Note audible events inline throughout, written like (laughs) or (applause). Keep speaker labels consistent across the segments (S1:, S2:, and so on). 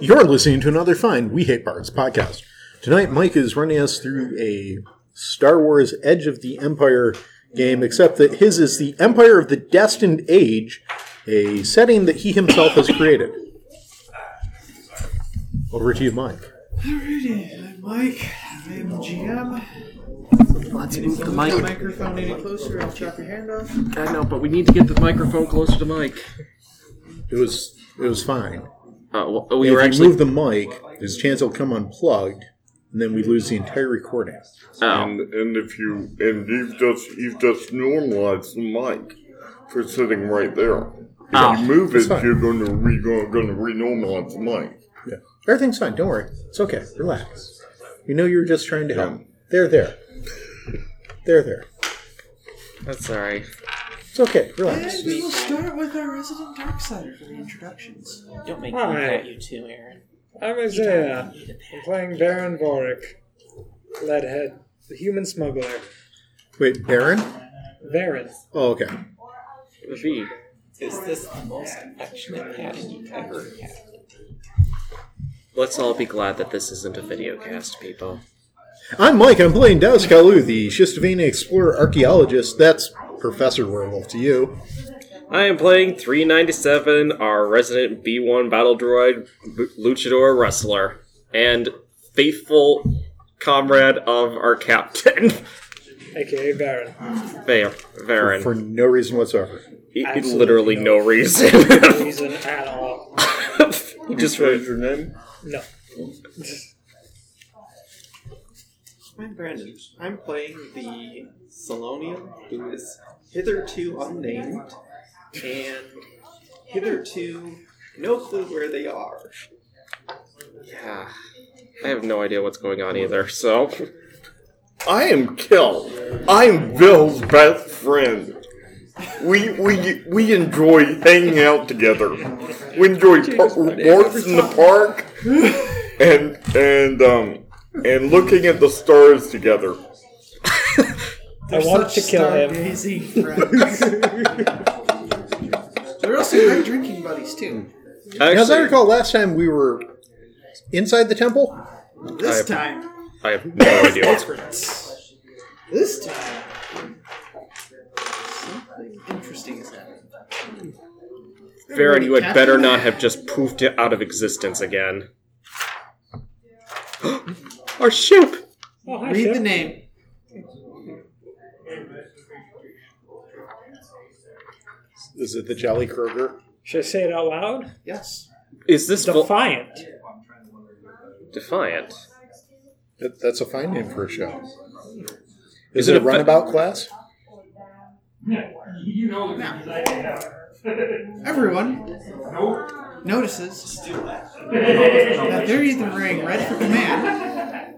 S1: You're listening to another fine We Hate Pirates podcast. Tonight, Mike is running us through a Star Wars Edge of the Empire game, except that his is the Empire of the Destined Age, a setting that he himself has created. Over to you, Mike.
S2: Alrighty, I'm Mike. I am the GM.
S3: Let's
S2: If you
S3: move the
S2: want the
S3: mic.
S2: microphone any closer, I'll chop your hand off.
S3: I know, but we need to get the microphone closer to Mike.
S1: It was it was fine.
S3: Uh, well, we
S1: if you
S3: were actually.
S1: move the mic, there's a chance it'll come unplugged, and then we lose the entire recording.
S3: oh,
S4: And and if you and you've just you've just normalized the mic for sitting right there. If
S3: Ah,
S4: you move it,
S1: fine.
S4: you're going to re going to renormalize the mic.
S1: Yeah. Everything's fine. Don't worry. It's okay. Relax. You know you were just trying to help. They're there. They're there.
S3: that's all right.
S1: It's okay. Relax.
S2: And we will start with our resident Darksider for the introductions.
S5: Don't make
S6: All
S5: me
S6: right.
S5: cut you too, Aaron.
S6: I'm Isaiah. I'm playing Baron Vorik, Leadhead, the human smuggler.
S1: Wait, Baron?
S6: Varen.
S1: Oh, okay.
S3: The V.
S5: Is this the most affectionate padding you've ever had?
S3: Let's all be glad that this isn't a video cast, people.
S1: I'm Mike. I'm playing Daus Kalu, the Shistavina explorer archaeologist. That's Professor Werewolf to you.
S3: I am playing 397, our resident B1 battle droid, B- luchador wrestler, and faithful comrade of our captain, (laughs)
S6: aka
S2: (coughs)
S6: Varen.
S3: Var- Varen.
S1: For no reason whatsoever.
S3: He- he
S6: absolutely
S3: literally no
S6: no No
S3: reason. (laughs)
S6: reason at all.
S3: He just
S4: What is your name?
S6: No.
S5: I'm Brandon. I'm playing the Salonian, who is hitherto unnamed, and hitherto no clue where they are.
S3: Yeah. I have no idea what's going on either, so.
S4: I am Kel. I am Bill's best friend. We we we enjoy hanging out together. We enjoy par- walks in the park and and um and looking at the stars together.
S6: I wanted to kill him.
S2: They're also great drinking buddies, too.
S1: Now, as I
S3: Actually,
S1: recall, last time we were inside the temple.
S2: This
S3: I've-
S2: time.
S3: I have
S1: (laughs)
S3: no idea what's
S2: Different. This time. Something interesting is happening.
S3: Farron, you had better not have just poofed it out of existence again. (gasps) Our ship!
S6: Oh, hi,
S2: Read
S6: Shep.
S2: the name.
S1: Is it the Jolly Kroger?
S6: Should I say it out loud?
S2: Yes.
S3: Is this vol-
S6: Defiant.
S3: defiant?
S1: That, that's a fine name for a show. Is,
S3: Is
S1: it
S3: it
S1: a
S3: a fe-
S1: runabout class?
S2: Everyone notices that they're either wearing red for command,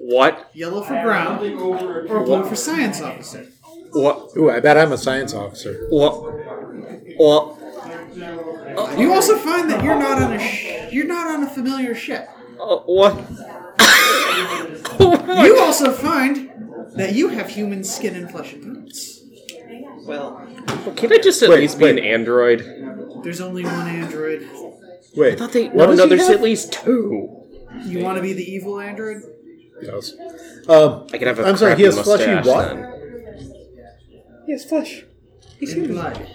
S3: What?
S2: yellow for ground, or blue for science officer.
S3: What?
S1: Ooh, I bet I'm a science officer.
S3: What? What?
S2: You also find that you're not on a sh- you're not on a familiar ship.
S3: Uh, what?
S2: You also find that you have human skin and flesh and bones.
S5: Well,
S3: Can I just at
S1: Wait,
S3: least be an
S1: wait.
S3: android?
S2: There's only one android.
S1: Wait,
S3: I thought they.
S1: what
S3: no,
S1: does
S3: no,
S1: he
S3: there's
S1: have?
S3: at least two.
S2: You want to be the evil android?
S1: Yes. Um,
S3: I could have a
S1: I'm sorry, he
S3: crappy
S1: has fleshy
S3: mustache
S1: what?
S3: then.
S6: Yes, flesh.
S2: He's human. Blood.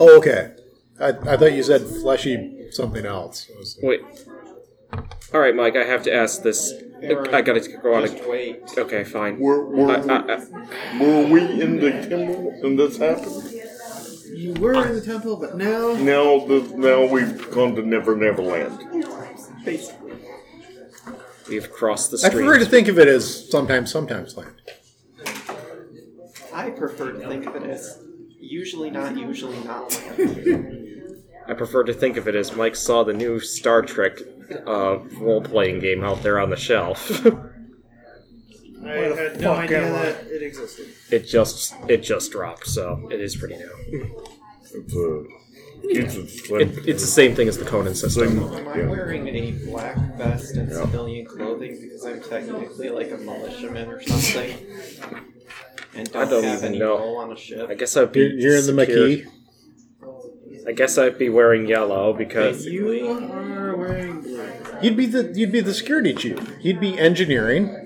S1: oh, okay. I, I thought you said fleshy something else. I was like,
S3: Wait. All right, Mike. I have to ask this. I gotta go on.
S5: just
S3: A,
S5: wait.
S3: okay, fine.
S4: Were were,
S3: I- I- I-
S4: were we in the temple when this happened?
S2: You were in the temple, but now
S4: Now the now we've gone to Never Never Land.
S5: Basically,
S3: We've crossed the
S1: I
S3: street.
S1: prefer to think of it as sometimes, sometimes land.
S5: I prefer to think of it as usually not, usually not.
S3: I prefer to think of it as Mike saw the new Star Trek uh, role playing game out there on the shelf. (laughs)
S2: I had no idea that it existed.
S3: it just it just dropped, so it is pretty new.
S4: It's a it's a slim
S3: It, it's the same thing as the Conan system.
S4: thing.
S5: Am I wearing a black vest and civilian clothing because I'm technically like a militiaman or something? And don't,
S3: don't
S5: have
S3: even
S5: any
S3: know.
S5: role on a ship.
S3: I guess I'd be.
S1: You're, you're in the
S3: secure-
S1: McKee.
S7: I guess I'd be wearing yellow because
S2: You are wearing black.
S1: You'd be the you'd be the security chief. You'd be engineering.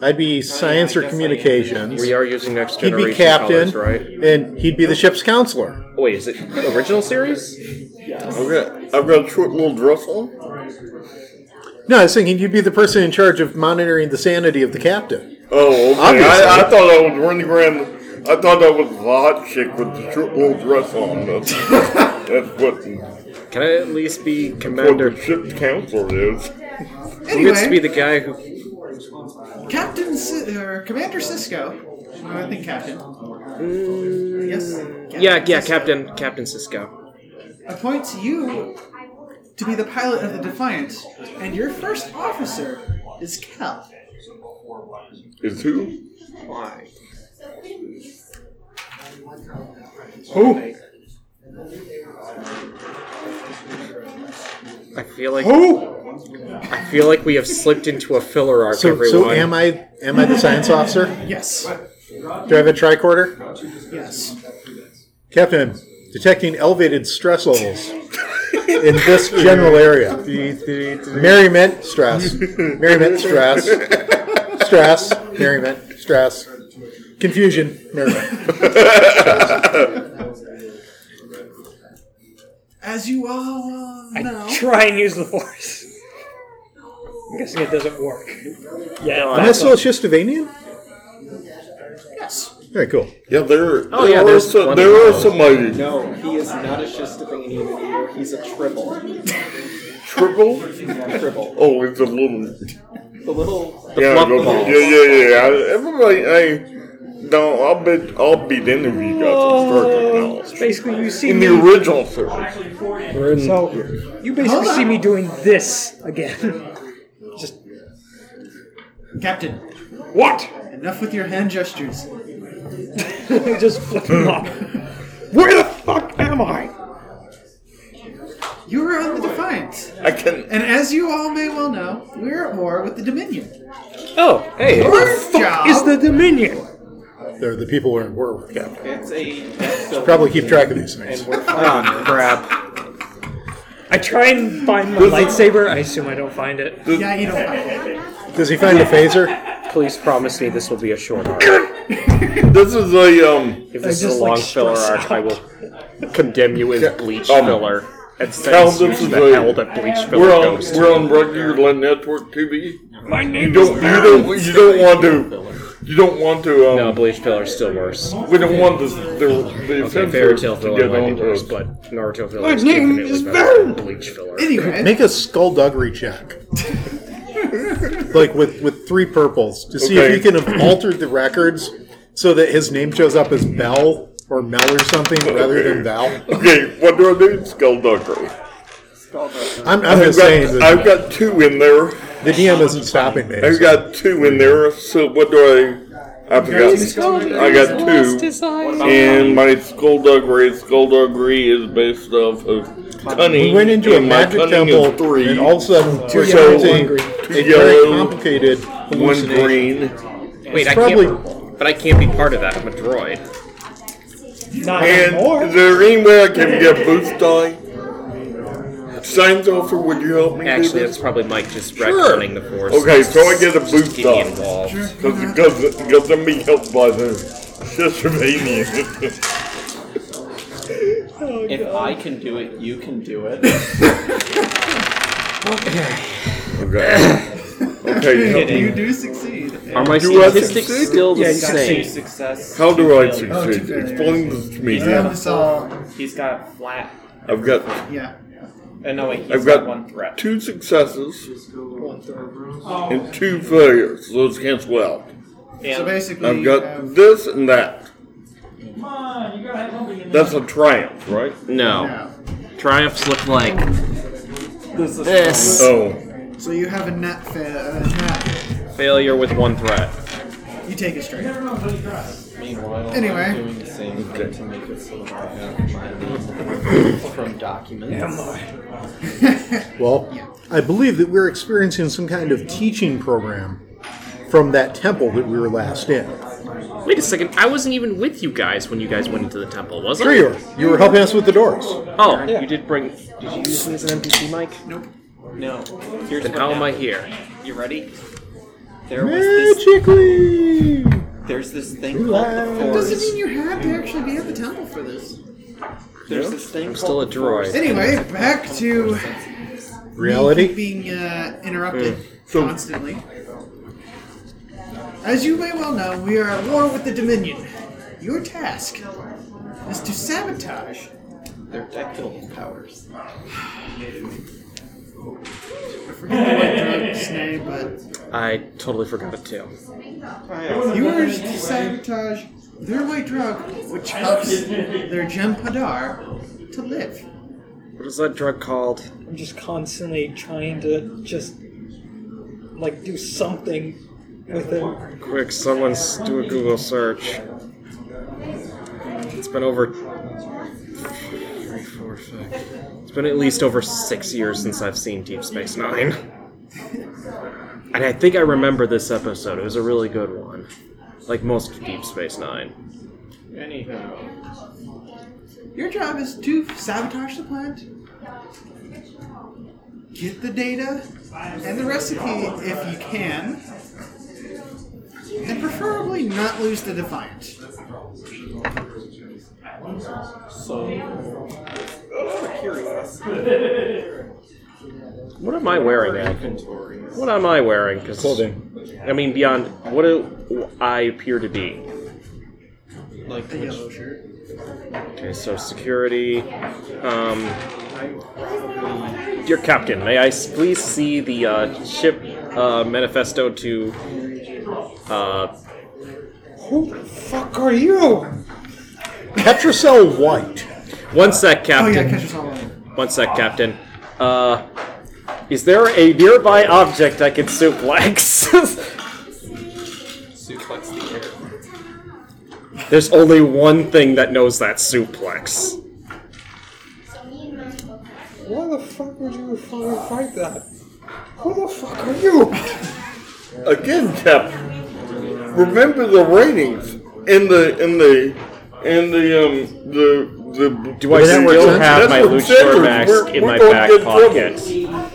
S1: I'd be science or
S2: guess I am.
S1: communications.
S7: we are using next
S1: He'd
S7: generation
S1: be captain,
S7: colors, right?
S1: and he'd be the ship's counselor.
S7: Wait, is it original series?
S4: I've got, I've got a short little dress on.
S1: No, I was thinking you'd be the person in charge of monitoring the sanity of the captain.
S4: Oh, okay.
S1: Obviously.
S4: I, I thought I was running around. I thought I was the hot chick with the short little dress
S7: (laughs)
S4: on. That's, that's what,
S7: Can I at least be
S4: what the
S7: commander?
S4: ship's counselor is.
S7: Who gets to be
S8: Anyway,
S7: the guy who?
S8: Captain si- or Commander Cisco. No, I think Captain. yes. Captain
S7: Yeah, yeah,
S8: Sisko
S7: Captain Captain Cisco.
S8: Appoints you to be the pilot of the Defiant, and your first officer is Cal.
S7: (laughs)
S4: Is who?
S2: Why?
S6: Who?
S7: I feel like
S6: Who?
S7: I feel like we have slipped into a filler arc.
S1: So,
S7: everyone,
S1: so am I? Am I the science officer?
S8: Yes.
S1: Do I have a tricorder?
S8: Yes.
S1: Captain, detecting elevated stress levels in this general area. Merriment, stress. Merriment, stress. Stress. Merriment, stress. Confusion. Merriment.
S8: As you all uh, know,
S6: Try and use the force. I'm guessing it doesn't work. Yeah,
S1: Am I still a Shistavanian?
S8: yes.
S1: Very cool.
S4: Yeah, there.
S7: Oh,
S4: there
S7: yeah,
S4: are
S7: there's
S4: some-
S7: plenty
S4: there
S7: of
S4: are somebody
S2: No, he is not a Shistavanian anymore. He's a triple.
S4: triple.
S2: triple.
S4: Oh, it's a little.
S2: The little.
S4: yeah,
S7: fluff
S4: go-
S7: balls.
S4: yeah, yeah, yeah. I- Everybody, I no, I'll bet I'll beat any of you guys on Star Trek
S6: it's
S4: knowledge.
S6: basically you see
S4: In the
S6: me.
S4: original series,
S6: So you basically see me doing this again.
S8: Captain,
S6: What?
S8: enough with your hand gestures.
S6: Just flip them up. Where the fuck am I?
S8: You are on the Defiant,
S4: I can.
S8: and as you all may well know, we're at war with the Dominion.
S6: Oh, hey.
S8: Your job
S6: Is the Dominion?
S1: They're the people we're in war with. Yeah.
S2: It's a death cell.
S1: Probably keep track of these things.
S7: Ah, crap.
S6: I try and find my lightsaber. I assume I don't find it.
S8: yeah, you don't find it.
S1: Does he find a phaser?
S7: Please promise me this will be a short arc.
S4: This is a um.
S7: If this
S6: I
S7: is
S6: just,
S7: a long
S6: like,
S7: filler arc,
S6: stress
S7: I will condemn you as bleach
S4: Um,
S7: filler. And
S4: tell
S7: send
S4: them
S7: you to
S4: to
S7: the hell
S4: leave.
S7: that bleach filler
S4: We're on
S7: goes to.
S4: we're on regular network TV.
S6: My name
S4: You don't you don't you don't want to you don't want to um.
S7: No, bleach filler's still worse.
S4: We don't want the the, the
S7: Okay, fairy
S4: censors
S7: tale
S4: to
S7: filler
S4: get
S7: might
S4: on
S7: be worse,
S4: those.
S7: but Naruto filler is
S6: name
S7: definitely
S6: is
S7: better than bleach filler.
S8: Anyway,
S1: Make a skullduggery
S4: (laughs)
S1: check. like with, with three purples to see
S4: Okay.
S1: if he can have altered the records so that his name shows up as Bell or Mel or something rather than Val.
S4: Okay, what do I do? Skullduggery.
S1: I'm, I'm
S4: I've
S1: just saying
S4: got, I've
S1: that
S4: got two in there.
S1: the DM isn't stopping me.
S4: I've got two in there, so what do I? I forgot. I got two, and my skullduggery, skullduggery is based off of cunning.
S1: We went into a
S4: and my
S1: magic
S4: cunning is
S1: temple
S4: three,
S1: and all of a sudden two
S4: yellow,
S1: yellow,
S4: one
S1: a
S4: green.
S1: very
S4: Yellow,
S1: complicated
S4: one
S1: hallucination.
S4: green.
S7: Wait, I
S1: probably-
S7: can't. But I can't be part of that. I'm a droid.
S6: Not
S4: And is
S6: anymore.
S4: there any way I can get boost die? Science offer, would you help me do
S7: Actually,
S4: this?
S7: that's probably Mike just retconning the force.
S4: Okay, so I get a
S7: Just
S4: boost
S7: keep me
S4: die.
S7: involved.
S4: Because because I'm being helped by the Sisramanian.
S2: If I can do it, you can do it.
S4: (laughs)
S1: (laughs)
S4: okay. Okay.
S8: you do succeed.
S7: Are my
S4: You are
S7: statistics
S4: succeeding.
S7: still the
S6: Yeah, you got
S2: Two
S7: same?
S2: success.
S4: How do I succeed? Explain this to me.
S8: Yeah, this all.
S2: He's got flat.
S4: I've got
S8: Yeah.
S2: Uh, no wait, he's
S4: I've
S2: got,
S4: got
S2: one threat.
S4: two successes and two failures. So let's cancel out.
S2: And
S8: So basically, um,
S4: I've
S8: you
S4: got
S8: have-
S4: this and that. That's a triumph, right?
S7: No.
S8: yeah.
S7: Triumphs look like
S2: this is
S7: this.
S4: Oh,
S8: So you have a net. Fa- a net.
S7: Failure with one threat.
S8: You take a straight.
S2: meanwhile
S8: Anyway.
S2: I'm doing the same thing to make it so that I have my name from documents.
S1: Well, I believe that we're experiencing some kind of teaching program from that temple that we were last in.
S3: Wait a second, I wasn't even with you guys when you guys went into the temple, was I?
S1: Sure you were. You were helping us with the doors.
S3: Oh, you did bring. Did you use him as an NPC, Mike?
S8: Nope.
S2: No. Here's
S3: Then
S2: what
S3: how am I
S2: happened.
S3: here?
S2: You ready? There was this.
S1: Magically!
S2: There's this thing called the
S1: Relax.
S8: Doesn't
S2: Force.
S8: mean you had to actually be at the temple for this.
S2: There's this thing
S3: I'm still a droid.
S8: Anyway, back to
S1: Reality? (laughs)
S8: being uh, interrupted
S4: So-
S8: constantly. As you may well know, we are at war with the Dominion. Your task is to sabotage.
S2: Their tactile powers.
S8: I forget the drug's name, but
S3: I totally forgot it too.
S8: yours to sabotage their white drug, which helps their Jem'Hadar to live.
S3: What is that drug called?
S6: I'm just constantly trying to just like do something with it.
S3: Quick, someone s- do a Google search. It's been over. three, four, five- It's been at least over six years since I've seen Deep Space Nine. And I think I remember this episode. It was a really good one. Like most of Deep Space Nine.
S2: Anyhow.
S8: Your job is to sabotage the plant, get the data and the recipe if you can, and preferably not lose the Defiant.
S2: So.
S3: What am I wearing now?
S2: Inventory.
S3: What am I wearing? 'Cause- I mean, beyond what do I appear to be?
S2: Like
S8: The yellow shirt.
S3: Okay, so security. Um, dear Captain, may I s- please see the uh, ship uh, manifesto to. Uh,
S6: Who the fuck are you?
S1: Petrocell White.
S3: one sec,
S8: Oh yeah,
S3: Captain.
S8: catch us all later.
S3: One sec, Captain. Uh, is there a nearby object I can suplex? (laughs)
S2: suplex the air.
S3: There's only one thing that knows that suplex.
S6: Why the fuck would you fucking fight that? Who the fuck are you?
S4: Again, Captain. Remember the ratings in the in the in the um the the.
S3: Do I
S1: Does that
S3: still
S1: work, son?
S4: That's
S3: have my
S4: what matters.
S3: luchador mask
S4: We're-
S3: in
S4: we're
S3: my
S4: gonna
S3: back
S4: get
S3: pocket?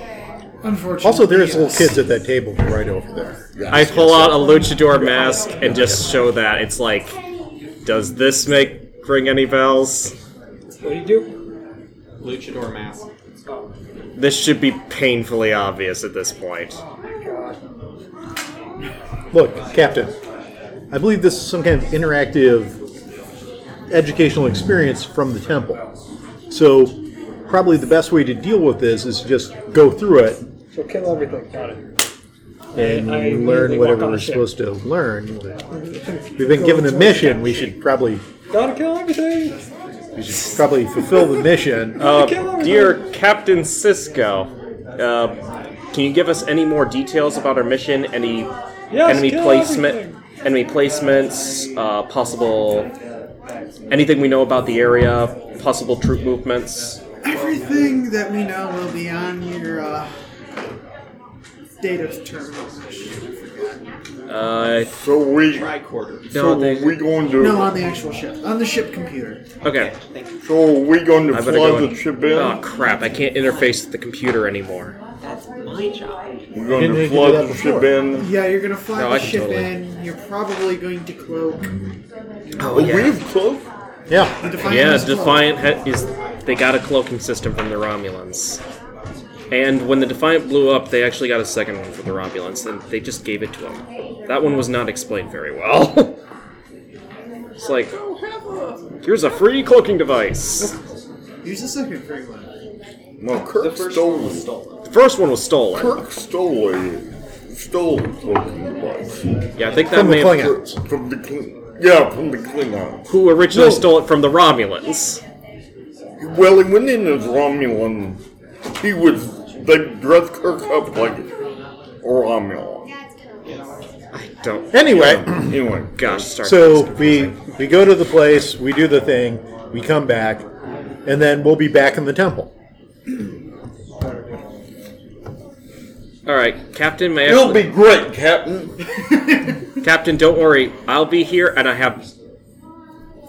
S8: Unfortunately.
S1: Also, there's little
S8: yes.
S1: kids at that table right over there.
S3: I pull out a luchador mask and just show that. It's like, does this make ring any bells?
S6: What do you do?
S2: Luchador mask.
S3: This should be painfully obvious at this point.
S1: Look, Captain, I believe this is some kind of interactive educational experience from the temple. So, probably the best way to deal with this is just go through it
S6: So kill everything. Got it.
S1: and
S6: I
S1: you
S6: immediately
S1: learn
S6: walk
S1: whatever
S6: on
S1: we're
S6: the ship.
S1: supposed to learn. We've been given a mission. We should probably
S6: Gotta kill everything.
S1: we should probably fulfill the mission.
S3: Uh,
S6: kill everybody.
S3: dear Captain Cisco, uh, can you give us any more details about our mission? Any
S6: Yes,
S3: enemy
S6: kill
S3: placement,
S6: everything.
S3: enemy placements, uh, possible anything we know about the area, possible troop movements?
S8: Everything that we know will be on your uh, data terminal.
S3: Uh,
S4: So we.
S2: Tricorder.
S4: So
S3: no, they-
S4: we going to.
S8: No, on the actual ship, on the ship computer.
S3: okay.
S4: So we going to
S3: I
S4: fly
S3: better go.
S4: the
S3: and-
S4: ship in.
S3: oh crap! I can't interface with the computer anymore.
S4: We're
S1: Didn't
S4: going
S1: they do
S4: to fly
S1: that
S4: the ship
S1: before?
S4: in.
S8: Yeah, you're gonna fly
S3: No,
S8: the
S3: I can
S8: ship
S3: totally-
S8: in. You're probably going to cloak.
S3: Oh
S4: Oh, We've close.
S1: Yeah,
S8: Defiant
S3: Yeah,
S8: is cloaked.
S3: Defiant ha- is. They got a cloaking system from the Romulans. And when the Defiant blew up, they actually got a second one from the Romulans, and they just gave it to them. That one was not explained very well. (laughs) it's like, here's a free cloaking device.
S8: Use the second free one.
S4: No, Kirk stole it.
S3: The first one was stolen.
S4: Kirk stole it. Stole the cloaking device.
S3: Yeah, I think that
S1: from the
S3: may have,
S1: Klingons.
S4: From the Kling- Yeah, from the Klingons.
S3: who originally stole it from the Romulans.
S4: Well, he went in as Romulan. He was. They dressed Kirk up like a Romulan.
S3: I don't.
S1: Anyway,
S4: (clears throat) Anyway.
S3: Gosh, Star.
S1: so we we go to the place, we do the thing, we come back, and then we'll be back in the temple.
S3: All right, Captain. May I
S4: It'll be great, Captain.
S3: Captain, don't worry. I'll be here, and I have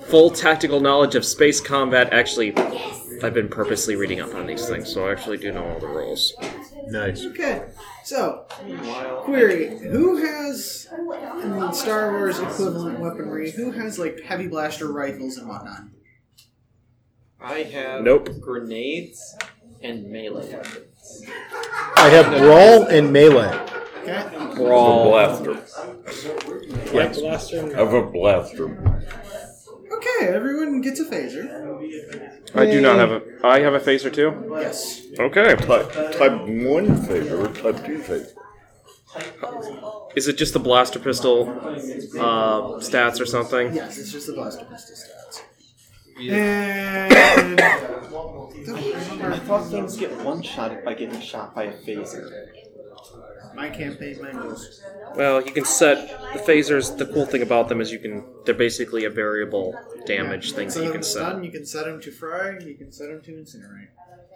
S3: full tactical knowledge of space combat. Actually, I've been purposely reading up on these things, so I actually do know all the rules.
S1: Nice.
S8: Okay, so query: Who has in the Star Wars equivalent weaponry? Who has like heavy blaster rifles and whatnot?
S2: I have
S3: Nope.
S2: grenades and melee weapons.
S1: I have brawl and melee.
S8: Okay,
S4: A
S3: Brawl.
S4: blaster.
S6: Yeah, blaster and
S4: I have a blaster.
S8: okay, everyone gets a phaser.
S3: I do not have a. I have a phaser too.
S8: Yes.
S3: Okay.
S4: Type, type one favor, type two favor.
S3: Is it just the blaster pistol uh, stats or something?
S8: Yes, it's just the blaster pistol stats. And
S2: I thought things get one shot if I get shot by a phaser.
S8: my campaign manuals.
S3: Well, you can set the phasers. The cool thing about them is you can. They're basically a variable damage thing
S8: So
S3: that you can
S8: stun,
S3: set.
S8: you can set them to fry, you can set them to incinerate.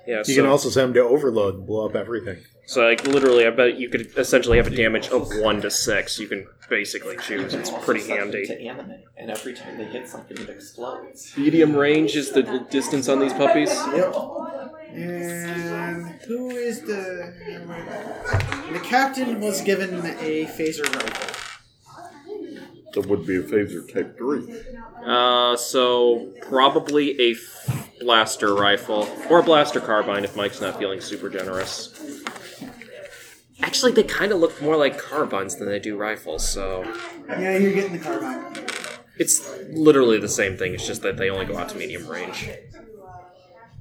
S3: Yeah.
S1: You can
S3: So,
S1: also send them to overload and blow up everything.
S3: so like literally, I bet you could essentially have a damage of one to six. You can basically choose. It's pretty
S2: Set them
S3: handy.
S2: To anime, and every time they hit something, it explodes.
S3: Medium range is the distance on these puppies.
S8: Yep. And who is the the captain was given a phaser rifle.
S4: That would be a phaser type three.
S3: Uh, so probably a f- blaster rifle or a blaster carbine if Mike's not feeling super generous. Actually, they kind of look more like carbines than they do rifles, so
S8: Yeah, you're getting the carbine.
S3: it's literally the same thing. It's just that they only go out to medium range.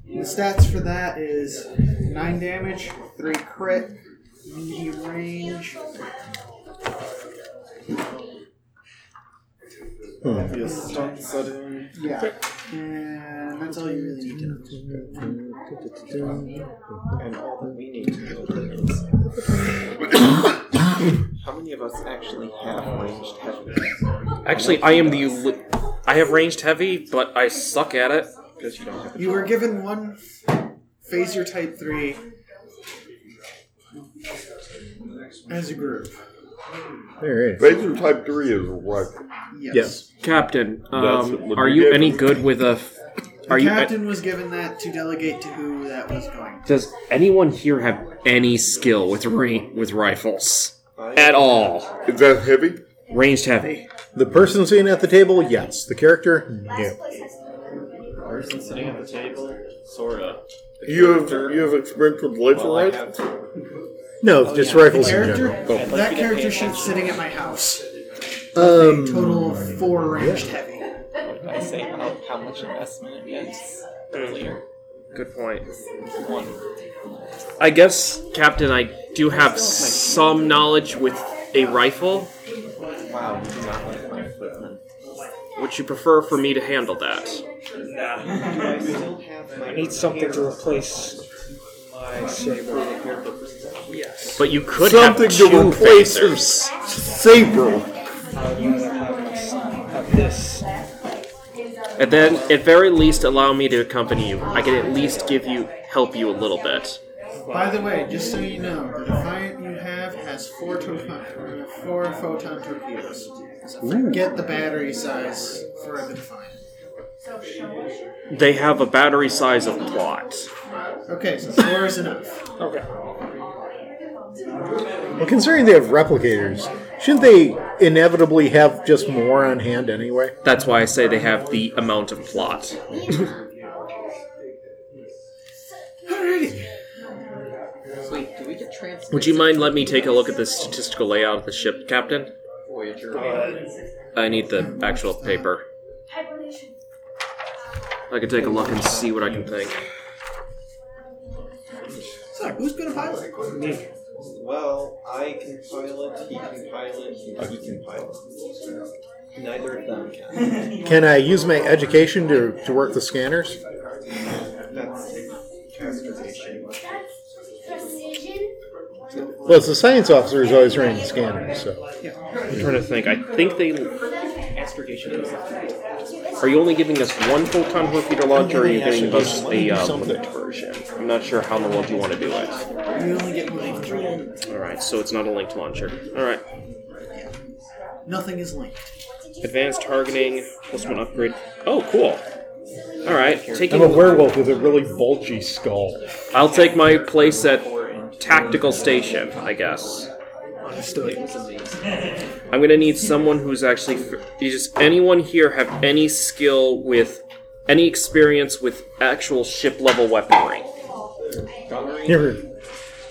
S8: The stats for that is nine damage, three crit, medium range.
S2: Feel stunned suddenly.
S8: Yeah, and that's all you really need to know.
S2: And all that we need to know is (coughs) how many of us actually have ranged heavy?
S3: Actually, I am the li- I have ranged heavy, but I suck at it.
S2: Because you don't have
S8: You were given one phaser type three as a group.
S1: All right.
S4: Phaser type three is a rifle.
S8: Yes.
S1: Yes.
S3: Captain, um,
S4: That's what would are be you any
S3: good with a? Are
S8: The captain was given that to delegate to who that was going.
S3: Does anyone here have any skill with re- with rifles
S2: I-
S3: at all?
S4: Is that heavy?
S3: Ranged heavy.
S1: The person sitting at the table, yes. The character, no.
S2: a person sitting at the table, sorta.
S4: You have you have experience with laser
S2: Well, I
S4: rifle?
S2: have to.
S4: Oh,
S1: No, just rifles in
S8: Character,
S1: general.
S8: that character sheet's sitting at my house. Um, total of four ranged heavy.
S2: What did I say about how much investment it is earlier?
S3: Good point.
S2: One.
S3: I guess, Captain, I do have some knowledge with a rifle.
S2: Wow, you do not like my equipment.
S3: Would you prefer for me to handle that?
S2: Do I still have my
S6: I need something to replace my saber.
S8: Yes.
S3: But you could
S4: Something
S3: have
S4: to
S3: two
S4: replace your
S3: phasers.
S4: Saber.
S6: I would rather have, my, s- have this.
S3: And then, at very least, allow me to accompany you. I can at least give you help you a little bit.
S8: By the way, just so you know, the Defiant you have has four, to- four photon torpedoes. So forget the battery size for the Defiant.
S3: They have a battery size of plot.
S8: Okay, so four is enough.
S6: Okay.
S1: Well, considering they have replicators, shouldn't they inevitably have just more on hand anyway?
S3: That's why I say they have the amount of plot.
S8: Alrighty.
S2: Wait, do we get transferred?
S3: Would you mind let me take a look at the statistical layout of the ship, Captain?
S2: Voyager?
S3: I need the actual paper. I can take a look and see what I can think.
S8: So, who's been a pilot?
S2: Well, I can pilot, he can pilot, and he can pilot. Neither of them can.
S1: Can I use my education to, to work the scanners?
S2: That's transportation.
S1: Well, it's the science officer who's always running the scanners, so.
S3: I'm trying to think. I think they.
S2: Astrogation is
S3: Are you only giving us one photon torpedo launcher, or are you giving us the uh, limited version? I'm not sure how in the world you want to do it.
S8: You only get one.
S3: All right, so it's not a linked launcher. All right.
S8: Nothing is linked.
S3: Advanced targeting, plus one upgrade. Oh, cool. All right, taking.
S1: I'm a werewolf with a really bulgy skull.
S3: I'll take my place at tactical station, I guess. I'm gonna need someone who's actually. Does anyone here have any skill with, any experience with actual ship level weaponry?
S1: Never.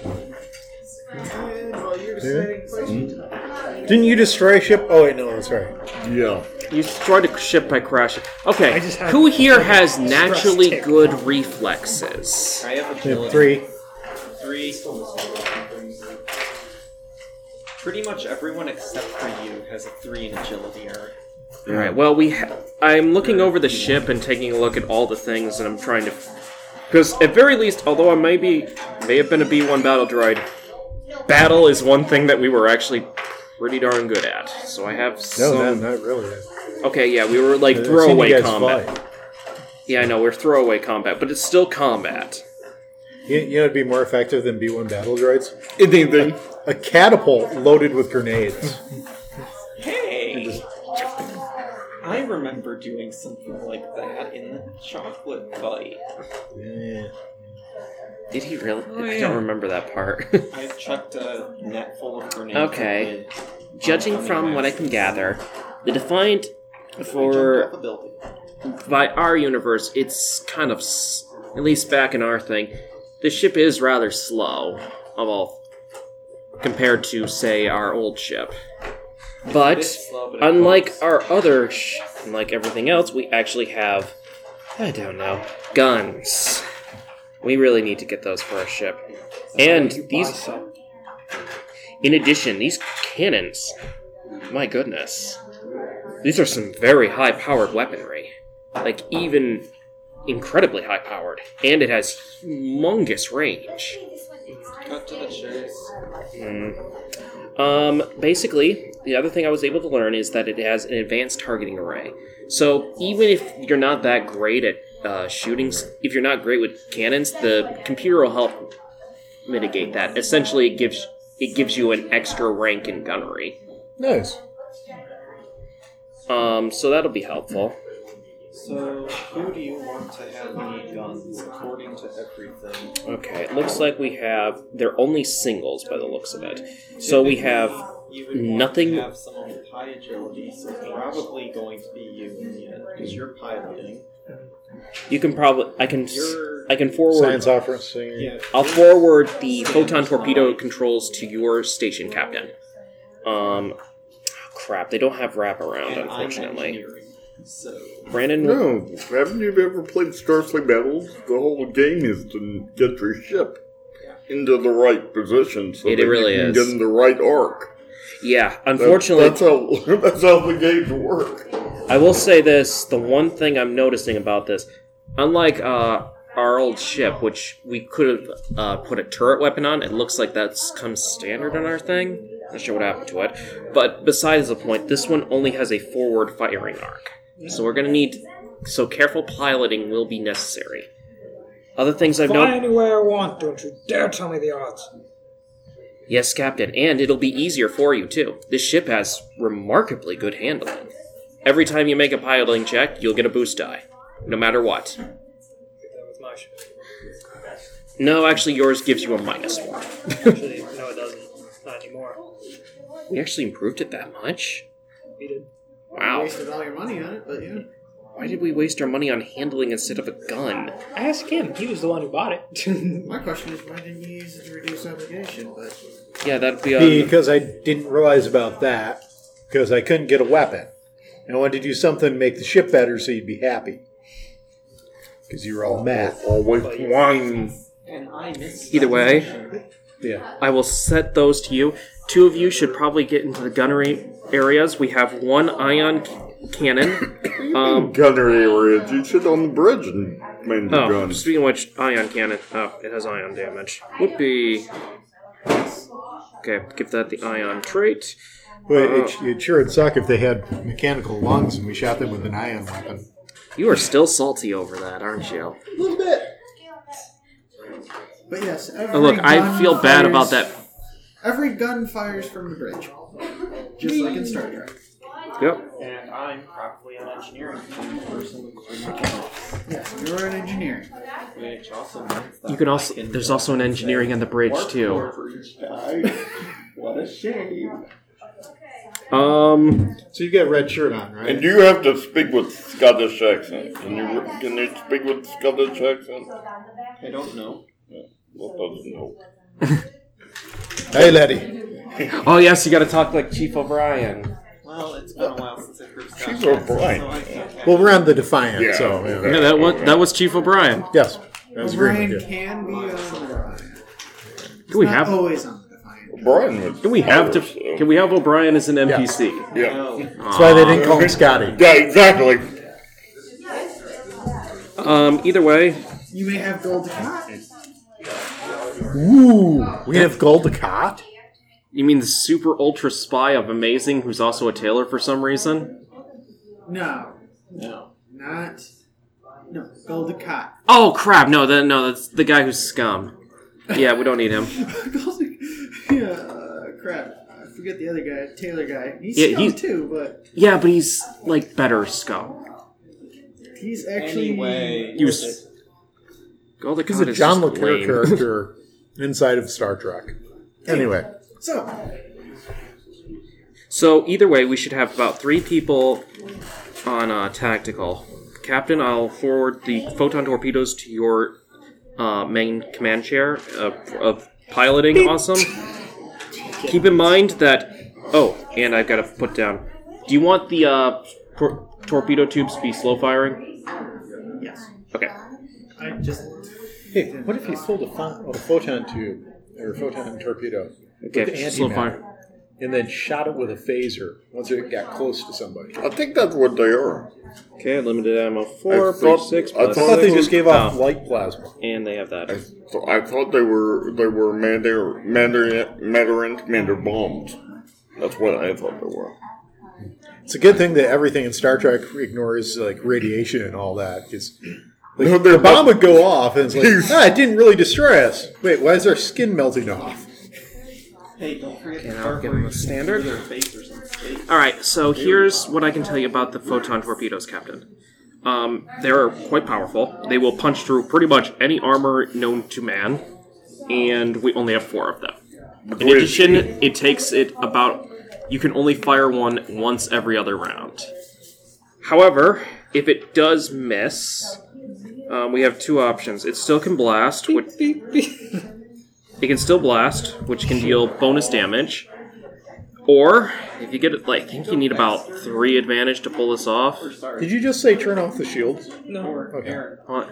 S8: Well, you're deciding places.
S1: Didn't you destroy a ship? Oh wait, no, that's right.
S4: Yeah.
S3: You destroyed a ship by crashing. Okay,
S6: I just have-
S3: who here has naturally
S6: tick.
S3: good reflexes?
S2: I
S1: We
S2: have
S1: have
S2: agility.
S1: three.
S2: Three. Pretty much everyone except for you has a three in agility, Eric.
S3: All right. Well, we. Ha- I'm looking over the ship and taking a look at all the things, and I'm trying to. Because at very least, although I may be, may have been a B1 battle droid, battle is one thing that we were actually pretty darn good at. So I have
S1: No, no,
S3: some.
S1: not really.
S3: Okay, yeah, we were like
S1: I've seen you
S3: throwaway
S1: guys
S3: combat.
S1: fly.
S3: Yeah, I know we're throwaway combat, but it's still combat.
S1: You, you know, it'd be more effective than B1 battle droids.
S4: Anything.
S1: A catapult loaded with grenades.
S2: Hey! I remember doing something like that in the chocolate fight.
S1: Eh.
S3: Did he really? I don't remember that part. (laughs)
S2: I chucked a net full of grenades.
S3: Okay.
S2: at
S3: Judging from what I can gather, the Defiant for
S2: the building.
S3: by our universe, it's kind of, s- at least back in our thing, the ship is rather slow, of all compared to, say, our old ship. But
S2: slow, but it
S3: unlike
S2: floats.
S3: our other, sh- unlike everything else, we actually have, I don't know, guns. We really need to get those for our ship. And these, in addition, these cannons. My goodness. These are some very high powered weaponry. Like, even incredibly high powered. And it has humongous range.
S2: Cut to the chase.
S3: Um, basically, the other thing I was able to learn is that it has an advanced targeting array. So even if you're not that great at uh, shooting, s- if you're not great with cannons, the computer will help mitigate that. Essentially, it gives it gives you an extra rank in gunnery.
S1: Nice.
S3: Um, so that'll be helpful.
S2: So, who do you want to have any guns according to everything?
S3: Okay, it looks like we have they're only singles by the looks of it. So we have
S2: You would want
S3: nothing-
S2: To have someone with high agility, so it's probably going to be you in the end, because you're piloting.
S3: you can probably I can s-
S2: You're.
S3: I can forward
S1: Science officer. singer.
S2: Yeah.
S3: I'll forward the photon torpedo controls to your station captain. Um, crap, they don't have wraparound,
S2: And I'm
S3: unfortunately.
S2: engineering. So,
S3: Brandon,
S4: No. Oh, Haven't you ever played Starfleet Battles? The whole game is to get your ship into the right position so
S3: It
S4: that
S3: really
S4: you can
S3: is.
S4: get in the right arc.
S3: yeah,
S4: That-
S3: unfortunately,
S4: that's how (laughs) that's how the games work.
S3: I will say this: the one thing I'm noticing about this, unlike uh, our old ship, which we could have uh, put a turret weapon on, it looks like that's come standard on our thing. Not sure what happened to it, but besides the point, this one only has a forward firing arc, so we're gonna need. So careful piloting will be necessary. Other things I've
S6: Fly
S3: noticed.
S6: anywhere I want, don't you dare tell me the odds.
S3: Yes, Captain, and it'll be easier for you, too. This ship has remarkably good handling. Every time you make a piloting check, you'll get a boost die, no matter what.
S6: That was my ship.
S3: No, actually, yours gives you a minus one.
S6: Actually, no, it doesn't. Not anymore.
S3: We actually improved it that much?
S6: We did.
S3: Wow.
S8: Wasted all your money on it, but yeah.
S3: Why did we waste our money on handling instead of a gun?
S6: Ask him. He was the one who bought it. (laughs)
S8: My question is, why didn't you use it to reduce obligation? But
S3: Yeah, that'd be a.
S1: Because I didn't realize about that. Because I couldn't get a weapon. And I wanted to do something to make the ship better so you'd be happy. Because you were all mad.
S4: Always one.
S2: and I missed.
S3: Either way.
S1: Yeah.
S3: I will set those to you. Two of you should probably get into the gunnery areas. We have one ion c- (coughs) cannon. Um,
S4: Gunner areas. You sit on the bridge and man the
S3: Oh,
S4: gun.
S3: speaking of which, ion cannon. Oh, it has ion damage. Whoopee. Okay, give that the ion trait.
S1: But it, it sure would suck if they had mechanical lungs and we shot them with an ion weapon.
S3: You are still salty over that, aren't you?
S1: A little bit.
S8: but yes, every
S3: Oh, look, I
S8: gun
S3: feel bad
S8: fires-
S3: about that.
S8: Every gun fires from the bridge. Just like in Star Trek.
S3: Yep.
S2: And I'm probably an engineering person, or mechanics,
S8: Yes, you're an engineer.
S2: which also means that
S3: You can also.
S2: I can
S3: There's also an engineering on the bridge
S2: warp
S3: too.
S2: core for each guy. (laughs) what a shame.
S3: Um.
S1: So you've got a red shirt on, right?
S4: And do you have to speak with Scottish accent? Can you can you speak with Scottish accent?
S2: I don't know.
S4: Well, doesn't know.
S1: hey, laddie.
S3: Oh yes, you got to talk like Chief O'Brien.
S2: Well, it's been a while since I first got
S4: She's
S2: here,
S4: O'Brien.
S2: So I can't
S1: Well, we're on the Defiant,
S4: Yeah.
S1: so. yeah.
S3: Yeah, that was that was Chief O'Brien.
S1: Yes. I was agreeing
S8: Brian
S1: with you.
S8: can be on the Defiant.
S3: Do we
S8: Not
S3: have?
S8: always on the Defiant.
S4: Brian was.
S3: Do we have to?
S4: Irish, so-
S3: Can we have O'Brien as an NPC?
S4: Yeah.
S2: No.
S1: That's why they didn't call him Scotty.
S4: Yeah, exactly.
S3: Um. Either way,
S8: You may have gold Ducat.
S1: Ooh, we have Gold Ducat?
S3: you mean the super ultra spy of amazing, who's also a tailor for some reason?
S8: No,
S2: No.
S8: not. No, gold Ducat.
S3: Oh crap! No, that no, that's the guy who's scum. Yeah, we don't need him.
S8: (laughs) Gold Duc- yeah, uh, crap. I forget the other guy, Taylor guy. He's
S3: Yeah,
S8: yeah,
S3: he's-
S8: too, but
S3: Yeah, but he's like better scum.
S8: he's actually.
S2: Anyway,
S3: You s- Go Oh, the
S1: He's a John Le Carre character inside of Star Trek. Anyway,
S8: So,
S3: So either way, we should have about three people on uh, tactical. Captain, I'll forward the photon torpedoes to your uh, main command chair of, of piloting. Awesome. Keep in mind that. Oh, and I've got to put down. Do you want the uh, tor- torpedo tubes to be slow firing?
S8: yes.
S3: Okay.
S8: I just.
S1: hey, what if he sold a, pho- a photon tube or a photon torpedo
S3: Okay. Slow fire.
S1: and then shot it with a phaser once it got close to somebody?
S4: I think that's what they are.
S3: Okay. Limited ammo four,
S4: I thought-
S3: breach six.
S4: I
S3: plus-
S1: I thought they just gave off
S3: Oh,
S1: light plasma.
S3: and they have that.
S4: So I thought they were they were Mandarin Mandarin Mandarin Commander bombs. That's what I thought they were.
S1: It's a good thing that everything in Star Trek ignores like radiation and all that because
S4: No,
S1: the
S4: they're
S1: bomb would go off and it's like, ah, it didn't really destroy us. Wait, why is our skin melting off?
S2: hey, don't forget the
S3: I'll
S2: Star
S3: give 'em a
S2: Corporation
S3: standard.
S2: for Their face or something.
S3: All right, so here's what I can tell you about the photon torpedoes, Captain. Um, they're quite powerful. They will punch through pretty much any armor known to man, and we only have four of them. In
S4: Wait,
S3: addition, it takes it about you can only fire one once every other round. However, if it does miss, um, we have two options. It still can blast, which it can still blast, which can deal bonus damage. Or if you get it, like I think you need about three advantage to pull this off.
S1: Did you just say turn off the shields?
S6: No.
S1: Okay.
S3: Uh,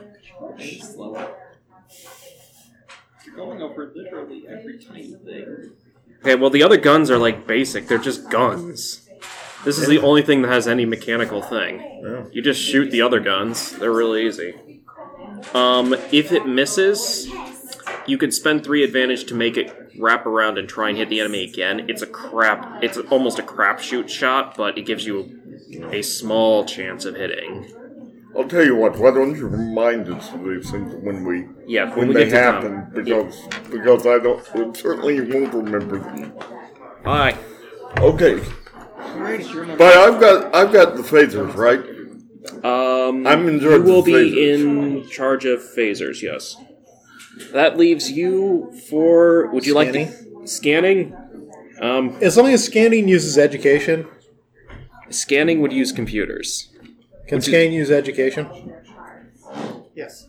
S2: Hey, slow up. You're going over literally every tiny thing.
S3: Okay, well the other guns are like basic; they're just guns. This is the only thing that has any mechanical thing. You just shoot the other guns; they're really easy. Um, if it misses, you can spend three advantage to make it wrap around and try and hit the enemy again. It's a crap. It's almost a crapshoot shot, but it gives you a small chance of hitting.
S4: I'll tell you what. Why don't you remind us of these things when we
S3: Yeah, when
S4: when,
S3: we
S4: they
S3: get to town.
S4: happen? Because because I don't certainly won't remember them.
S3: All right.
S4: Okay,
S8: Alright, it's your number.
S4: but I've got I've got the phasers right.
S3: Um,
S4: I'm in charge
S3: You will
S4: of
S3: be
S4: phasers.
S3: in charge of phasers. Yes. That leaves you for. Would you like to, scanning? Um,
S1: As long as scanning uses education,
S3: scanning would use computers.
S1: can scanning use education?
S8: Yes.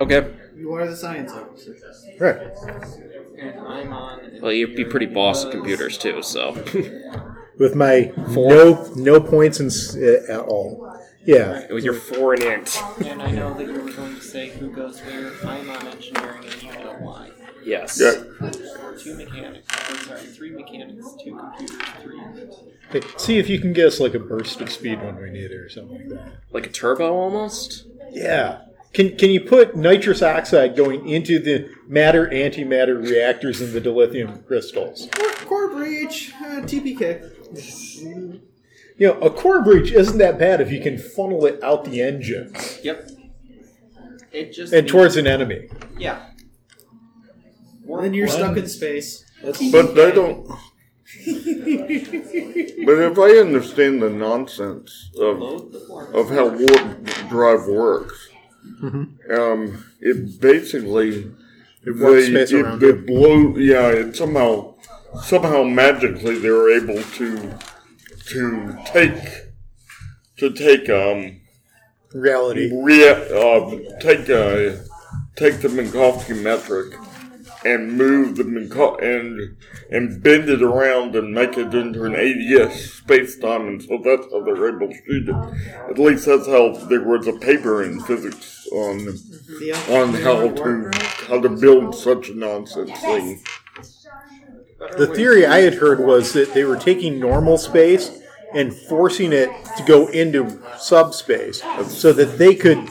S3: Okay.
S8: You are the science officer.
S1: Right.
S2: And I'm on.
S3: Well, you'd be pretty boss at computers too. So.
S1: With my no no points in, s- uh, at all. Yeah.
S3: With your four and int.
S2: And I know that you were going to say who goes where. I'm on engineering, and you know why.
S3: Yes.
S4: Yeah.
S2: Two mechanics. or sorry, three mechanics, two computers, three.
S1: Hey, See if you can guess like a burst of speed when we need it or something like that.
S3: Like a turbo almost.
S1: Yeah. Can, can you put nitrous oxide going into the matter antimatter reactors in the dilithium crystals?
S8: Core, core breach, uh, TPK.
S1: You know, a core breach isn't that bad if you can funnel it out the engine
S2: Yep. It just.
S1: and towards an enemy.
S2: Yeah.
S8: Then you're stuck in space.
S4: But they don't. But if I understand the nonsense of
S2: Load the form.
S4: of how warp drive works, um, it basically
S1: Mm-hmm. It warps
S4: they-
S1: space
S4: it,
S1: around
S4: it blow. Yeah, it somehow somehow magically they're able to to take to take um
S1: reality.
S4: rea- uh, take uh, take the Minkowski metric and move the Minkowski and and bend it around and make it into an ADS space time, and so that's how they're able to shoot it. At least that's how there was a paper in physics on
S8: The
S4: on
S8: alpha
S4: how to
S8: worker?
S4: how to build such a nonsense thing.
S1: The theory I had heard was that they were taking normal space and forcing it to go into subspace so that they could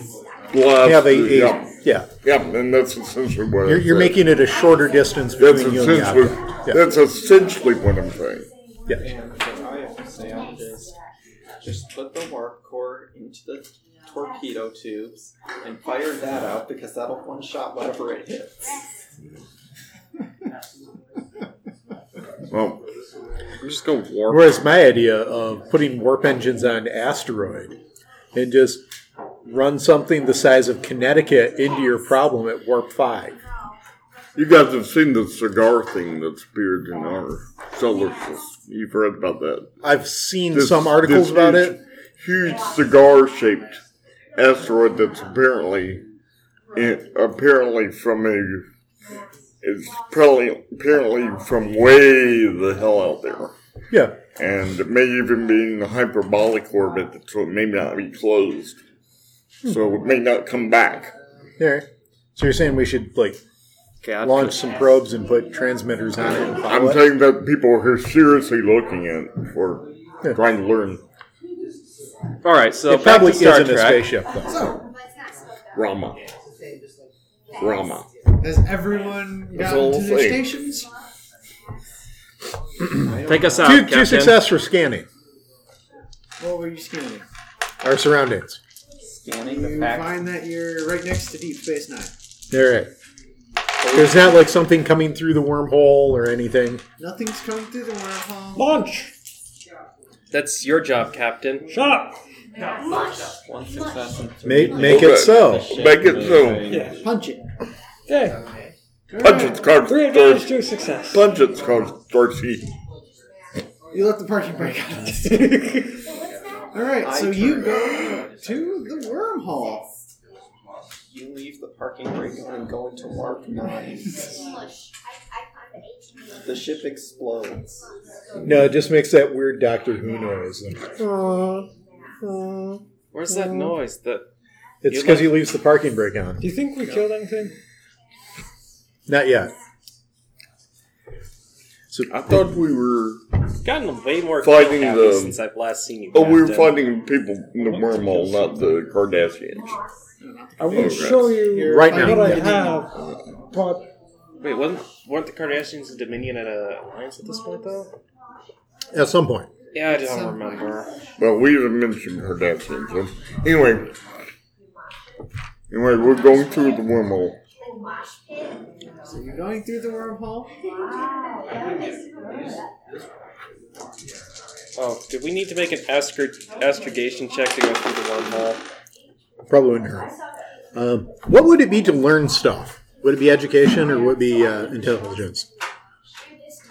S4: Blast-
S1: have a, a
S4: yeah,
S1: yeah.
S4: yeah, and that's essentially what I
S1: You're, you're
S4: said.
S1: making it a shorter distance
S4: that's
S1: between you and the
S4: essentially
S1: object. Yeah.
S4: that's essentially what I'm saying.
S1: yeah.
S2: And what I have to say on it is just put the warp core into the torpedo tubes and fire that out because that'll one shot whatever it hits.
S4: Well,
S7: I'm just gonna warp.
S1: Whereas my idea of putting warp engines on asteroid and just run something the size of Connecticut into your problem at warp five.
S4: You guys have seen the cigar thing that's appeared in our solar system. You've read about that.
S1: I've seen
S4: This-
S1: some articles
S4: this
S1: about
S4: huge-
S1: it.
S4: Huge cigar shaped asteroid that's apparently it, apparently from a it's probably apparently from way the hell out there.
S1: Yeah.
S4: And it may even be in the hyperbolic orbit, so it may not be closed. So it may not come back.
S1: There. So you're saying we should like
S7: Okay, I'd
S1: launch some probes and put transmitters on it and
S4: I'm
S1: follow it?
S4: saying that people are seriously looking at it for
S1: Yeah.
S4: trying to learn
S7: All right, so
S1: It
S7: back
S1: probably
S7: to Star
S1: isn't a
S7: Trek.
S1: spaceship though.
S8: So,
S4: Rama. Rama.
S8: has everyone
S4: That's
S8: gotten
S4: the
S8: to
S4: whole
S8: their
S4: thing.
S8: stations?
S7: Take us out,
S1: Two,
S7: Captain.
S1: two success for scanning
S8: What were you scanning?
S1: our surroundings.
S2: Scanning the
S8: You
S2: fact
S8: find that you're right next to Deep Space Nine.
S1: All right. There's not like something coming through the wormhole or anything.
S8: Nothing's coming through the
S2: Oh.
S8: wormhole.
S6: Launch!
S3: That's your job, Captain.
S6: Shut up!
S2: one success and three.
S1: Make, make it so.
S4: Make it so.
S6: Yeah.
S8: Punch it.
S6: Hey,
S4: Punch its card,
S6: three advantage,
S4: Darcy.
S6: two success.
S4: Punch its card, Darcy.
S8: You left the parking brake on. (laughs) All right, so you go to the wormhole.
S2: You leave the parking brake on and go into warp nine. The ship explodes.
S1: No, it just makes that weird Doctor Who noise.
S3: Where's that noise? That
S1: It's
S3: You
S1: because
S3: like-
S1: he leaves the parking brake on.
S6: Do you think we killed anything?
S1: Not yet. So
S4: I thought we were.
S3: gotten way more
S4: Fighting
S3: kill counts
S4: the-
S3: since I've last seen you.
S4: Um, Oh, we were
S3: Captain.
S4: fighting people in the wormhole, not the Kardashians.
S6: I will
S4: Right.
S6: show you
S1: Right
S6: what
S1: now.
S6: I have, but
S3: Wait, wasn't, weren't the Kardashians and Dominion at a alliance at this point though?
S1: at some point,
S3: Yeah, I don't remember.
S4: Well, we even mentioned Kardashians. So. Anyway. Anyway, we're going through the wormhole.
S8: So you're going through the wormhole.
S3: Oh, did we need to make an astro- astrogation check to go through the wormhole?
S1: probably wouldn't hurt. Um, what would it be to learn stuff? Would it be education or would it be uh, intelligence?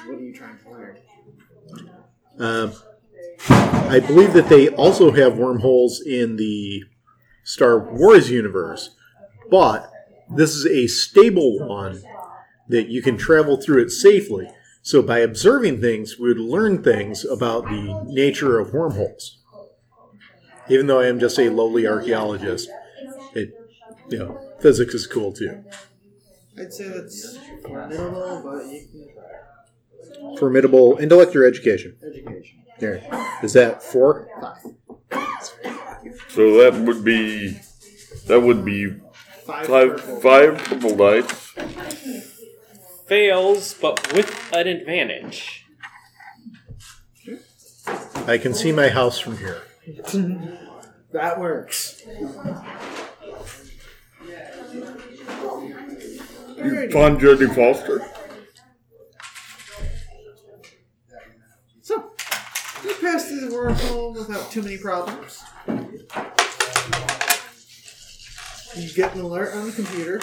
S8: What are you trying to learn?
S1: Um, I believe that they also have wormholes in the Star Wars universe, but this is a stable one that you can travel through it safely. So by observing things, we would learn things about the nature of wormholes. Even though I am just a lowly archaeologist, it, you know, physics is cool too.
S8: I'd say that's formidable, but you can try.
S1: Formidable intellect or education?
S8: Education.
S1: There. Is that four?
S8: Five.
S4: So that would be. That would be
S8: Five.
S4: five,
S8: purple.
S4: five purple dice.
S3: Fails, but with an advantage.
S1: I can see my house from here.
S8: (laughs) That works.
S4: You find Jodie Foster.
S8: tested the wormhole without too many problems. You get an alert on the computer.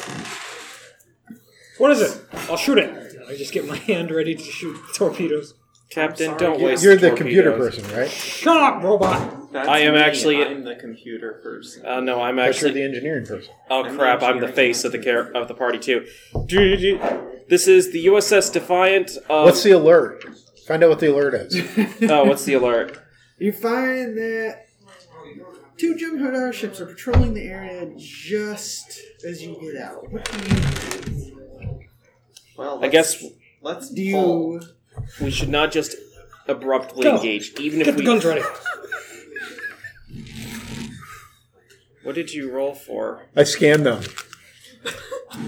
S6: What is it? I'll shoot it. I just get my (laughs) hand ready to shoot torpedoes.
S3: Captain,
S2: sorry,
S3: don't
S2: you-
S3: waste
S1: You're the
S3: torpedoes.
S1: computer person, right?
S6: Shut up, robot.
S2: That's
S3: I am
S2: me.
S3: actually-
S2: I'm the computer person.
S3: Uh, no, I'm
S1: Actually,
S3: actually
S1: the engineering person.
S3: Oh
S2: I'm
S3: crap!
S2: the
S3: I'm the
S2: engineering
S3: face of the care of the party too. Do- do- do- This is the USS Defiant. Of,
S1: What's the alert? Find out what the alert is.
S3: (laughs) oh, what's the alert?
S8: You find that two Jim Hadar ships are patrolling the area just as you get out. What do you
S2: Well,
S3: I guess
S2: let's
S8: do?
S2: pull.
S8: You,
S3: we should not just abruptly
S6: Go.
S3: engage, even
S6: Get
S3: if
S6: the
S3: we.
S6: guns ready.
S3: What did you roll for?
S1: I scan them.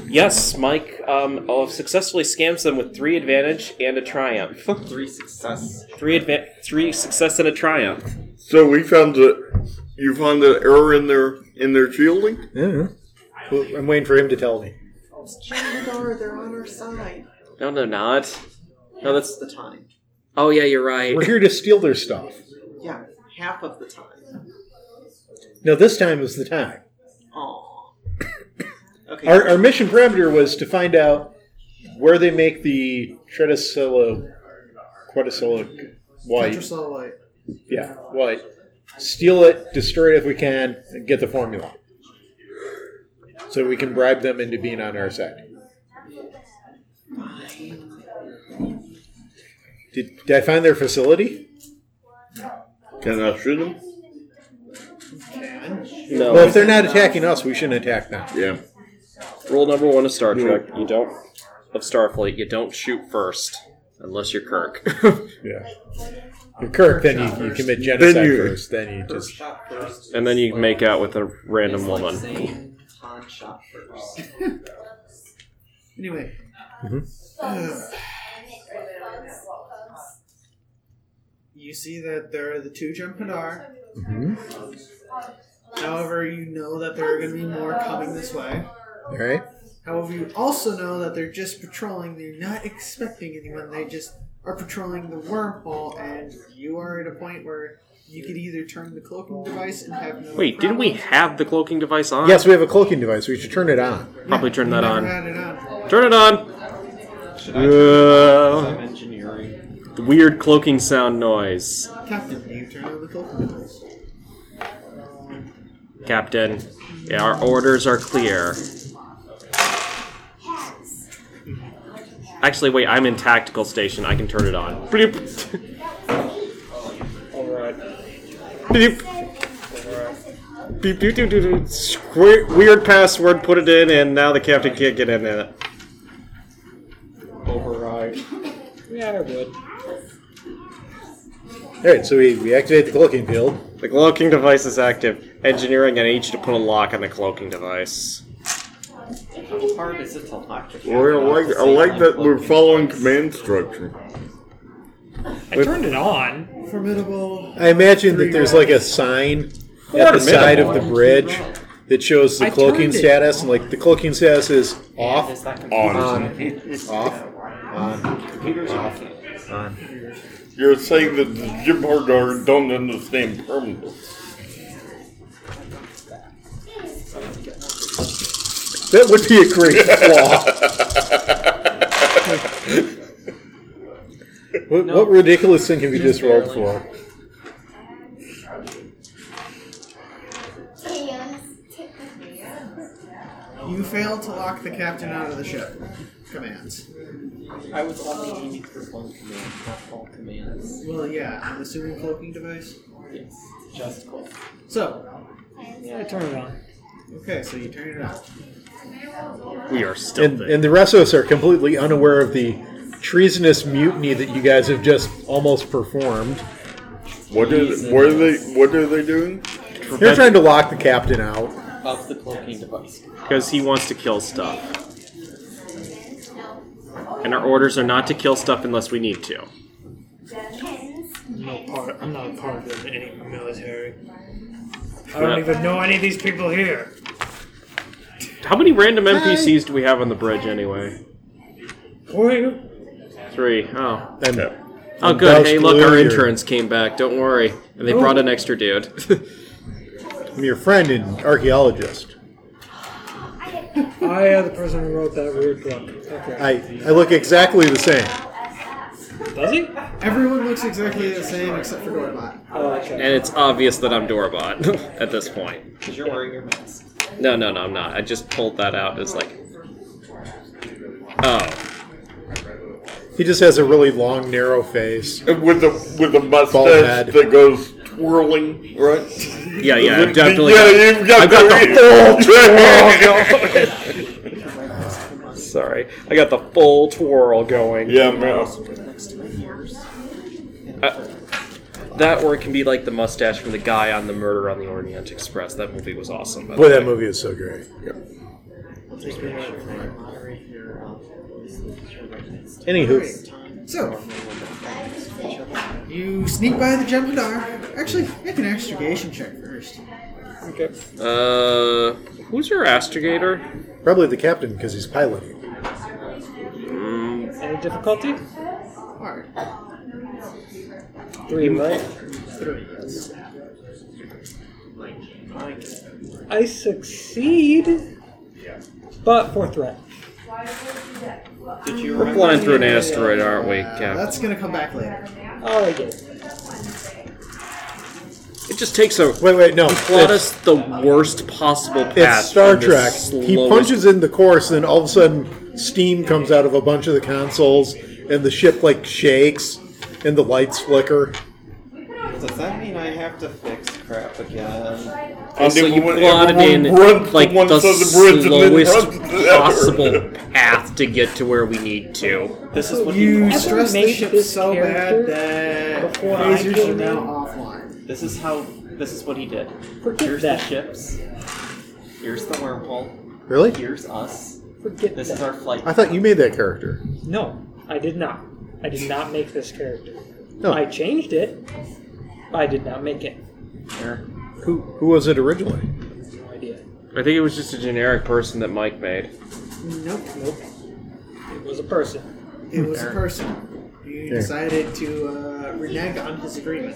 S3: Yes, Mike. Um, I'll have successfully scams them with three advantage and a triumph.
S2: three success.
S3: Three adva- three success and a triumph.
S4: So we found that you found an error in their in their shielding.
S1: Yeah. Well, I'm waiting for him to tell me.
S2: Jandar, they're on our side.
S3: No, they're not. No, that's.
S2: That's the time.
S3: Oh yeah, you're right.
S1: We're here to steal their stuff.
S2: Yeah, half of the time.
S1: Now, this time is the time.
S2: Aw. Okay.
S1: Our, our mission parameter was to find out where they make the Tredicillo, Queticillo white.
S8: Tetrasol
S1: Yeah, white. Steal it, destroy it if we can, and get the formula. So we can bribe them into being on our side. Did, did I find their facility?
S4: Can I shoot them?
S3: No.
S1: Well, if they're not attacking us, we shouldn't attack them.
S4: Yeah.
S3: Rule number one of Star Trek: you don't of Starfleet. You don't shoot first unless you're Kirk.
S1: Yeah. You're Kirk, then you, you commit genocide
S4: Then you-
S1: first. Then you
S2: First
S1: just
S2: shot first.
S3: and then you make out with a
S2: It's
S3: random
S2: like
S3: woman.
S2: saying Han shot first.
S8: Anyway,
S3: Mm-hmm.
S8: you see that there are the two Jim Hadar.
S3: Mm-hmm.
S8: However, you know that there are going to be more coming this way.
S1: all right.
S8: However, you also know that they're just patrolling. They're not expecting anyone. They just are patrolling the wormhole, and you are at a point where you could either turn the cloaking device and have no.
S3: Wait, didn't we
S8: problems.
S3: have the cloaking device on?
S1: Yes, we have a cloaking device. We should turn it on.
S3: Probably turn that
S8: Never
S3: on.
S8: had it on.
S3: Turn it on.
S2: Should I
S3: Uh,
S2: do engineering?
S3: the weird cloaking sound noise.
S8: Captain, do you turn on the cloaking device?
S3: Captain, yeah, our orders are clear. Actually, wait, I'm in tactical station. I can turn it on. Bloop. Bloop. Beep, doop, doop, doop, doop. Square- Weird password, put it in, and now the captain can't get in it.
S2: Override.
S6: Yeah, I would.
S1: All right, so we, we activate the cloaking field.
S3: The cloaking device is active. Engineering, I need you to put a lock on the cloaking device.
S2: How hard is it to lock the
S4: Well, I like I like that we're following command structure.
S6: I turned it on.
S8: Formidable.
S1: I imagine that there's like a sign at the side of the bridge that shows the
S6: I
S1: cloaking
S6: turned it
S1: status, and like the cloaking status is
S2: Is
S1: off,
S2: that
S4: oh,
S1: on,
S2: computer?
S1: off, on,
S2: Computers off.
S1: on.
S4: You're saying that the Jim Hardar don't understand permanence.
S1: That would be a great flaw. what, what ridiculous thing have you just rolled for?
S8: You fail to lock the captain out of the ship. Commands.
S2: I was only aiming for one command, not all commands.
S8: Well, yeah, I'm assuming cloaking device.
S2: Yes, just cool.
S8: So,
S6: Yeah, I turned it on.
S8: okay, so you turn it off.
S3: We are still
S1: And,
S3: there.
S1: and the rest of us are completely unaware of the treasonous mutiny that you guys have just almost performed.
S4: What is what are they what are they doing?
S1: They're trying to lock the captain out.
S2: Of the cloaking device.
S3: because he wants to kill stuff. And our orders are not to kill stuff unless we need to.
S6: I'm not part. I'm not a part of any military. I
S3: Yeah.
S6: don't even know any of these people here.
S3: How many random NPCs do we have on the bridge anyway?
S6: Who are you?
S3: Three. Oh.
S1: I'm,
S3: Oh, good.
S1: Doused
S3: Hey, look, our
S1: earlier.
S3: insurance came back. Don't worry. And they
S4: Oh.
S3: brought an extra dude.
S1: I'm your friend and archaeologist.
S6: I am the person who wrote that weird book. Okay.
S1: I, I look exactly the same.
S6: Does he?
S8: Everyone looks exactly the same except for Dorbot.
S6: Oh, okay.
S3: and it's obvious that I'm Dorbot (laughs) at this point.
S2: Because you're wearing your mask.
S3: No, no, no, I'm not. I just pulled that out. It's like, oh,
S1: He just has a really long, narrow face.
S4: And Uh, with a with a
S1: Bald head.
S4: mustache that goes twirling, right?
S3: yeah, yeah, I've definitely.
S4: Yeah, you've got,
S3: I've got the
S4: full (laughs)
S3: sorry, I got the full twirl going.
S4: yeah, man.
S3: That or it can be like the mustache from the guy on the Murder on the Orient Express. That movie was awesome. by the
S1: Boy,
S3: way.
S1: that movie is so great. Anywho,
S8: So, you sneak by the Jem'Hadar. Actually, make an extradition check first.
S6: okay.
S3: Uh, who's your astrogator?
S1: probably the captain because he's piloting.
S6: Any difficulty?
S8: Hard.
S6: Three, right?
S8: Three. That's
S6: I succeed, but fourth round.
S2: Did you
S3: We're flying through an
S2: uh,
S3: asteroid, aren't we, Captain?
S8: Uh, that's gonna come back later.
S6: Oh, I get it.
S3: It just takes a
S1: Wait, wait, no.
S3: plot
S1: It's,
S3: us the worst possible path.
S1: it's Star
S3: from the
S1: Trek. He
S3: slowest-
S1: punches in the course, and all of a sudden, steam comes out of a bunch of the consoles, and the ship, like, shakes, and the lights flicker.
S2: Does that mean I have to fix crap again?
S4: And
S3: so you
S4: everyone-
S3: plotted in
S4: everyone runs to
S3: like
S4: one
S3: the
S4: side of the bridge and then runs
S3: slowest
S4: to the other.
S3: possible path to get to where we need to.
S2: This is what
S8: You
S2: you.
S6: Ever
S8: stress the
S6: made
S8: ship
S6: this
S8: so bad
S6: character
S8: that
S6: before I
S8: phasers are
S6: killed
S8: now
S6: him?
S8: offline.
S2: This is how. This is what he did.
S6: Forget
S2: Here's
S6: that.
S2: the ships. Here's the wormhole.
S1: Really?
S2: Here's us.
S6: Forget
S2: This
S6: that.
S2: is our flight.
S1: I thought you made that character.
S6: No, I did not. I did not make this character.
S1: No.
S6: I changed it. but I did not make it.
S2: Here.
S1: Who, who was it originally?
S6: No idea.
S3: I think it was just a generic person that Mike made.
S8: Nope.
S6: Nope. It was a person.
S8: It was a person. You decided to uh, renege on his agreement.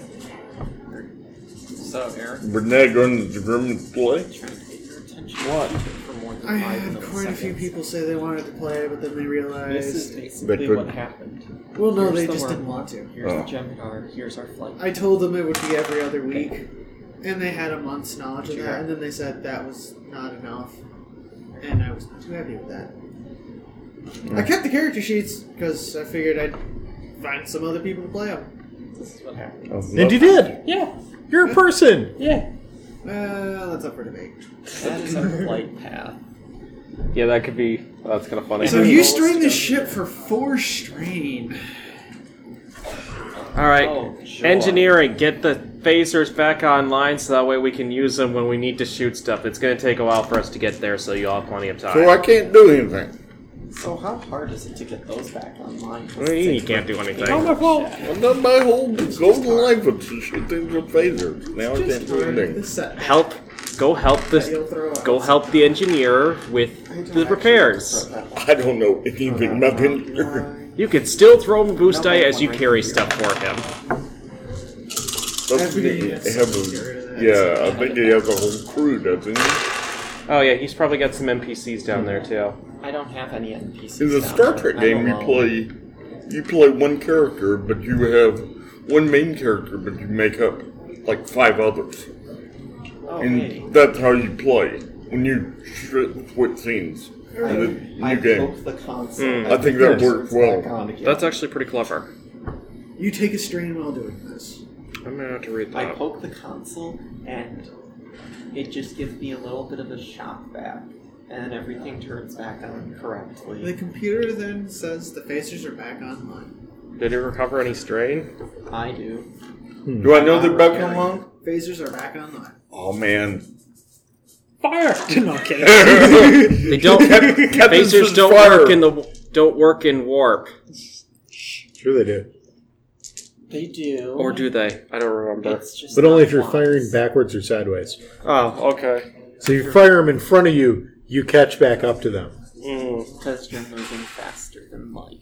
S2: So, Aaron,
S4: Renee runs the grim play.
S2: trying to get your attention. What? For more than
S8: I
S2: five
S8: had quite a few
S2: milliseconds.
S8: people say they wanted to play, but then they
S2: This is
S8: realized.
S4: They
S2: basically
S4: couldn't.
S2: what happened.
S8: Well, no,
S2: Here's
S8: they
S2: the
S8: just
S2: wormhole.
S8: didn't want to.
S2: Here's
S4: Oh.
S2: the gem card. Here's our flight.
S8: I told them it would be every other week, and they had a month's knowledge of
S2: Sure.
S8: that, and then they said that was not enough, and I was not too happy with that. I kept the character sheets because I figured I'd find some other people to play them.
S2: This is what happened.
S1: And you did!
S6: Yeah,
S1: You're a person!
S6: yeah.
S8: Uh, that's up for debate.
S2: That is our flight path.
S3: Yeah, that could be. That's kind of funny.
S8: So you strain the ship for four strain.
S3: All right,
S2: Oh, sure.
S3: engineering, get the phasers back online so that way we can use them when we need to shoot stuff. It's going to take a while for us to get there, so you all have plenty of time.
S4: So I can't do anything.
S2: So how hard is it to get those back online?
S3: What do you mean you can't do anything.
S6: Oh my fault.
S4: Well, not my whole golden life was to shoot things with phasers. Now I can't
S8: Just
S4: do
S8: learn
S4: anything.
S8: the set.
S3: Help, go help
S8: that
S3: this.
S8: You'll throw out.
S3: Go help the engineer with the repairs.
S4: I don't know anything about engineering.
S3: You can still throw him boost
S2: Number
S3: die as you
S2: one.
S3: carry stuff for him.
S4: That's
S8: Every-
S4: the-
S8: that's-
S4: have a-
S8: get rid of that.
S4: yeah, I think he has a whole crew, doesn't he?
S3: Oh yeah, he's probably got some NPCs down there too.
S2: I don't have any NPCs.
S4: In the
S2: down
S4: Star
S2: there.
S4: Trek
S2: I'm
S4: game, you
S2: alone.
S4: play you play one character, but you have one main character, but you make up like five others,
S2: Oh, hey.
S4: and that's how you play when you sh- switch scenes in the
S2: I
S4: new game.
S2: broke the console.
S4: I think that worked well.
S3: That's actually pretty clever.
S8: You take a strain while doing this.
S3: I'm gonna have to read
S2: I
S3: that.
S2: poke the console and it just gives me a little bit of a shock back, and everything turns back on
S8: The
S2: correctly.
S8: computer then says the phasers are back online.
S3: Did he recover any strain?
S2: I do.
S4: Do I know they're back online?
S8: Phasers are back online.
S4: Oh man,
S6: Fire! (laughs) no, I'm kidding.
S3: (laughs) They (laughs)
S4: (laughs)
S3: don't. Phasers don't work in the don't work in warp,
S1: Sure they do.
S2: They do.
S3: or do they? I don't remember.
S2: It's just
S1: But only
S2: not
S1: if you're
S2: once.
S1: firing backwards or sideways.
S3: Oh, okay.
S1: So you fire them in front of you, you catch back up to them.
S2: because you're moving faster than light.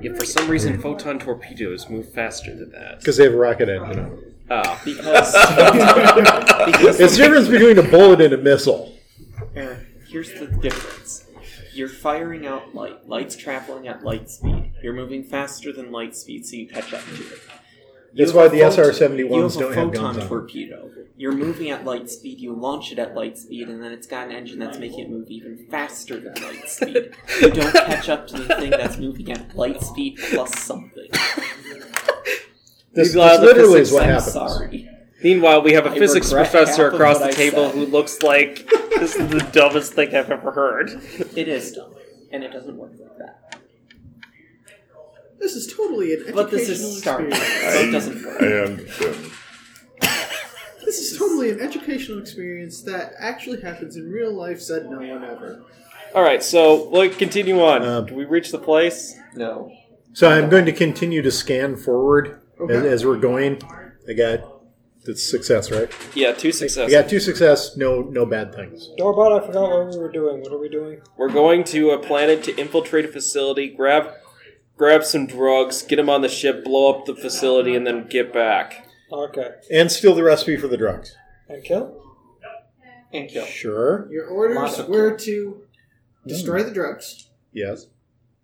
S3: Yet for some reason, photon torpedoes move faster than that.
S1: Because they have a rocket engine on them.
S3: Ah,
S1: (laughs)
S3: because
S1: It's the difference between a bullet and a missile.
S2: Aaron, here's the difference. You're firing out light. Light's traveling at light speed. You're moving faster than light speed, so you catch up to it. You
S1: That's
S2: have
S1: why
S2: a
S1: the
S2: photon-
S1: SR-71s
S2: you have
S1: don't
S2: a
S1: have
S2: photon
S1: guns on them.
S2: torpedo. You're moving at light speed. You launch it at light speed, and then it's got an engine that's making it move even faster than light speed. you
S1: (laughs)
S2: don't catch up to the thing that's moving at light speed plus something.
S1: This,
S3: Meanwhile,
S1: this literally
S3: the
S1: is what
S2: I'm
S1: happens.
S2: sorry.
S3: meanwhile we have a
S2: I
S3: physics
S2: regret
S3: professor
S2: half of
S3: across the
S2: what I
S3: table
S2: said.
S3: who looks like (laughs) this is the dumbest thing I've ever heard.
S2: It is dumb, and it doesn't work like that.
S8: This is totally an educational
S2: But this is Star Trek,
S8: experience.
S2: so it doesn't
S4: (laughs)
S2: work.
S4: I understand.
S8: This is totally an educational experience that actually happens in real life, said no one ever.
S3: All right, so let's continue on.
S1: Um,
S3: Do we reach the place?
S2: No.
S1: So I'm going to continue to scan forward
S8: Okay.
S1: as, as we're going. I got that's success, right?
S3: Yeah, two
S1: I
S3: successes.
S1: got two success, no no bad things.
S6: Doorbot, I forgot what we were doing. What are we doing?
S3: We're going to a planet to infiltrate a facility, grab grab some drugs, get them on the ship, blow up the facility, and then get back.
S6: Okay.
S1: And steal the recipe for the drugs.
S6: And kill?
S2: And kill.
S1: Sure.
S8: Your orders
S2: Lots of-
S8: were to destroy the drugs,
S1: Yes.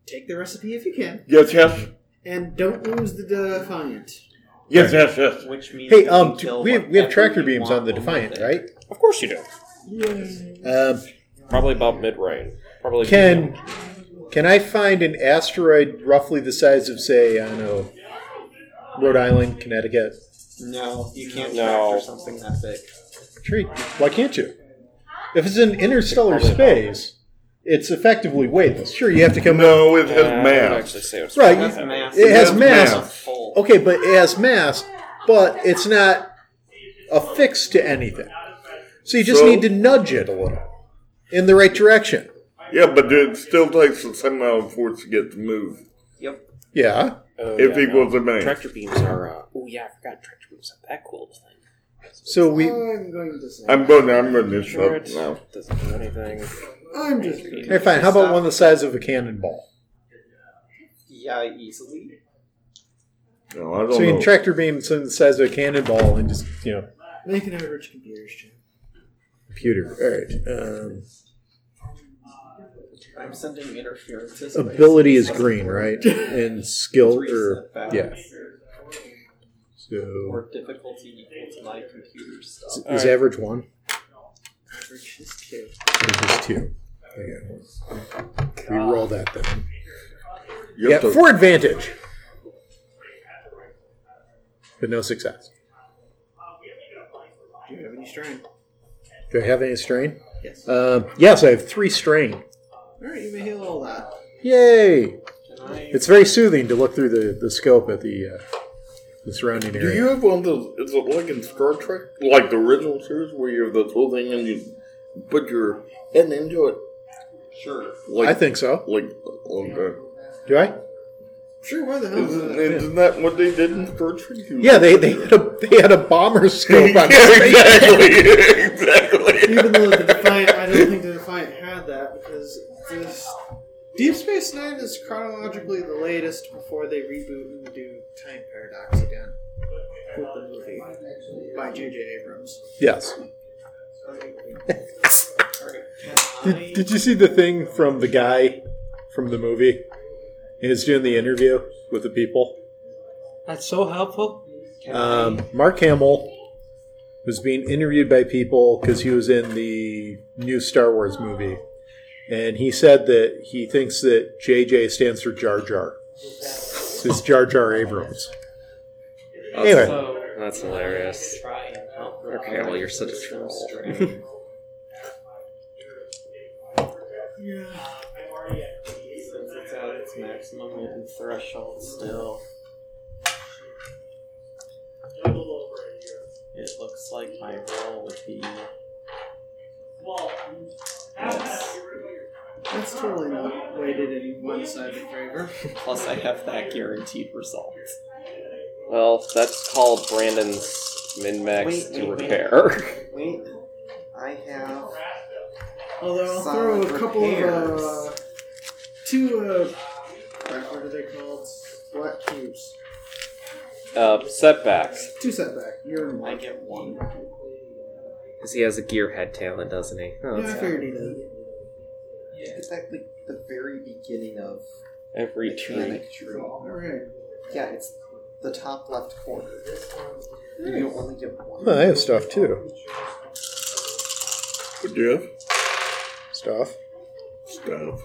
S8: take the recipe if you can,
S4: Yes, yes.
S8: and don't lose the Defiant.
S4: Yes, yes, yes.
S2: Which means
S1: Hey,
S2: you
S1: um,
S2: can kill
S1: we have, we have
S2: whatever
S1: tractor
S2: you
S1: beams
S2: want
S1: on the Defiant,
S2: it.
S1: right?
S3: Of course you do.
S1: Um,
S3: Probably about mid range. Probably
S1: can can I find an asteroid roughly the size of, say, I don't know, Rhode Island, Connecticut?
S2: No, you can't
S3: No.
S2: tractor something that big.
S1: Sure. Why can't you? If it's in interstellar space, it's effectively weightless. Sure, you have to come out.
S4: No, it has
S3: Uh, I don't
S4: mass.
S3: actually say it was-
S1: Right.
S2: It has
S1: you-
S2: mass.
S1: It has
S4: It has
S1: mass. Oh.
S4: mass.
S2: Full.
S1: Okay, but it has mass, but it's not affixed to anything. So you just
S4: So-
S1: need to nudge it a little in the right direction.
S4: Yeah, but it still takes the same amount of force to get to move.
S2: Yep.
S1: Yeah.
S3: Oh,
S4: If
S3: yeah,
S4: equals
S3: no.
S4: a man.
S3: Tractor beams are. Uh, oh yeah, I forgot tractor beams are that cool thing.
S1: So we.
S8: I'm going to say.
S4: I'm going. I'm going to
S3: Sure,
S4: shut
S3: it
S4: now.
S3: doesn't do anything.
S8: I'm just going
S1: Hey, fine. How about one the size of a cannonball?
S2: Yeah, easily.
S4: No, I don't
S1: So you
S4: know.
S1: can tractor beam some the size of a cannonball and just you know
S8: They can average computers, Jim.
S1: computer. All right. Um,
S2: I'm sending interferences.
S1: ability is green, right? And skill or yeah. So
S2: Or difficulty equal to my computer stuff.
S1: is average one?
S8: Average is two.
S1: Or just two? Okay. We roll that then.
S4: You
S1: Yeah,
S4: have to-
S1: for advantage, but no success.
S8: Do you have any strain?
S1: Do I have any strain?
S8: Yes.
S1: Uh, yes, I have three strain.
S8: Alright, you may heal all that.
S1: Yay!
S2: Can I?
S1: It's very soothing to look through the, the scope at the uh, the surrounding
S4: Do
S1: area.
S4: you have one of those? Is it like in Star Trek, like the original series, where you have this whole thing and you put your head into it?
S2: Sure.
S4: Like,
S1: I think so.
S4: Like, okay.
S1: Do I?
S8: Sure, why the hell is
S4: Isn't,
S8: that?
S4: isn't that what they did in Star Trek? You-
S1: Yeah, they,
S4: (laughs)
S1: they had a they had a bomber scope (laughs)
S4: yeah,
S1: on the space
S4: exactly, (laughs) exactly.
S8: Even though the Defiant, I don't think the Defiant had that because this Deep Space Nine is chronologically the latest before they reboot and do Time Paradox again with the movie by J.J. Abrams.
S1: Yes. Did,
S2: I-
S1: did you see the thing from the guy from the movie? He's doing the interview with the people.
S6: That's so helpful.
S2: can
S1: Um, Mark Hamill was being interviewed by people because he was in the new Star Wars movie. And he said that he thinks that JJ stands for Jar Jar. It's Jar Jar Abrams. Anyway,
S2: also
S3: That's hilarious.
S2: try and help her
S3: Okay,
S2: out
S3: well, you're such a
S2: with some
S3: troll. (laughs)
S2: strain.
S8: Yeah.
S2: Since it's at its maximum mutant threshold still. It looks like my roll would be. Yes.
S8: That's totally not weighted in one side of favor.
S2: Plus, I have that guaranteed result.
S3: Well, that's called Brandon's min max
S2: Wait,
S3: to
S2: wait, wait.
S3: repair. (laughs)
S2: Wait, I have.
S8: Although I'll
S2: Solid
S8: throw a couple of uh, two uh, backward are they called? Black cubes.
S5: Uh, setbacks.
S8: Two setback. You're in
S2: I
S8: one.
S2: get one.
S3: Because he has a gearhead talent, doesn't he?
S8: Yeah, I figured he does.
S9: It's like the, the very beginning of
S5: Every tree.
S9: Mechanic Tree.
S8: Alright.
S9: Yeah, it's the top left corner. You only get one.
S1: Oh, I have stuff too.
S4: What do you have?
S1: Stuff.
S4: Stuff.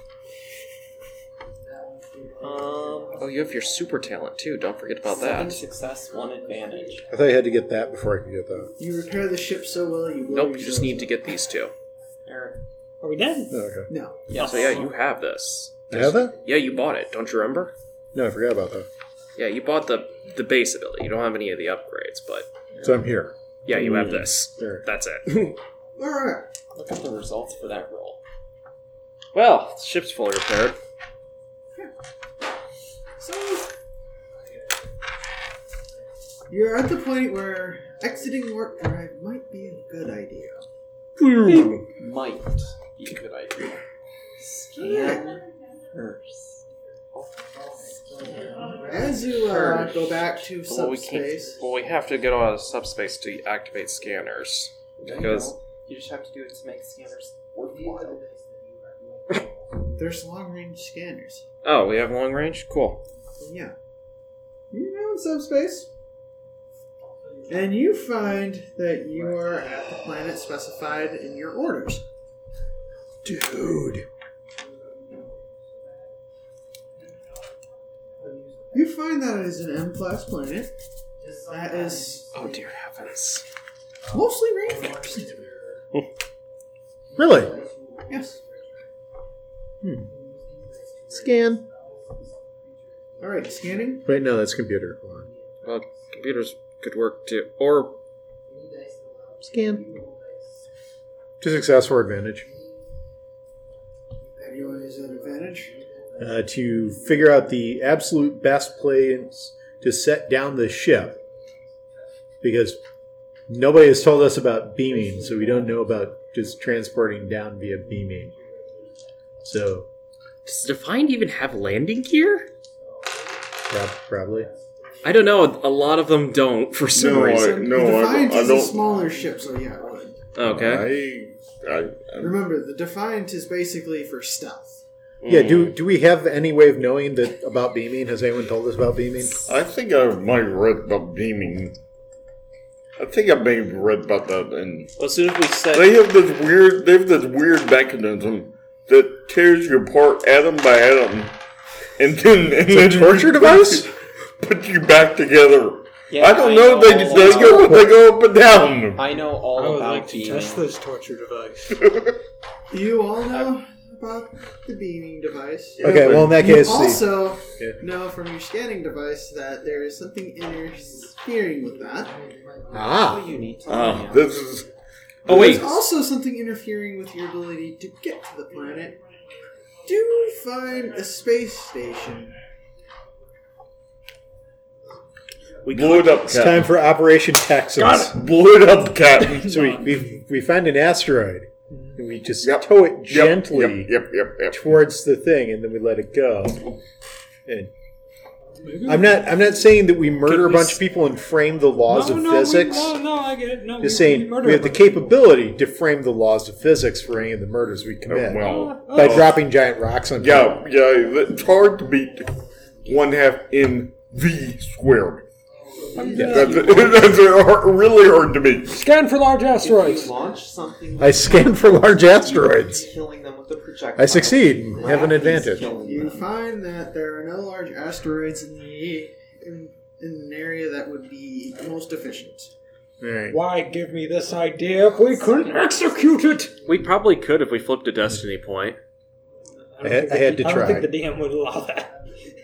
S2: Um,
S3: Oh, you have your super talent too. Don't forget about
S2: seven
S3: that.
S2: success, one advantage.
S1: I thought I had to get that before I could get that.
S8: You repair the ship so well you will.
S3: Nope, you just need to get these two.
S2: Eric.
S6: Are we done?
S1: Oh, Okay.
S8: No.
S2: Yes.
S3: So yeah, you have this.
S1: I have that?
S3: Yeah, you bought it. Don't you remember?
S1: No, I forgot about that.
S3: Yeah, you bought the the base ability. You don't have any of the upgrades, but
S1: So I'm here.
S3: yeah, you have this.
S1: There.
S3: That's it.
S8: Alright.
S2: Hmm. (laughs) Look up the results for that roll.
S3: well, ship's fully repaired.
S8: So you're at the point where exiting warp drive might be a good idea.
S2: Might be a good idea. Scan first.
S8: As you uh, go back to
S3: Well, we can't.
S8: subspace,
S3: Well, we have to get out of subspace to activate scanners because
S2: You just have to do it to make scanners worthwhile.
S8: there's long range scanners.
S3: oh, we have long range. Cool.
S8: Yeah. You're now in subspace. And you find that you are at the planet specified in your orders.
S1: Dude.
S8: You find that it is an M class planet that is
S3: Oh dear heavens.
S8: mostly rainforest.
S1: Really?
S8: Yes.
S1: Scan.
S8: Alright, scanning.
S1: Wait, no, that's computer. Hold on.
S3: Well, computers could work too, or
S1: Scan. To success or advantage.
S8: Anyone is at advantage.
S1: Uh, to figure out the absolute best place to set down the ship. Because nobody has told us about beaming, so we don't know about just transporting down via beaming. So,
S3: does Defiant even have landing gear?
S1: prob- probably.
S3: I don't know. A lot of them don't for some
S4: No,
S3: reason.
S4: I, no, I,
S8: Defiant
S4: I
S8: is a
S4: don't.
S8: smaller ship, so yeah, it would.
S3: Oh, Okay.
S4: I, I, I,
S8: Remember, the Defiant is basically for stealth.
S1: Yeah, do do we have any way of knowing that about beaming? Has anyone told us about beaming?
S4: I think I might have read about beaming. I think I may have read about that in
S5: Well, as soon as we set
S4: They have this weird. They have this weird mechanism that tears you apart atom by atom, and then and then
S1: torture
S4: put
S1: device?
S4: you- Put you back together.
S2: Yeah,
S4: I don't know. They they go they go up and down.
S2: I know all
S10: I would
S2: about
S10: like to
S2: beaming.
S10: test this torture device.
S8: You all know about the beaming device.
S1: Okay, well in that
S8: You
S1: case, the-
S8: also
S1: Yeah.
S8: know from your scanning device that there is something interfering with that.
S1: ah,
S2: Oh, you need to
S4: Ah,
S2: land.
S4: this is
S3: Oh wait.
S8: There's also something interfering with your ability to get to the planet. Do find a space station.
S5: we
S4: blow it up,
S1: it's time
S4: Captain.
S1: for Operation Texas.
S4: Got it. Blow it up,
S1: (laughs)
S4: Captain.
S1: So we, we we find an asteroid and we just
S4: Yep.
S1: tow it
S4: Yep,
S1: gently
S4: Yep, yep, yep. yep.
S1: towards the thing, and then we let it go. And I'm not I'm not saying that we murder a bunch of people and frame the laws
S6: no,
S1: of
S6: no, we-
S1: physics.
S6: no, no, I get it. No,
S1: Just
S6: we,
S1: saying,
S6: murder
S1: we have the
S6: everybody.
S1: capability to frame the laws of physics for any of the murders we
S4: Oh,
S1: commit
S4: well,
S1: by dropping giant rocks on people.
S4: yeah, yeah. It's hard to beat one half in v squared. That's, that's hard- really hard to beat.
S6: Scan for large
S2: If
S6: asteroids.
S2: you launch something,
S1: I scan for large asteroids.
S2: killing them with a projectile.
S1: I succeed and have an
S2: That is
S1: advantage.
S2: killing
S8: You
S2: them.
S8: find that there are no large asteroids in the in, in an area that would be most efficient.
S1: Alright.
S6: Why give me this idea if we couldn't execute it?
S3: We probably could if we flipped a destiny point.
S1: I had, I had to
S6: I don't
S1: try.
S6: think the DM would allow that.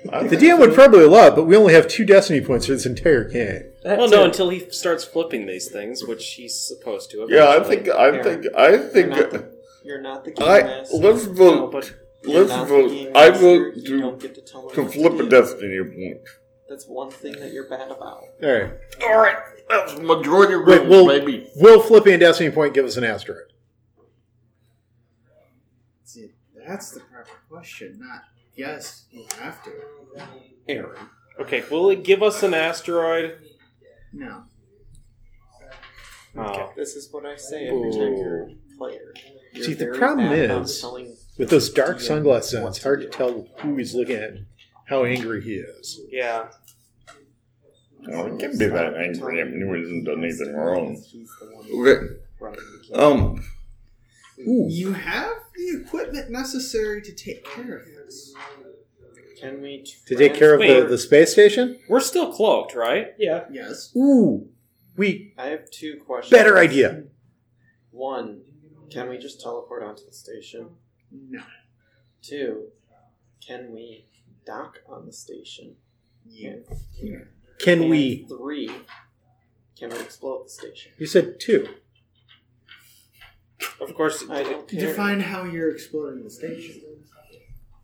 S4: Uh,
S1: The DM would probably allow it, but we only have two destiny points for this entire game.
S6: That's
S5: Well, no,
S6: it.
S5: until he starts flipping these things, which he's supposed to.
S4: Yeah, I
S5: eventually.
S4: think I think I
S2: You're
S4: think
S2: not the, you're not the game
S4: I
S2: master.
S4: let's
S5: No,
S4: vote.
S5: but
S2: You're
S4: Let's
S2: not the
S4: vote.
S2: game
S4: I
S2: master.
S4: vote
S2: You
S4: to
S2: don't get to, tell her
S4: to
S2: what
S4: flip
S2: do.
S4: a destiny point.
S2: That's one thing that you're bad about.
S1: All right.
S4: All right, that's majority
S1: Wait,
S4: rules,
S1: will,
S4: baby.
S1: will flipping a destiny point give us an asteroid?
S8: See, that's the proper question, not Yes, you have to.
S3: Aaron. Okay, will it give us an asteroid?
S8: No.
S3: Oh.
S11: This is what I say every time you're a player. You're
S1: See, the
S11: very
S1: problem
S11: bad about
S1: is-
S11: telling-
S1: With those dark sunglasses on, it's hard to tell who he's looking at, how angry he is.
S3: Yeah.
S4: No, it can be that angry. I mean, he hasn't done anything wrong.
S11: He's the one
S4: Okay.
S11: running the game.
S4: Um. Ooh.
S8: You have the equipment necessary to take care of this.
S11: Can we
S1: To take care of the,
S3: Wait.
S1: the space station?
S3: We're still cloaked, right?
S6: Yeah.
S8: Yes.
S1: Ooh, we
S11: I have two questions.
S1: better idea.
S11: One, can we just teleport onto the station?
S8: No.
S11: Two, can we dock on the station?
S8: You
S1: Can
S11: And
S1: we?
S11: Three, can we explode the station?
S1: You said two.
S3: Of course.
S11: I don't care.
S8: define how you're exploding the station.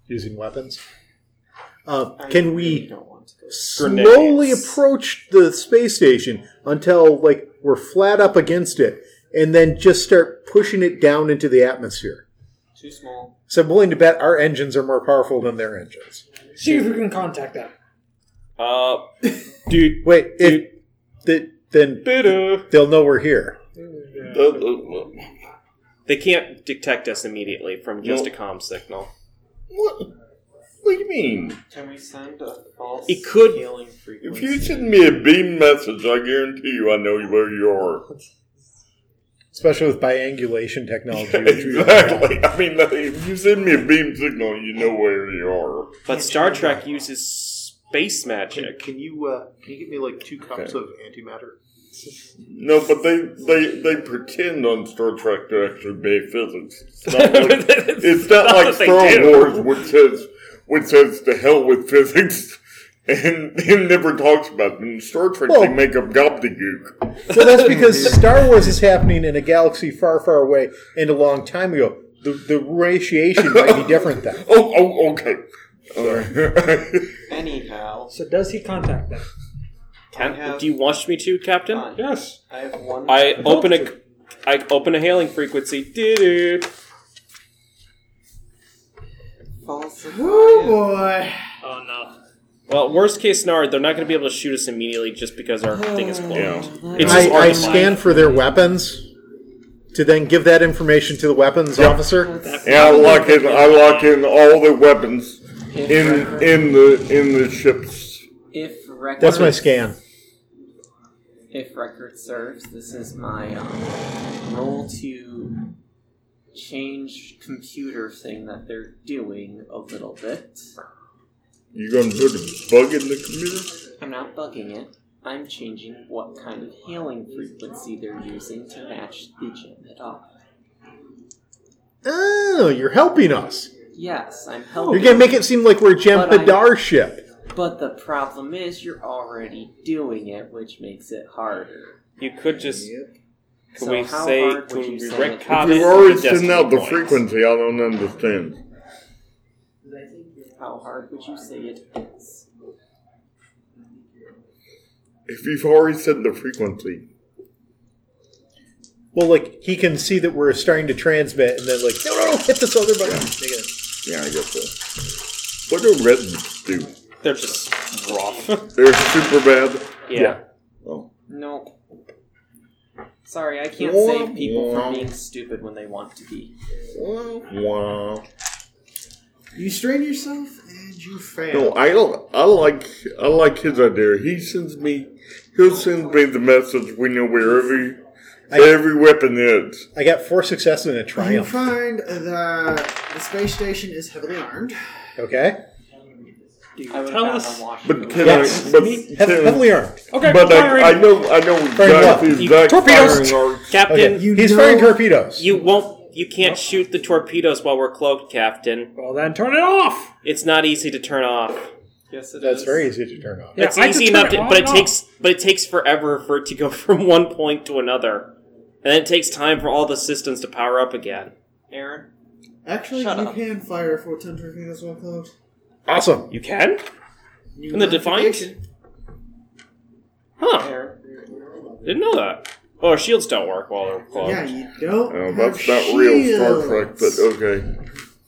S1: using weapons. Uh,
S11: I
S1: can
S11: really
S1: we
S11: don't want to go.
S1: slowly
S3: Grenades.
S1: approach the space station until like we're flat up against it, and then just start pushing it down into the atmosphere?
S11: Too small.
S1: So I'm willing to bet our engines are more powerful than their engines.
S6: See if we can contact them.
S3: Uh,
S1: Dude, wait, if, th- then
S3: boo-doo.
S1: they'll know we're here.
S3: They can't detect us immediately from just a comm signal.
S4: What? What do you mean?
S11: Can we send a false
S3: It could-
S11: healing
S4: If
S11: frequency?
S4: you send me a beam message, I guarantee you I know where you are.
S1: Especially with biangulation technology.
S4: (laughs)
S1: which we-
S4: exactly. I mean, if you send me a beam signal, you know where you are.
S3: But Star Trek uses space magic.
S1: you uh, can you get me like two cups of antimatter?
S4: No, but they, they, they pretend on Star Trek to actually be physics. It's
S3: (laughs)
S4: not like, it's not
S3: Not
S4: like
S3: that they
S4: Star
S3: do.
S4: Wars, which says which says to hell with physics, (laughs) and, and never talks about them. In Star Trek, they
S1: Well-
S4: make up gobbledygook.
S1: Well, that's because Star Wars is happening in a galaxy far, far away and a long time ago. The, the ratiation might be different then.
S4: Oh, oh, okay. Sorry.
S11: Anyhow,
S6: So does he contact them?
S11: I
S3: Can,
S11: have,
S3: do you want me to, Captain?
S11: fine.
S6: Yes.
S11: I have one.
S3: I open a, I open a hailing frequency. Doo-doo.
S1: (gasps)
S11: false.
S8: Oh boy.
S6: Oh no.
S3: Well, worst case scenario, they're not going to be able to shoot us immediately just because our thing
S2: (sighs)
S3: is closed.
S4: yeah.
S3: It's just
S1: I,
S3: hard
S1: I
S3: to find.
S1: scan for their weapons to then give that information to the weapons officer.
S4: (laughs) Yeah, I lock in. I lock in all the weapons in in the in the ships.
S2: If record,
S1: That's my scan.
S2: If record serves, this is my um, role to change computer thing that they're doing a little bit.
S4: You gonna put a bug in the computer?
S2: I'm not bugging it. I'm changing what kind of hailing frequency they're using to match the gym at all.
S1: Oh, you're helping us.
S2: Yes, I'm helping.
S1: You're gonna make it seem like we're Jem
S2: But I-
S1: Hadar ship.
S2: But the problem is, you're already doing it, which makes it harder.
S3: You could just. Can
S2: So
S3: we
S2: how
S3: say?
S2: hard
S3: Can
S2: would you
S3: we
S2: say it-
S3: retcon
S4: We've
S3: it
S4: already
S3: with the
S4: sent out the
S3: decimal points?
S4: frequency. I don't understand.
S2: How hard would you say it is?
S4: If you've already sent the frequency,
S1: Well, like he can see that we're starting to transmit, and then like, no, no, no hit this other button. Make it-
S4: yeah, I guess so. What do rednecks do?
S3: They're just
S4: (laughs)
S3: rough.
S4: They're super bad.
S3: yeah.
S4: Oh.
S2: Nope. Sorry, I can't
S4: Wah,
S2: save people
S4: wah.
S2: from being stupid when they want to be.
S4: Wow.
S8: You strain yourself and you fail.
S4: No, I don't. I like I like his idea. He sends me. He'll send me the message. We know where every every weapon is.
S1: I got four successes and a
S8: You
S1: triumph.
S8: find that the space station is heavily armed.
S1: Okay,
S2: I would
S6: Tell
S2: have
S6: us-
S2: watched
S4: But can
S1: Yes.
S4: I? But,
S1: Heav-
S4: can,
S1: heavily armed.
S6: Okay.
S4: but
S6: firing.
S4: I, I know I know exactly
S1: what?
S4: exactly
S1: Torpedoes!
S4: firing arc.
S3: Captain,
S1: Okay, he's firing torpedoes.
S3: you won't. You can't shoot the torpedoes while we're cloaked, Captain.
S6: Well then, turn it off.
S3: It's not easy to turn off.
S11: Yes, it
S1: That's
S11: is.
S1: very easy to turn off.
S6: Yeah,
S3: it's
S6: I
S3: easy
S6: just turn
S3: enough, to,
S6: on
S3: but it
S6: and off.
S3: takes but it takes forever for it to go (laughs) from one point to another, and then it takes time for all the systems to power up again.
S2: Aaron.
S8: Actually,
S2: Shut
S8: you
S2: up.
S8: can fire photon torpedoes while cloaked.
S1: Awesome.
S3: You can?
S8: You
S3: In the
S8: have
S3: Defiant?
S8: evasion.
S3: Huh? Didn't know that. Oh, our shields don't work while we're cloaked.
S8: Yeah, you don't.
S4: Oh,
S8: have
S4: that's not real Star
S8: shields.
S4: Trek, but uh, okay.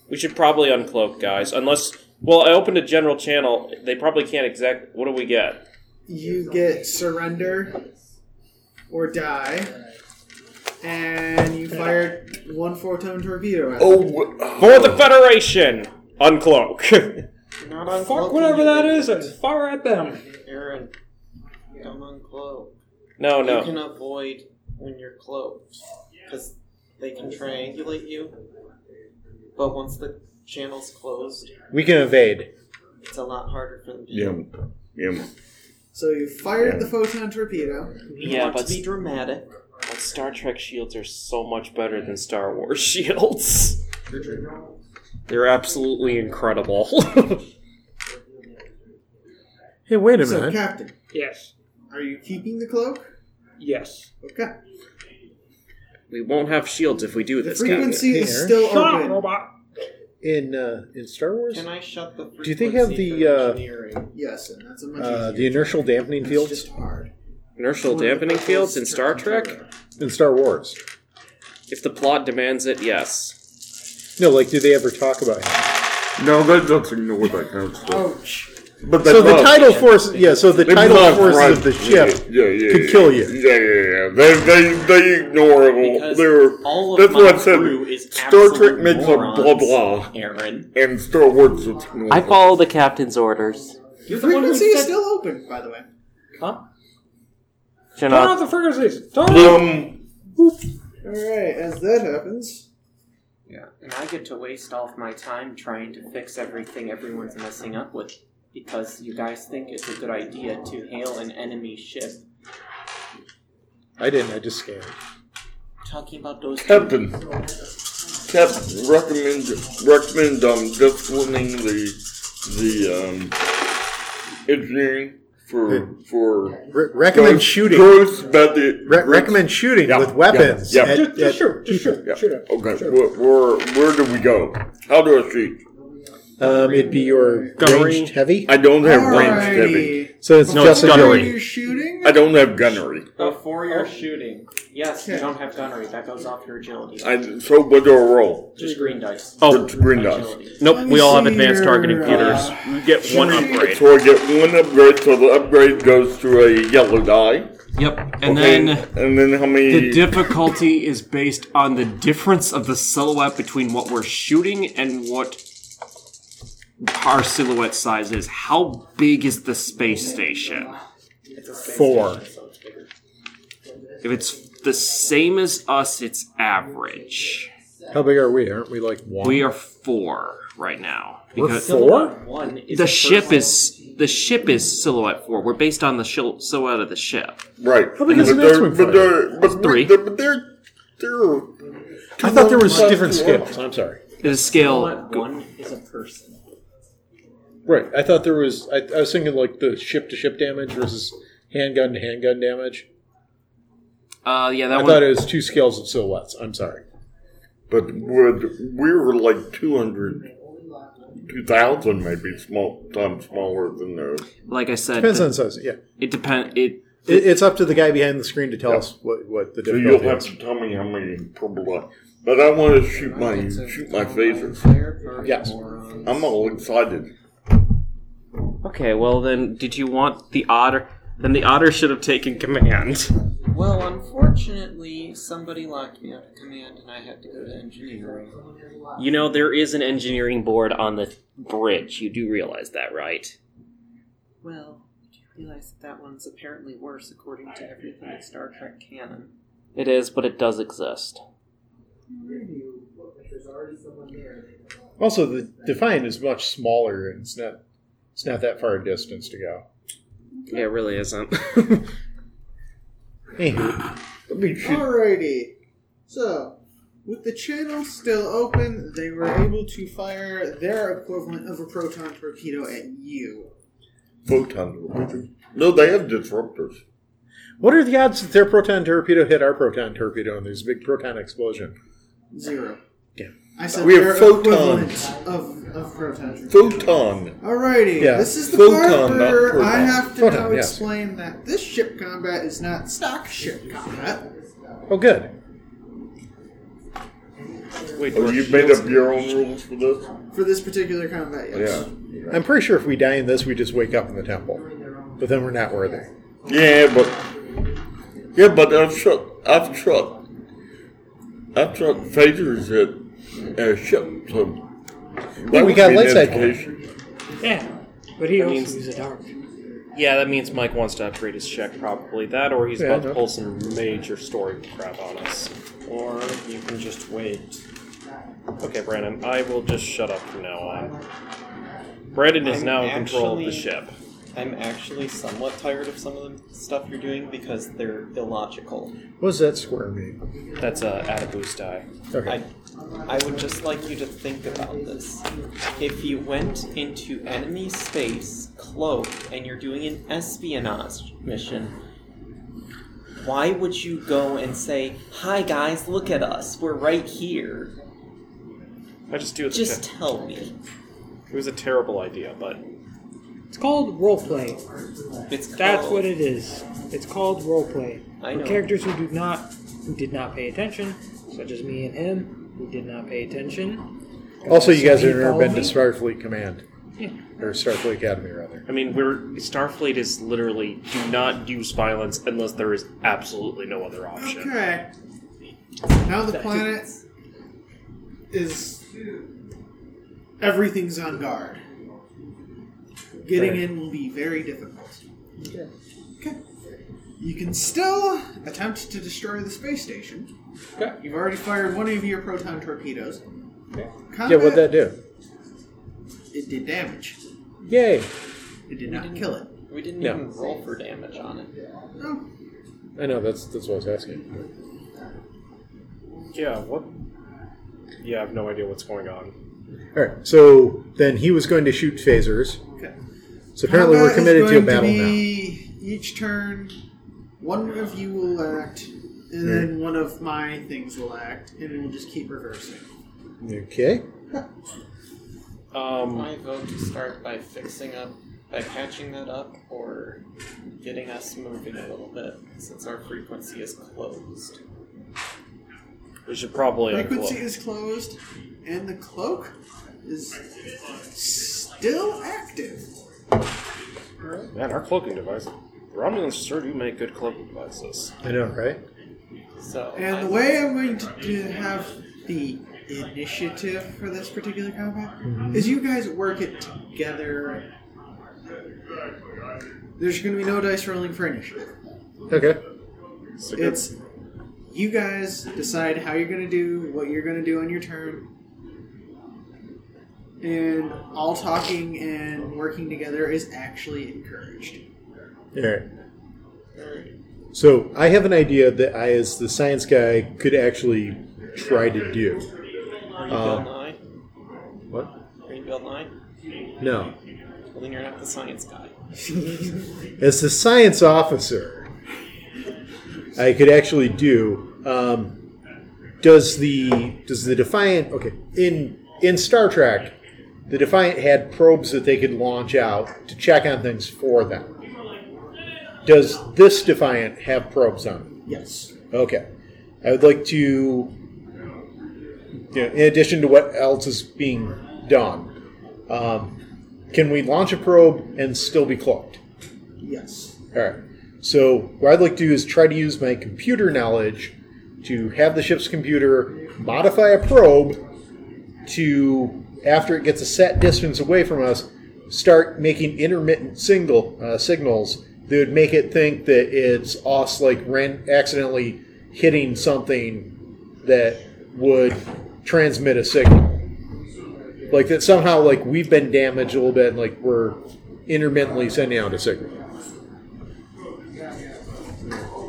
S3: We should probably uncloak, guys, unless
S5: Well, I opened a general channel. They probably can't exact. What do we get?
S8: You get surrender or die, and you fired one four-ton torpedo at
S4: Oh, w-
S5: For the Federation!
S3: (laughs)
S5: Uncloak.
S2: Not on
S6: Fuck whatever that is and fire at them.
S2: Aaron, don't uncloak.
S5: no,
S2: You
S5: no.
S2: can avoid when you're cloaked because they can triangulate you. But once the channel's closed,
S1: We can evade.
S2: it's a lot harder for them to
S4: yeah, yeah.
S8: So you fired the photon torpedo.
S2: You
S5: Yeah,
S2: want
S5: but
S2: to be dramatic.
S5: But Star Trek shields are so much better than Star
S3: (laughs)
S5: Wars shields. They're absolutely incredible.
S1: Hey, wait a
S8: So,
S1: minute.
S8: Captain,
S6: Yes.
S8: are you keeping the cloak?
S6: Yes.
S8: Okay.
S3: (laughs) We won't have shields if we do
S8: The
S3: this,
S8: frequency
S1: Captain.
S8: is
S3: Oh,
S8: still
S6: Shut up,
S8: open.
S6: robot.
S1: In uh, in Star Wars,
S2: Can I shut the
S1: Do
S2: frequency
S1: they have the,
S2: for
S1: uh,
S2: engineering?
S8: Yes, and that's a much
S1: uh, the
S8: easier.
S1: inertial dampening
S8: It's
S1: fields
S8: just hard.
S3: Captain. Inertial dampening fields in Star Trek?
S1: in Star Wars.
S3: If the plot demands it, yes.
S1: No, like, do they ever talk about him?
S4: No, that doesn't know what that kind of stuff.
S8: Ouch.
S4: But
S1: So the
S4: love-
S1: tidal force, yeah. So the
S4: they
S1: tidal
S4: love
S1: forces of the
S4: right-
S1: ship.
S4: yeah, yeah, yeah,
S1: could
S4: yeah.
S1: kill you.
S4: Yeah, yeah, yeah. They, they, they ignore all.
S2: Because
S4: They're,
S2: all of
S4: that's
S2: my
S4: what I said.
S2: crew is
S4: Star Trek
S2: absolute
S4: makes
S2: morons,
S4: a blah blah,
S2: Aaron.
S4: and Star Wars is normal.
S2: I follow the captain's orders.
S8: The frequency is still open, by the way.
S6: Huh?
S2: Turn
S6: Turn off the frequencies. Turn it off.
S4: Um,
S8: All right. As that happens,
S2: Yeah, and I get to waste all of my time trying to fix everything everyone's messing up with because you guys think it's a good idea to hail an enemy ship.
S1: I didn't. I just scanned.
S2: Talking about those
S4: Captain. Captain, recommend recommend um disciplining the the um engineering for for
S1: Re- recommend
S4: gross-
S1: shooting.
S4: gross about the
S1: Re-
S4: gross-
S1: recommend shooting
S4: Yeah,
S1: with
S4: yeah,
S1: weapons.
S4: yeah.
S1: at-
S6: Just,
S1: at-
S6: just shoot. Just shoot.
S4: Yeah.
S6: Shoot it.
S4: Okay,
S6: Shoot it.
S4: where, where where do we go? How do I shoot?
S1: um, it'd be your
S3: Gunnery.
S1: ranged heavy.
S4: I don't have ranged heavy.
S8: alrighty.
S1: So it's
S3: No, it's
S1: just a
S3: gunnery.
S1: gunnery.
S8: You're shooting.
S4: I don't have gunnery.
S2: Before you're shooting. Yes, you
S8: Okay.
S2: don't have gunnery. That goes off your agility.
S4: I so what do I roll?
S2: Just green dice.
S4: Oh, green dice.
S2: Agility.
S3: Nope, we all have advanced targeting
S8: Let me see your,
S3: computers. We get one upgrade.
S4: So I get one upgrade. So the upgrade goes to a yellow die.
S3: Yep, and
S4: Okay,
S3: then
S4: and then how many?
S3: the
S1: (laughs)
S3: difficulty is based on the difference of the silhouette between what we're shooting and what our silhouette size is. How big is the space station?
S1: Four.
S3: If it's the same as us, it's average.
S1: How big are we? Aren't we like one?
S3: We are four right now.
S1: We're
S3: Because
S1: four.
S2: One is
S3: the
S2: first
S3: ship is the ship is silhouette four. We're based on the shil- silhouette of the ship.
S4: right.
S1: How big is
S4: But
S1: the next
S4: they're-
S1: one for
S4: But they're but
S3: Three.
S4: They're, but they're they're.
S1: I thought there was different scales. I'm sorry.
S3: The scale
S2: Silhouette one is a person.
S1: Right. I thought there was. I, I was thinking like the ship to ship damage versus handgun to handgun damage.
S3: uh yeah, that
S1: I
S3: one
S1: thought it was two scales of silhouettes. I'm sorry.
S4: But would we were like 200, 2,000 maybe small times smaller than those.
S3: like I said,
S1: Depends
S3: the-
S1: on size. Yeah.
S3: it depend it
S1: It, it's up to the guy behind the screen to tell us what, what the
S4: So you'll
S1: difficulty
S4: have
S1: is.
S4: to tell me how many purple I. But I want to shoot my shoot my phasers.
S1: Yes.
S4: I'm all excited.
S3: Okay, well then, did you want the otter? Then the otter should have taken command.
S2: Well, unfortunately, somebody locked me out of command and I had to go to engineering.
S3: You know there is an engineering board on the bridge. You do realize that, right?
S2: Well, did you realize that that one's apparently worse according to everything in Star Trek canon?
S3: It is, but it does exist.
S1: Also, the Defiant is much smaller, and it's not it's not that far a distance to go.
S3: Yeah, it really isn't. (laughs)
S1: Anywho,
S4: (sighs) Let me shoot.
S8: Alrighty. So, with the channel still open, they were able to fire their equivalent of a proton torpedo at you.
S4: Photon. No, they have disruptors.
S1: what are the odds that their proton torpedo hit our proton torpedo and there's a big proton explosion?
S8: Zero.
S1: Yeah.
S8: I said
S4: We have
S8: their
S4: photon.
S8: equivalent of, of proton torpedo.
S4: Photon.
S8: Alrighty,
S1: Yeah.
S8: this is the
S4: Photon,
S8: part
S4: not
S8: where
S4: proton.
S8: I have to
S1: Photon,
S8: now
S1: yes.
S8: explain that this ship combat is not stock ship combat.
S1: Oh, good.
S3: Wait, do
S4: Oh,
S3: our
S4: you made
S3: shields-
S4: up your own rules for this?
S8: For this particular combat, yes.
S4: Yeah.
S1: I'm pretty sure if we die in this, we just wake up in the temple. But then we're not worthy.
S4: Yeah, but yeah, but I've shot, I've shot, I've shot phasers at uh, ships. So
S1: But we got light side
S6: Yeah, but he also uses a dark.
S3: Yeah, that means Mike wants to upgrade his check, probably. That, or he's
S1: Yeah,
S3: about to
S1: no.
S3: pull some major story crap on us.
S5: Or you can just wait.
S3: Okay, Brandon, I will just shut up from now on. Brandon is
S5: I'm
S3: now in control of the
S5: actually-
S3: ship.
S2: I'm actually somewhat tired of some of the stuff you're doing because they're illogical.
S1: What does that square mean?
S3: That's uh, a Ataboo's die.
S2: I,
S1: Okay.
S2: I would just like you to think about this. If you went into enemy space cloaked and you're doing an espionage mission, why would you go and say, Hi guys, look at us, we're right here?
S3: I just do it.
S2: Just tell me.
S3: It was a terrible idea, but
S6: It's called roleplay.
S2: It's
S6: That's
S2: called-
S6: what it is. It's called roleplay.
S2: I
S6: For
S2: know.
S6: characters who do not, who did not pay attention, such as me and him, who did not pay attention.
S1: Also, you guys
S6: Can
S1: have never
S6: follow
S1: been to
S6: me?
S1: Starfleet Command. Or Starfleet Academy, rather.
S3: I mean, we're Starfleet is literally do not use violence unless there is absolutely no other option.
S8: Okay. Now the planet is. Everything's on guard. Getting in will be very difficult. Okay. You can still attempt to destroy the space station.
S6: Okay.
S8: You've already fired one of your proton torpedoes. Combat,
S1: Yeah, what'd that do?
S8: It did damage.
S1: Yay!
S8: It did not kill it.
S2: We didn't
S1: No.
S2: even roll for damage on it.
S8: Oh,
S1: I know, that's, that's what I was asking.
S3: Yeah. What? Yeah, I have no idea what's going on.
S1: Alright, so then he was going to shoot phasers.
S8: okay.
S1: So apparently we're
S8: Combat
S1: committed
S8: is
S1: to a
S8: going
S1: battle now.
S8: be Each turn, one of you will act, and then one of my things will act, and it will just keep reversing.
S1: Okay.
S3: Um,
S2: I vote to start by fixing up, by patching that up, or getting us moving a little bit since our frequency is closed.
S3: we should probably
S8: Frequency
S3: uncloak.
S8: is closed, and the cloak is still active.
S3: Man, our cloaking device. The Romulans sure do make good cloaking devices.
S1: I know, right?
S2: So
S8: And the
S2: I-
S8: way I'm going to do- have the initiative for this particular combat
S1: Mm-hmm.
S8: is you guys work it together. There's going to be no dice rolling for initiative.
S1: Okay.
S3: So good-
S8: It's you guys decide how you're gonna do what you're gonna do on your turn, and all talking and working together is actually encouraged.
S1: Alright. So I have an idea that I, as the science guy, could actually try to do.
S2: Are you
S1: Uh,
S2: built nine?
S1: What?
S2: Are you built nine?
S1: No.
S2: Well, then you're not the science guy.
S1: As the science officer, I could actually do. Um, does the does the Defiant okay in in Star Trek? The Defiant had probes that they could launch out to check on things for them. Does this Defiant have probes on it?
S8: Yes.
S1: Okay. I would like to, you know, in addition to what else is being done, um, can we launch a probe and still be cloaked?
S8: Yes.
S1: All right. So what I'd like to do is try to use my computer knowledge to have the ship's computer modify a probe to, after it gets a set distance away from us, start making intermittent single uh, signals that would make it think that it's us like ran- accidentally hitting something that would transmit a signal. Like that somehow like we've been damaged a little bit and like we're intermittently sending out a signal.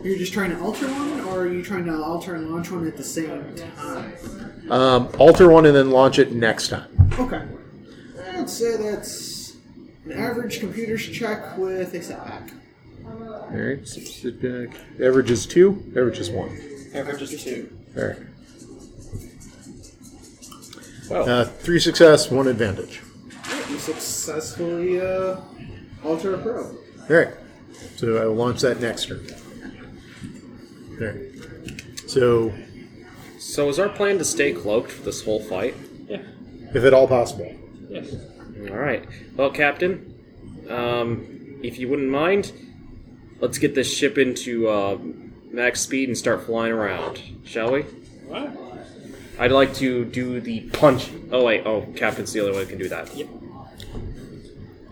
S8: You're just trying to alter one, or are you trying to alter and launch one at the same time?
S1: Um, alter one and then launch it next time.
S8: Okay. I'd say that's an average computer's check with a setback.
S1: All right. Average is two. Average is one.
S2: Average is two.
S1: All right.
S3: well,
S1: Uh, three success, one advantage.
S8: You successfully uh, alter a probe.
S1: All right. So I will launch that next turn. All right. So
S3: So is our plan to stay cloaked for this whole fight?
S6: Yeah.
S1: if at all possible.
S6: Yes.
S3: All right. Well, Captain, um, if you wouldn't mind, let's get this ship into uh, max speed and start flying around, shall we?
S6: Right.
S3: I'd like to do the punch. Oh wait. Oh, Captain's the only one who can do that.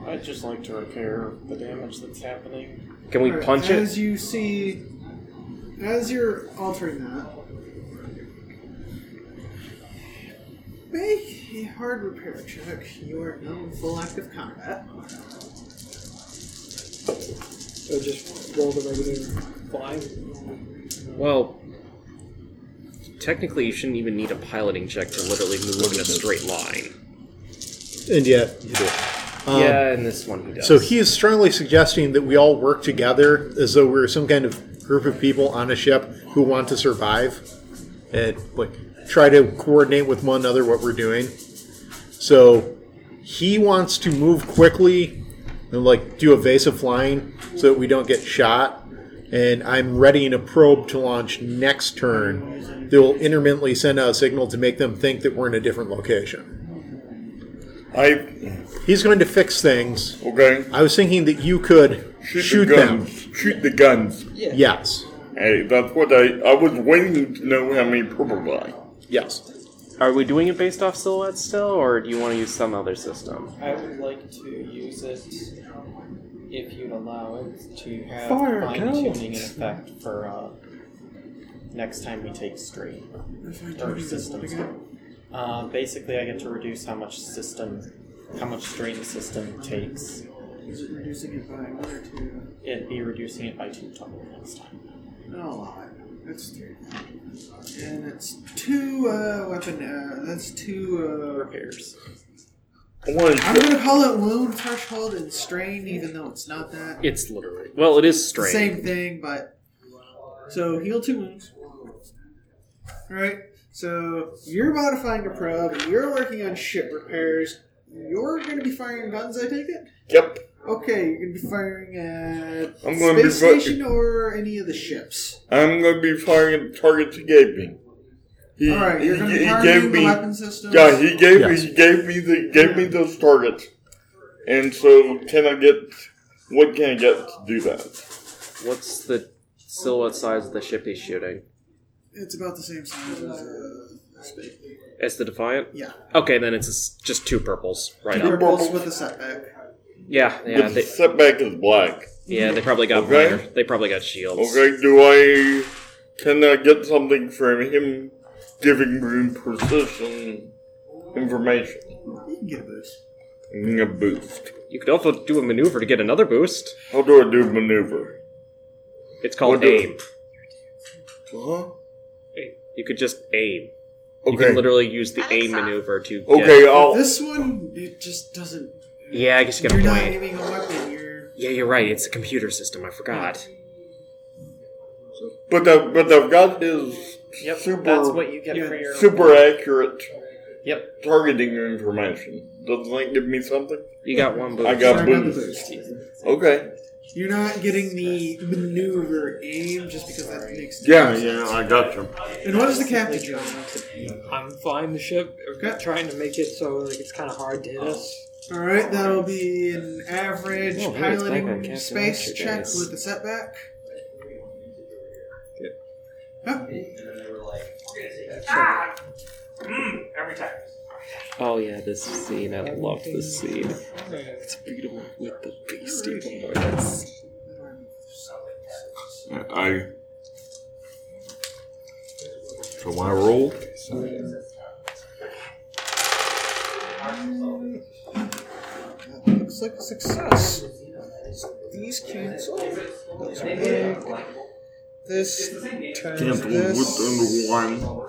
S5: I'd just like to repair the damage that's happening.
S3: Can we
S8: Alright,
S3: punch it?
S8: As you see, as you're altering that, make a hard repair check. You are now in full active combat.
S6: So just roll the regular five.
S3: Well, technically, you shouldn't even need a piloting check to literally move in a straight line.
S1: And yet, you do. Um,
S3: yeah, and this one he does.
S1: So he is strongly suggesting that we all work together as though we're some kind of group of people on a ship who want to survive and like try to coordinate with one another what we're doing. So he wants to move quickly and like do evasive flying so that we don't get shot. And I'm readying a probe to launch next turn that will intermittently send out a signal to make them think that we're in a different location.
S4: I
S1: He's going to fix things.
S4: okay.
S1: I was thinking that you could shoot,
S4: the
S1: them.
S4: guns. Shoot the guns.
S1: Yes.
S4: Hey, that's what I I was waiting to know how many purple buy.
S1: Yes.
S5: Are we doing it based off silhouette still, or do you want to use some other system?
S2: I would like to use it, if you'd allow it, to have
S6: Fire
S2: fine tuning in
S6: counts.
S2: effect for uh, next time we take straight or systems. Uh, basically, I get to reduce how much system, how much strain the system takes.
S8: Reducing it by one or two.
S2: It'd be reducing it by two total next time.
S8: Not a lot. That's three. And it's two uh, weapon. Uh, that's two. Uh,
S2: Repairs.
S4: I want
S8: I'm gonna call it wound threshold and strain, even though it's not that.
S3: it's literally well, it is
S8: the
S3: straight.
S8: same thing, but so heal two wounds. All right. So you're modifying a probe. You're working on ship repairs. You're going to be firing guns. I take it.
S4: Yep.
S8: Okay, you're going to be firing at
S4: I'm gonna be
S8: space
S4: fi-
S8: station or any of the ships.
S4: I'm gonna be firing at the target he gave me. He,
S8: All right, you're going
S4: he-
S8: to
S4: he
S8: be
S4: gave
S8: targeting the
S4: me.
S8: weapon systems.
S4: Yeah, he gave
S1: Yes.
S4: me he gave me the gave me those targets, and so can I get what can I get to do that?
S3: What's the silhouette size of the ship he's shooting?
S8: It's about the same size as uh, space.
S3: It's the Defiant.
S8: Yeah,
S3: Okay, then it's s- just two purples, right?
S8: Two
S3: Up.
S8: purples with a setback.
S3: Yeah, yeah,
S4: But the
S3: they,
S4: setback is black.
S3: yeah. They probably got
S4: Okay.
S3: minor- They probably got shields.
S4: Okay, do I can I get something from him giving room precision information?
S8: You can get a boost.
S4: Mm, A boost.
S3: You could also do a maneuver to get another boost.
S4: How do I do maneuver?
S3: It's called
S4: What do-
S3: aim.
S4: Huh?
S3: You could just aim. You
S4: Okay.
S3: can literally use the aim
S10: Alexa.
S3: maneuver to. Get,
S4: Okay, I'll
S8: This one, it just doesn't.
S3: Yeah, I guess you
S8: You're
S3: got a
S8: not
S3: point.
S8: aiming a weapon. You're
S3: Yeah, you're right. It's a computer system. I forgot.
S4: But I've, but I've got his
S2: Yep,
S4: super
S2: that's what you get
S8: yeah,
S2: for your.
S4: super accurate
S2: Yep,
S4: targeting information. Doesn't that give me something?
S3: You got one boost.
S4: I got
S8: Sorry about the
S4: boost. Okay.
S8: You're not getting the maneuver aim just because that makes.
S4: Yeah, yeah, I got you.
S8: And what is the captain doing?
S6: I'm flying the ship.
S8: Okay.
S6: Trying to make it so like it's kind of hard to hit us.
S8: All right, that'll be an average
S3: Oh, hey, it's
S8: piloting
S3: back on Captain
S8: space
S3: Archer,
S8: check
S3: guys.
S8: with a setback.
S3: Oh yeah, this scene. I love this scene. It's beautiful with the beastie boys.
S4: I. So I roll.
S8: That looks like a success. These cancel. Those are big. This turns
S4: Cancel
S8: this.
S4: with under one.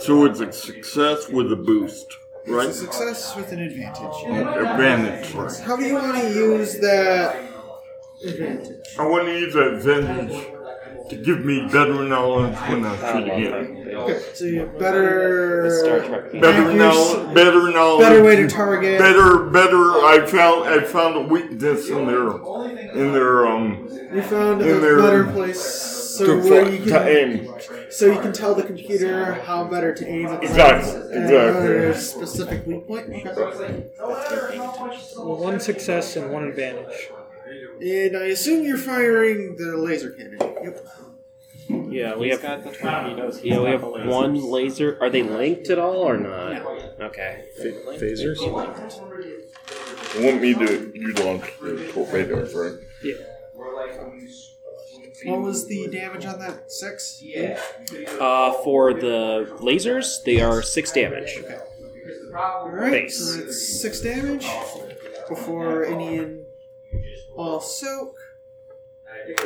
S4: So it's a success with a boost, right?
S8: Success with an advantage.
S4: Advantage. Right.
S8: How do you want to use that advantage?
S4: I want to use that advantage to give me better knowledge when I shoot again.
S8: Okay, so you have better.
S4: Better
S8: accuracy-
S4: know, better knowledge.
S8: Better way to target.
S4: better better I found I found a weakness in their in their um
S8: You found a
S4: In their-
S8: better place so
S4: to,
S8: where
S4: fu-
S8: you
S4: to
S8: can
S4: aim.
S8: So you can tell the computer how better to aim at the
S4: Exactly,
S8: targets and
S4: exactly.
S8: whether there's a specific weak point. Okay.
S6: Well, one success and one advantage.
S8: And I assume you're firing the laser cannon. Yep.
S3: Yeah, we
S2: He's
S3: have.
S2: got the torpedoes.
S3: Yeah, we have one laser. Are they linked at all or not? Okay.
S1: Phasers?
S4: You want me to you launch the torpedo, right?
S8: What was the damage on that? Six? Yeah.
S3: Uh, for the lasers, they are six damage.
S8: Alright,
S3: Base.
S8: so that's six damage before any in all soak.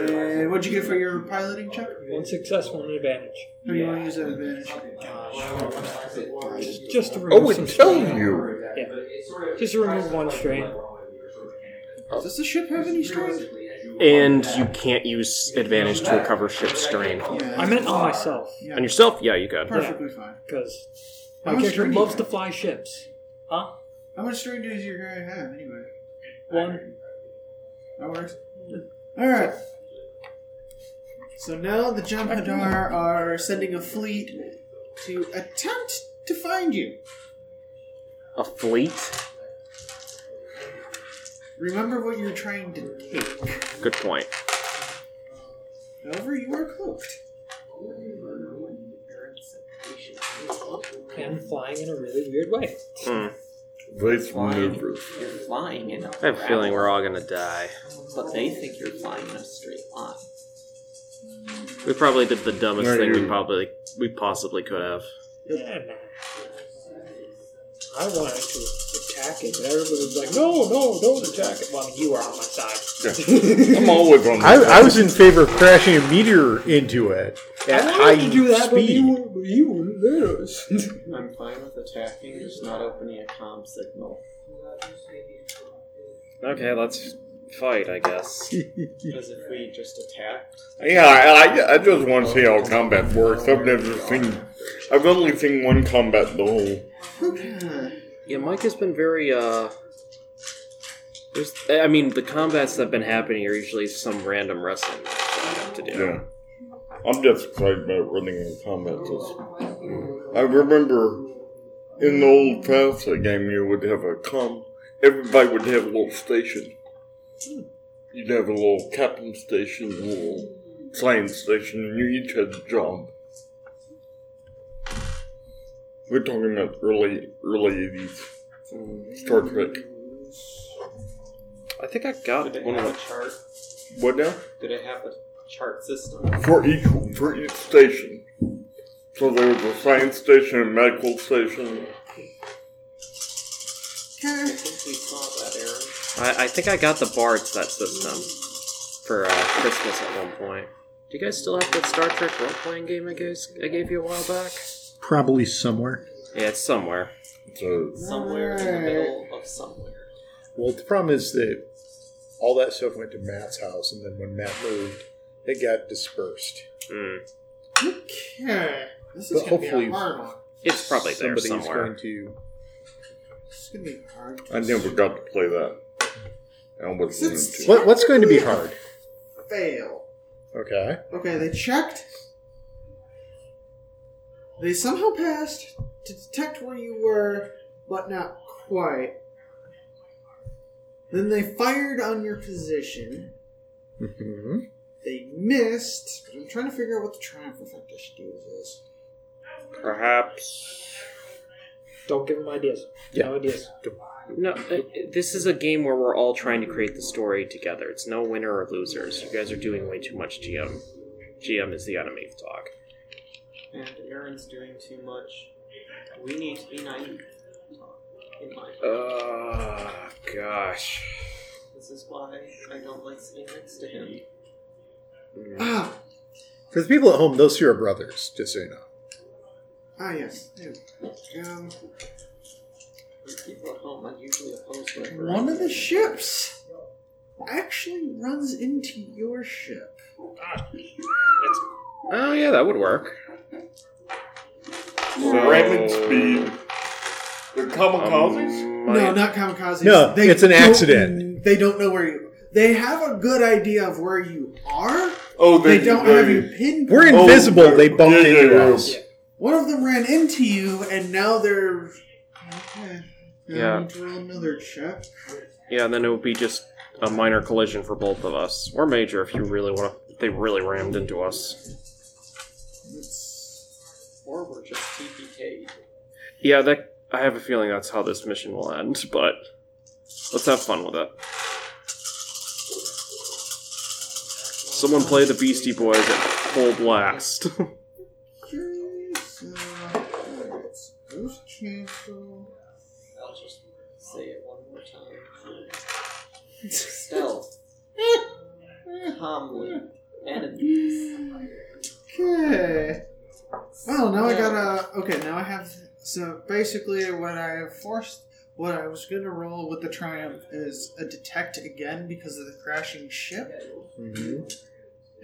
S8: And what'd you get for your piloting check?
S6: One success, one advantage.
S8: Or you want to use that advantage?
S6: Just, just to remove
S4: Oh,
S6: some
S4: it tells you.
S6: strain. Just to remove one strain.
S8: Does the ship have any strength?
S3: And you can't use advantage to recover ship strain.
S8: Yeah,
S6: I meant on myself
S3: On yourself, yeah, you could.
S8: perfectly fine.
S6: because
S8: How
S6: my
S8: much
S6: character
S8: strain do you
S6: loves
S8: have?
S6: to fly ships. Huh?
S8: How much strain does your guy have anyway?
S6: One.
S8: That works. Alright. So now the Jamhadar are sending a fleet to attempt to find you.
S3: A fleet?
S8: Remember what you're trying to take.
S3: Good point.
S8: However, you are cloaked.
S6: And flying in a really weird way.
S4: Race maneuvers.
S2: You're flying in a
S3: I have a feeling we're all gonna die.
S2: But they think you're flying in a straight line.
S3: We probably did the dumbest
S4: Right.
S3: thing we probably we possibly could have.
S6: Yeah, man. I wanted to attack it, but everybody was like, no, no, don't attack it. Well, I mean, you were on my side.
S4: I'm always on.
S1: I,
S4: the-
S1: I was in favor of crashing a meteor into it at
S6: I
S1: high
S6: wanted to do that, but
S1: speed.
S6: you, wouldn't- but you wouldn't let us.
S2: I'm fine with attacking, just not opening a comm signal.
S3: Okay, let's fight, I guess.
S2: Because if we just attacked,
S4: Yeah, I, I, I just want to see how combat works. I've never seen. I've only seen one combat the whole.
S3: Yeah, Mike has been very uh there's I mean the combats that have been happening are usually some random wrestling match that I have to do.
S4: Yeah. I'm just excited about running in combat. This. I remember in the old FAFSA game, you would have a com. Everybody would have a little station. You'd have a little captain station, a little flying station, and you each had a job. We're talking about early, early 80s Star Trek.
S3: I think I got
S2: did it
S3: one of
S2: have a
S3: the
S2: chart?
S4: What now?
S2: Did it have a chart
S3: Ah.
S2: system?
S4: For each for each station. So there was a science station, a medical station.
S2: I think we saw that, Aaron.
S3: I, I think I got the Bards that system for uh, Christmas at one point. Do you guys still have that Star Trek role playing game I gave, I gave you a while back?
S1: Probably somewhere.
S3: Yeah, it's somewhere.
S4: So
S2: Somewhere in the middle of somewhere.
S1: Well, the problem is that all that stuff went to Matt's house, and then when Matt moved, it got dispersed.
S8: Okay. This is
S1: But
S8: going to be
S1: hopefully-
S8: a hard one.
S3: It's probably there
S1: Somebody's
S3: somewhere.
S1: going to.
S8: This is going to be hard.
S4: I never got to play that. I was
S8: Since-
S4: into
S1: What, what's going to be hard?
S8: Fail.
S1: Okay.
S8: Okay, they checked. They somehow passed to detect where you were, but not quite. Then they fired on your position.
S1: hmm
S8: They missed. But I'm trying to figure out what the triumph effect I should do with this.
S3: Perhaps.
S6: Don't give him ideas. No ideas.
S3: No, uh, this is a game where we're all trying to create the story together. It's no winner or losers. You guys are doing way too much GM. GM is the enemy talk.
S2: And Aaron's doing too much. We need to be naive. In my
S3: Uh, gosh.
S2: This is why I don't like sitting next to him.
S8: Ah,
S1: For the people at home, those two are brothers, just so you know.
S8: ah, yes. There we go. Um,
S2: When people at home, I'm usually opposed to
S8: one of the ships actually runs into your ship.
S3: Oh, yeah, that would work.
S4: Rapid speed. The kamikazes?
S8: No, not kamikazes.
S1: No, it's an
S8: don't-
S1: accident.
S8: They don't know where you. They have a good idea of where you are.
S4: Oh,
S8: They don't have you pinned.
S1: We're invisible. they bumped
S4: yeah, yeah,
S1: into
S4: yeah.
S1: us.
S8: One of them ran into you, and now they're. Okay. Now I
S3: Yeah.
S8: need to roll another check.
S3: Yeah, then it would be just a minor collision for both of us, or major if you really want. to. They really rammed into us.
S8: Let's-
S2: Or we're just TPK.
S3: Yeah, that. I have a feeling that's how this mission will end, but let's have fun with it. Someone play the Beastie Boys at full blast. (laughs)
S8: Okay, so. Alright. so Those cancel.
S2: I'll just say it one more time.
S3: (laughs)
S2: Stealth. Calmly. Enemies.
S8: Okay. Well, now I gotta. Okay, now I have. So basically, what I forced, what I was gonna roll with the triumph is a detect again because of the crashing ship.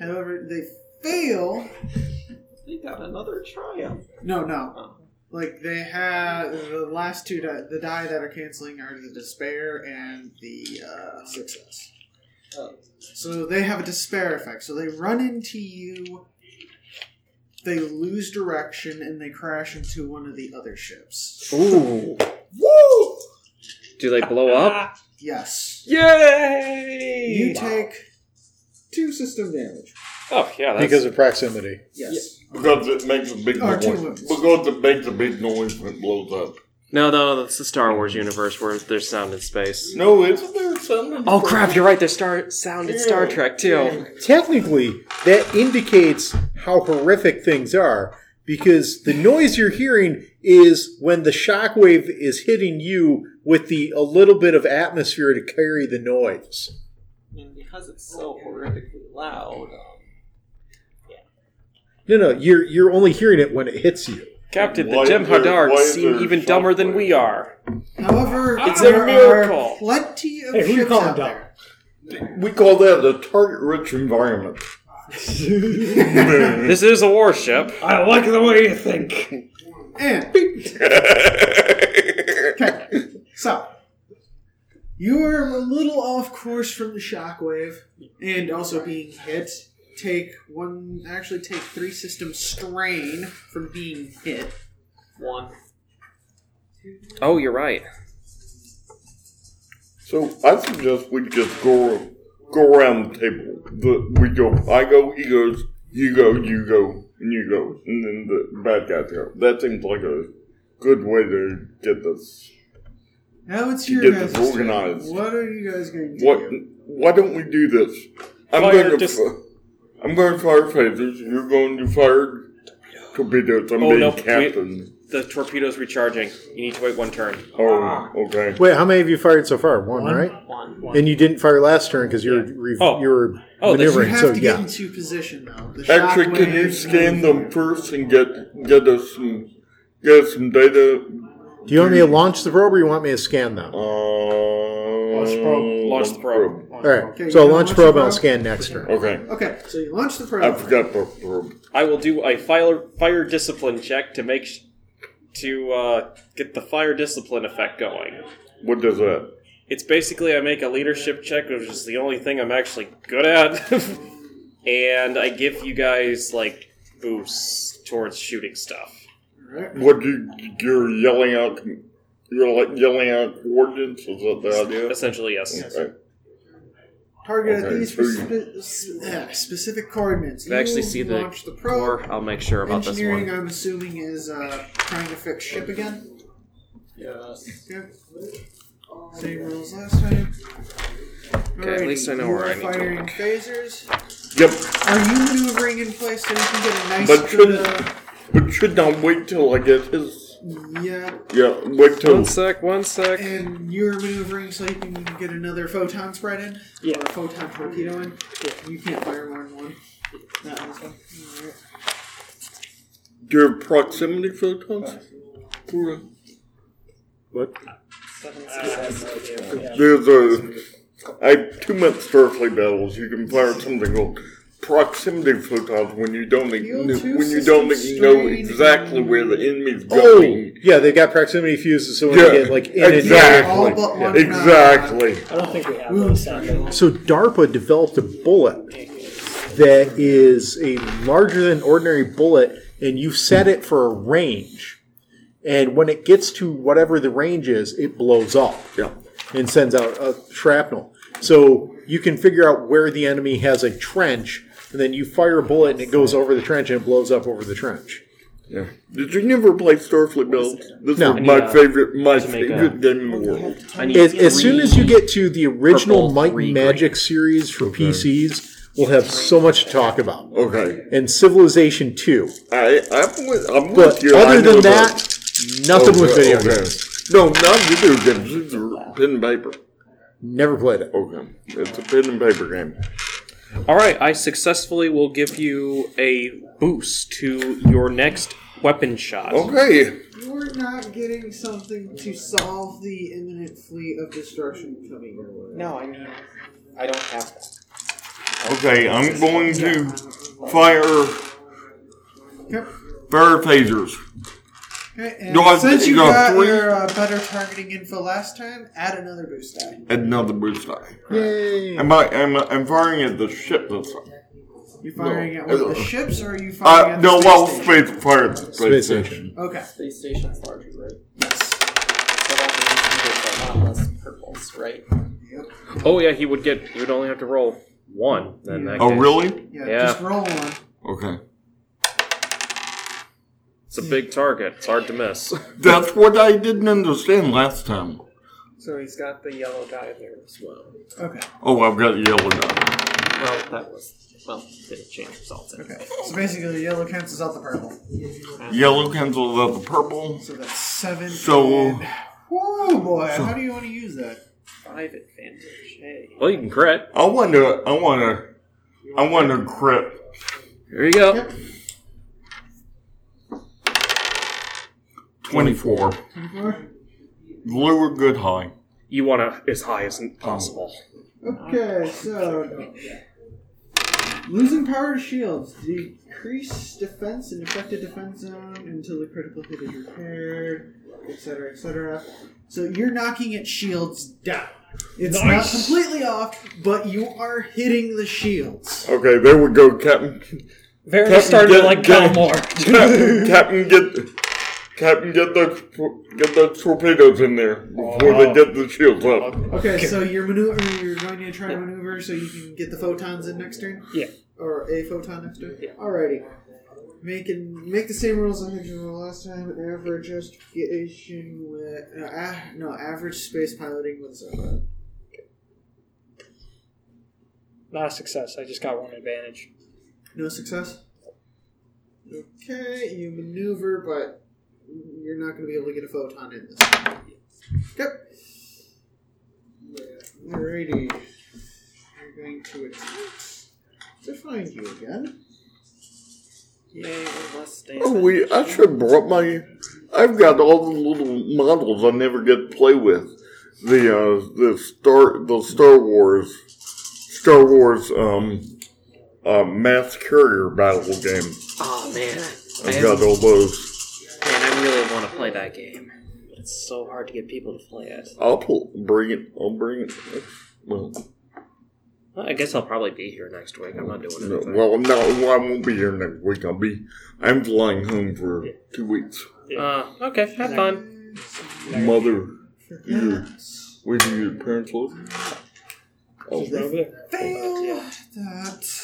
S8: However, they fail.
S2: They got another triumph.
S8: No,
S2: Oh.
S8: no. Like they have the last two die, the die that are canceling are the despair and the uh, success.
S2: Oh.
S8: So they have a despair effect. So they run into you, they lose direction, and they crash into one of the other ships.
S3: Ooh.
S2: Woo!
S3: Do they blow up?
S8: Yes.
S2: Yay!
S8: You take two system damage.
S3: (laughs) Oh yeah, that's
S1: Because of proximity.
S8: Yes.
S4: Because it makes a big
S8: Or two
S4: noise.
S8: wounds.
S4: Because it makes a big noise when it blows up.
S3: no, no, that's the Star Wars universe where there's sound in space.
S4: No, isn't there something?
S3: Oh crap, you're right. There's star sound in Star Trek too.
S1: Technically, that indicates how horrific things are because the noise you're hearing is when the shockwave is hitting you with the a little bit of atmosphere to carry the noise.
S2: And because it's so horrifically loud, um,
S1: No, no, you're you're only hearing it when it hits you.
S3: Captain,
S4: Why
S3: the Jem
S4: is there-
S3: Hadar
S4: why is
S3: seem
S4: there
S3: even dumber than
S4: software?
S3: we are.
S8: However,
S3: It's a
S8: there
S3: miracle.
S8: are plenty of
S6: Hey, who you
S8: ships
S6: calling
S8: out
S6: dumb?
S8: there.
S4: We call that a target-rich environment. (laughs)
S3: This is a warship.
S6: I like the way you think.
S8: (laughs) And
S6: (laughs)
S8: Okay, (laughs) so you are a little off course from the shockwave, and also being hit. Take one, actually take three system strain from being hit.
S2: one.
S3: Oh, you're right.
S4: So I suggest we just go go around the table. The, we go. I go. He goes. You go. You go. And you go. And then the bad guys go. That seems like a good way to get this.
S8: Now it's your
S4: Get this
S8: guys' turn.
S4: organized.
S8: What are you guys going to do?
S4: What? Why don't we do this? I'm
S3: Fire
S4: going to.
S3: dis-
S4: fi- I'm going to fire phasers. You're going to fire torpedoes. I'm
S3: Oh,
S4: being
S3: no, we-
S4: captain.
S3: The torpedo's recharging. You need to wait one turn. Ah.
S4: Oh, okay.
S1: Wait, how many have you fired so far? One, right?
S2: One.
S1: And you didn't fire last turn because you're re-
S3: Oh.
S1: you're
S3: Oh, that's-
S8: You
S1: maneuvering.
S8: have
S1: So
S8: to get
S1: yeah,
S8: into position though. The
S4: Actually, can
S8: shockwave-
S4: you scan them first and get get us some get us some data
S1: do you want me to launch the probe or you want me to scan them? All
S4: launch Uh, probe.
S3: Launch the probe.
S1: right,
S8: Okay,
S1: so
S8: you
S1: I'll
S8: wanna
S1: launch
S8: launch
S1: probe
S8: the
S1: and I'll
S8: probe?
S1: scan next turn.
S4: Okay.
S8: Okay, so you launch the
S4: I
S8: probe.
S4: forgot about probe.
S3: I will do a fire fire discipline check to make sh- to uh, get the fire discipline effect going.
S4: What does that?
S3: It's basically I make a leadership check, which is the only thing I'm actually good at, (laughs) and I give you guys like boosts towards shooting stuff.
S4: What you you're yelling out? You're like yelling out coordinates. Is that the idea?
S3: Essentially, yes.
S4: Okay.
S8: Target at
S4: Okay,
S8: these
S4: so you-
S8: spe- spe- uh, specific coordinates.
S3: If I actually
S8: You
S3: see the
S8: launch probe.
S3: core, I'll make sure about this
S8: Engineering,
S3: one.
S8: I'm assuming, is uh, trying to fix ship again.
S2: Yes.
S8: Okay. Same rules last time.
S3: Okay, at least I know
S8: Alrighty,
S3: where I
S8: you
S3: need to
S8: are firing
S3: look.
S8: phasers.
S4: Yep.
S8: Are you maneuvering in place so you can get a nice
S4: But
S8: good,
S4: shouldn't but should not wait till I get his.
S8: uh, yeah,
S4: Yeah. Wait till.
S3: One sec, one sec.
S8: and you're maneuvering so you can get another photon spread in
S6: Yeah.
S8: or a photon torpedo in. You can't fire more than one. Not in this one. Alright.
S4: Your proximity photons.
S1: What?
S4: There's a. I two month Starfleet battles. You can fire something called proximity photons when you don't
S8: Fuel
S4: kn-
S8: two
S4: when you don't
S8: systems
S4: know
S8: strain.
S4: exactly where the enemy's
S1: Oh,
S4: going.
S1: yeah, they've got proximity fuses, so when
S4: Yeah,
S1: they get like in and
S4: exactly,
S8: All but
S1: Oh,
S8: one
S4: exactly.
S6: I don't think we have those. sadly.
S1: So DARPA developed a bullet that is a larger than ordinary bullet, and you've set it for a range. And when it gets to whatever the range is, it blows up and sends out a shrapnel. So you can figure out where the enemy has a trench, and then you fire a bullet, and it goes over the trench and it blows up over the trench.
S4: Did you never play Starfleet Build? This
S1: No.
S4: is my
S5: Yeah.
S4: favorite, my
S5: To make a-
S4: favorite game in the world.
S5: I need
S1: As, as soon as you get to the original
S5: purple,
S1: Might
S5: three
S1: and Magic series for PCs, we'll have so much to talk about.
S4: Okay,
S1: and Civilization 2.
S4: I, I'm with, I'm
S1: But
S4: with you. I
S1: other
S4: know
S1: than
S4: about-
S1: that, nothing with
S4: Okay,
S1: video
S4: okay.
S1: games.
S4: No, not video games. These are pen and paper.
S1: Never played it.
S4: Okay, it's a pen and paper game.
S3: All right, I successfully will give you a boost to your next weapon shot.
S4: Okay,
S8: You're not getting something to solve the imminent fleet of destruction coming your way.
S2: No, I mean, I don't have that.
S4: okay, I'm going to fire
S8: Yep.
S4: fire phasers.
S8: Okay, and
S4: No, I-
S8: since you
S4: no,
S8: got
S4: three-
S8: your uh, better targeting info last time, add another boost die.
S4: Another boost die. Yay! Am I? Am I? I'm firing at the ship this time.
S8: You firing
S4: No.
S8: at one of the ships, or are you firing
S4: Uh,
S8: at the
S4: no,
S8: space
S4: well,
S8: station?
S4: space fire at the space
S1: Space station.
S4: station.
S8: Okay.
S2: Space station's larger, right? Yes. So that means you get a lot less purples, right?
S3: Oh yeah, he would get. He would only have to roll one. Then in that
S4: Oh,
S3: case.
S4: really?
S8: Yeah,
S3: Yeah.
S8: Just roll one.
S4: Okay.
S3: It's a big target. It's hard to miss. (laughs)
S4: That's what I didn't understand last time.
S6: So he's got the yellow dye there as well.
S8: Okay.
S4: Oh, I've got yellow now.
S2: Well, that was well, it changed results. Anyway.
S8: Okay. So basically, the yellow cancels out the purple.
S4: Yellow cancels out the purple.
S8: So that's seven.
S4: So-
S8: and- Whoa, boy! How do you want to use that?
S2: Five advantage. Hey.
S3: well, you can crit.
S4: I want to. I want to. I want to crit.
S3: Here you go.
S4: Twenty-four. Lure good high.
S3: You want to as high as possible.
S8: Okay, so losing power to shields, decrease defense and effective defense zone until the critical hit is repaired, etc., etc. So you're knocking at shields down. It's not completely off, but you are hitting the shields.
S4: Okay, there we go, Captain. (laughs)
S6: Very
S4: Captain,
S6: started
S4: get-
S6: like
S4: get-
S6: Belmore.
S4: Captain, Captain, get. Captain, get those get those torpedoes in there before they get the shields up.
S8: Okay, so you're maneuver. You're going to try to maneuver so you can get the photons in next turn.
S6: Yeah.
S8: Or a photon next turn. Yeah. Alrighty. Make and make the same rules I had you roll last time. Average justification with no, a, no average space piloting with Zoba.
S6: Not a success. I just got one advantage.
S8: No success. Okay, you maneuver, but you're not going to be able to get a photon in this. time. Yep. Alrighty. You're going to attempt to find you again.
S2: Yay, or less damage.
S4: Oh, we. I should have brought my. I've got all the little models I never get to play with. The uh, the star the Star Wars Star Wars um uh, mass carrier battle game.
S5: Oh man, I
S4: I've
S5: haven't-
S4: got all those.
S5: man, I really want to play that game. But It's so hard to get people to play it.
S4: I'll pull, bring it. I'll bring it. Well,
S5: Well, I guess I'll probably be here next week. I'm not doing
S4: no,
S5: anything.
S4: well, no, I won't be here next week. I'll be. I'm flying home for two weeks.
S3: Uh, okay, have fun.
S4: Mother, you, where do your parents live? Oh,
S6: Over there.
S8: Fail that.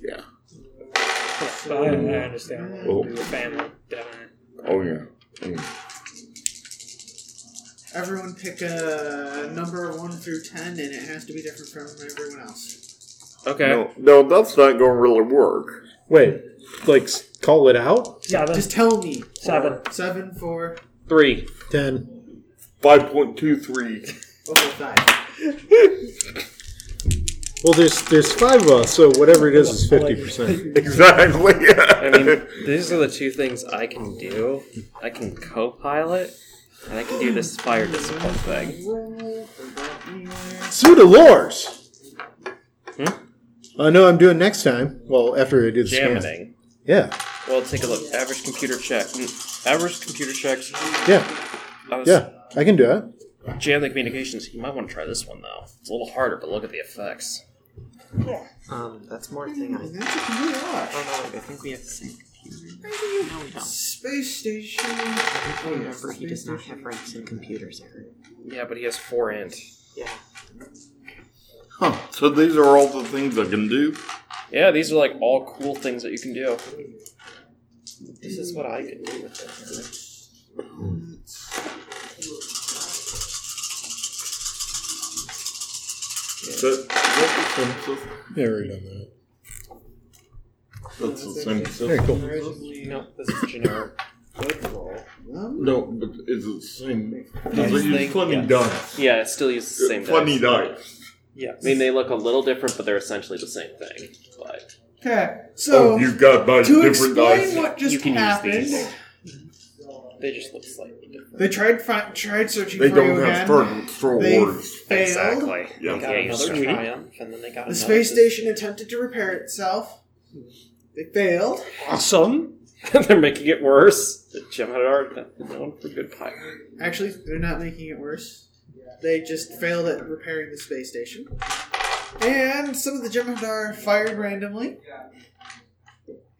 S4: yeah.
S6: So I, I understand.
S4: Oh.
S6: The family. Definitely.
S4: Oh, yeah. Mm.
S8: Everyone pick a number one through ten, and it has to be different from everyone else.
S3: Okay.
S4: No, no, that's not going to really work.
S1: Wait, like s- call it out?
S6: Seven.
S8: Just tell me.
S6: seven.
S8: Seven, four,
S3: Three.
S1: 10.
S4: Five point two three. (laughs)
S8: oh, five.
S1: Well, there's there's five of us, so whatever it is is 50%.
S4: Exactly. (laughs)
S5: I mean, these are the two things I can do. I can co-pilot, and I can do this fire discipline thing.
S8: Roll. They got anywhere.
S1: Sue Delores! Uh, no, I'm doing next time. Well, after I do the scan.
S5: Jamming.
S1: Yeah,
S5: Well, take a look. Average computer check. Mm, Average computer checks.
S1: yeah,
S5: I was
S1: yeah. I can do it.
S5: Jam the communications. You might want to try this one though. It's a little harder, but look at the effects.
S2: Um, that's more thing I.
S8: That's what you are.
S2: Oh no, wait, I think we have the same computer. No, we don't.
S8: Space station. Oh,
S2: I remember he does not have ranks in computers, Eric.
S5: Yeah, but he has four int.
S2: Yeah.
S4: Huh. So these are all the things I can do.
S5: Yeah, these are like all cool things that you can do. This is what I can do with this.
S4: So, that's the census.
S1: Yeah, already done that.
S4: That's the census.
S1: Very cool.
S5: No, this is generic.
S4: No, but it's the same. Because they use funny dice.
S5: Yeah, it still uses the same
S4: funny
S5: dice.
S4: dice.
S5: I mean, they look a little different, but they're essentially the same thing. But
S8: Okay,
S4: Oh,
S8: so
S4: you've got a bunch of
S8: to
S4: different dice.
S8: explain what just
S5: You can use
S8: happened,
S5: these. they just look slightly different.
S8: they tried fi- tried searching
S4: They
S8: for
S4: don't
S8: you
S4: have
S8: again.
S4: third Star
S8: They
S4: Wars.
S8: failed.
S4: Yeah.
S5: They got
S3: Okay,
S5: another
S3: sorry.
S5: triumph, and then they got
S8: The
S5: another.
S8: space station attempted to repair itself. They failed.
S6: Awesome.
S5: they're making it worse. The Gemini are known for good pie.
S8: Actually, they're not making it worse. They just failed at repairing the space station. And some of the Jem'Hadar fired randomly.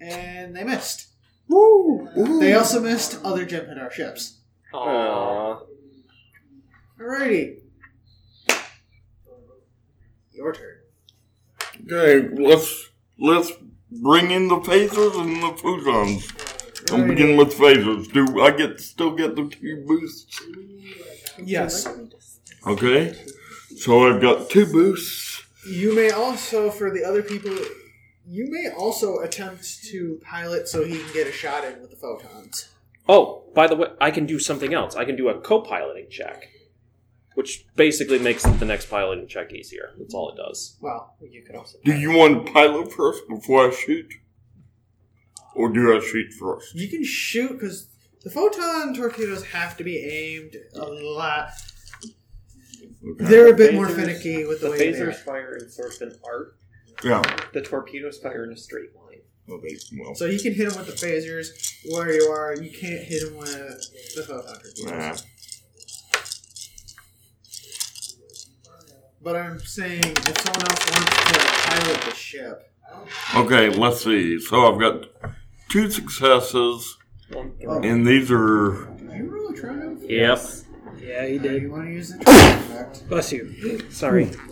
S8: And they missed. Woo! They also missed other Jem'Hadar ships.
S5: Aww.
S8: Alrighty. Your turn.
S4: Okay, let's let's bring in the phasers and the photons. And begin with phasers. Do I get still get the two boosts?
S8: Yes.
S4: Okay. So I've got two boosts.
S8: You may also, for the other people, you may also attempt to pilot so he can get a shot in with the photons.
S3: Oh, by the way, I can do something else. I can do a co-piloting check, which basically makes the next piloting check easier. That's all it does.
S8: Well, you could also.
S4: Do you want to pilot first before I shoot? Or do I shoot first?
S8: You can shoot because the photon torpedoes have to be aimed a lot. They're a bit more
S2: Phasers-
S8: finicky with the,
S2: The
S8: way they are.
S2: phasers fire in sort of an arc.
S4: Yeah.
S2: The torpedoes fire in a straight line.
S4: Okay, well.
S8: So you can hit them with the phasers where you are. You can't hit them with the photon torpedoes.
S4: nah.
S8: But I'm saying if someone else wants to pilot the ship,
S4: Okay, let's see. So I've got two successes, and these are
S8: you roll a triumph.
S3: Yep.
S6: Yeah, he
S8: Do
S6: did.
S8: you want to use the (laughs) triumph effect?
S6: Bless you. Sorry.
S3: Hmm.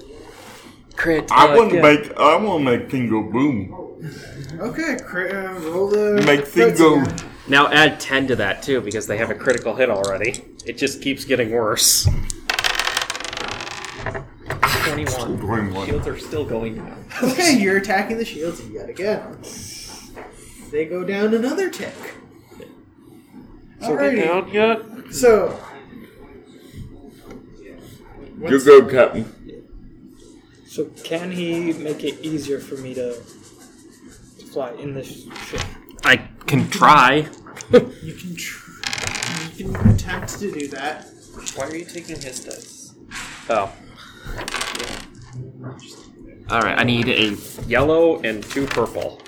S2: Crit.
S4: I want to make I want to make thing go boom.
S8: Okay, cra- uh, roll the
S4: Make thing
S8: crits
S4: go.
S8: again.
S3: Now add 10 to that too because they have a critical hit already. It just keeps getting worse.
S2: 21.
S4: Going one.
S2: Shields are still going now.
S8: Okay, you're attacking the shields yet again. They go down another tick. Alrighty,
S5: Down yet?
S8: so
S4: You go, Captain.
S6: So can he make it easier for me to, to fly in this ship?
S3: I can try.
S8: you can tr- you can attempt to do that.
S2: Why are you taking his dice?
S3: Oh. All right, I need a yellow and two purple.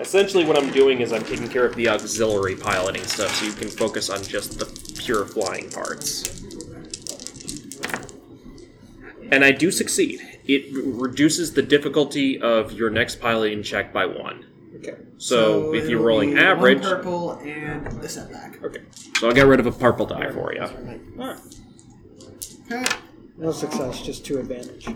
S3: Essentially, what I'm doing is I'm taking care of the auxiliary piloting stuff, so you can focus on just the pure flying parts. And I do succeed. It reduces the difficulty of your next piloting check by one.
S6: Okay.
S3: So, if you're
S8: it'll
S3: rolling
S8: be one
S3: average,
S8: purple and a setback.
S6: Okay.
S3: so I'll get rid of a purple die for you.
S8: Okay,
S6: No success, just two advantage.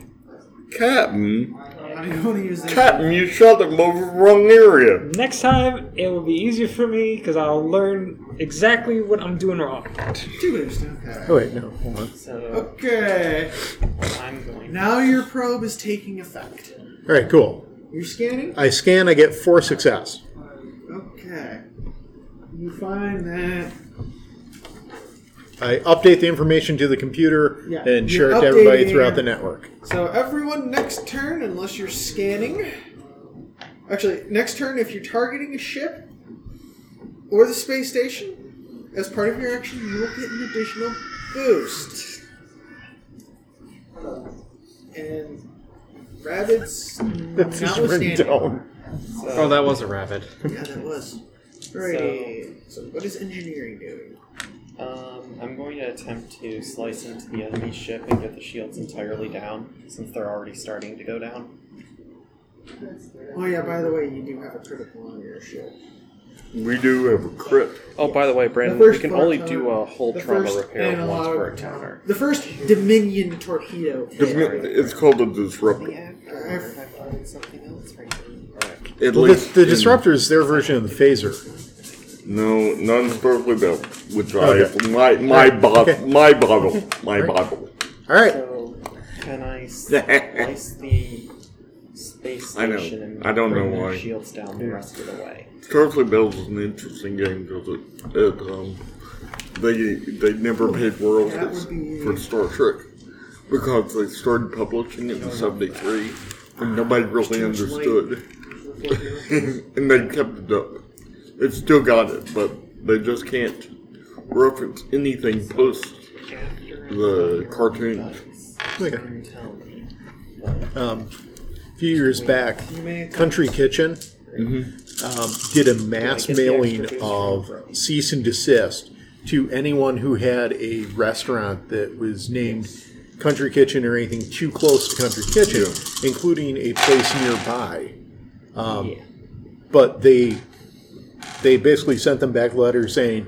S4: Captain,
S8: I'm going to use this.
S4: Captain, you shot them over the wrong area.
S6: Next time it will be easier for me because I'll learn exactly what I'm doing wrong.
S8: Two boost. Okay.
S1: Oh wait, no, hold on.
S2: So
S8: Okay.
S2: I'm going.
S8: Now your probe is taking effect.
S1: All right, cool.
S8: You're scanning.
S1: I scan. I get four success.
S8: Okay. You find that
S1: I update the information to the computer
S8: Yeah.
S1: and share
S8: You're
S1: it to everybody
S8: updating
S1: throughout
S8: your-
S1: the network.
S8: So everyone next turn, unless you're scanning. Actually, next turn if you're targeting a ship or the space station, as part of your action, you will get an additional boost. And rabbits.
S1: That's just written
S8: notwithstanding.
S1: down.
S3: Oh, that was a rabbit.
S8: Yeah, that was. Alrighty. So, what is engineering doing?
S2: Um, I'm going to attempt to slice into the enemy ship and get the shields entirely down, since they're already starting to go down.
S8: Oh yeah, by the way, you do have a critical on your ship.
S4: We do have a crit.
S5: Oh, by the way, Brandon,
S8: The
S5: we
S8: first
S5: can only
S8: photon-
S5: do
S3: uh,
S5: a whole
S8: the
S5: trauma
S8: first
S5: repair once
S8: analog-
S5: per encounter.
S8: The first Dominion torpedo. hit.
S4: It's called a disruptor.
S2: After I've added something else right here.
S4: At
S1: Well,
S4: least
S1: the, the
S4: in-
S1: disruptor is their version of the phaser.
S4: No, non-sparkly belt. Which
S1: Okay.
S4: I my my bottle
S1: Okay.
S4: my bottle my bottle.
S1: All right.
S2: So, can I
S4: (laughs)
S2: slice the space
S4: I know.
S2: station and
S4: I don't
S2: bring
S4: know
S2: their
S4: why.
S2: shields down the rest of the way?
S4: Sparkly Bells is an interesting game because it, it um, they they never paid royalties for Star Trek because they started publishing it in '73 and nobody really understood, (laughs) and they kept it up. They still got it, but they just can't reference anything post the cartoon. (laughs)
S1: Okay.
S2: Tell me.
S1: Um, a few years back, Country Kitchen um, did a mass mailing of cease and desist to anyone who had a restaurant that was named Country Kitchen or anything too close to Country Kitchen, including a place nearby. Um, But they they basically sent them back letters saying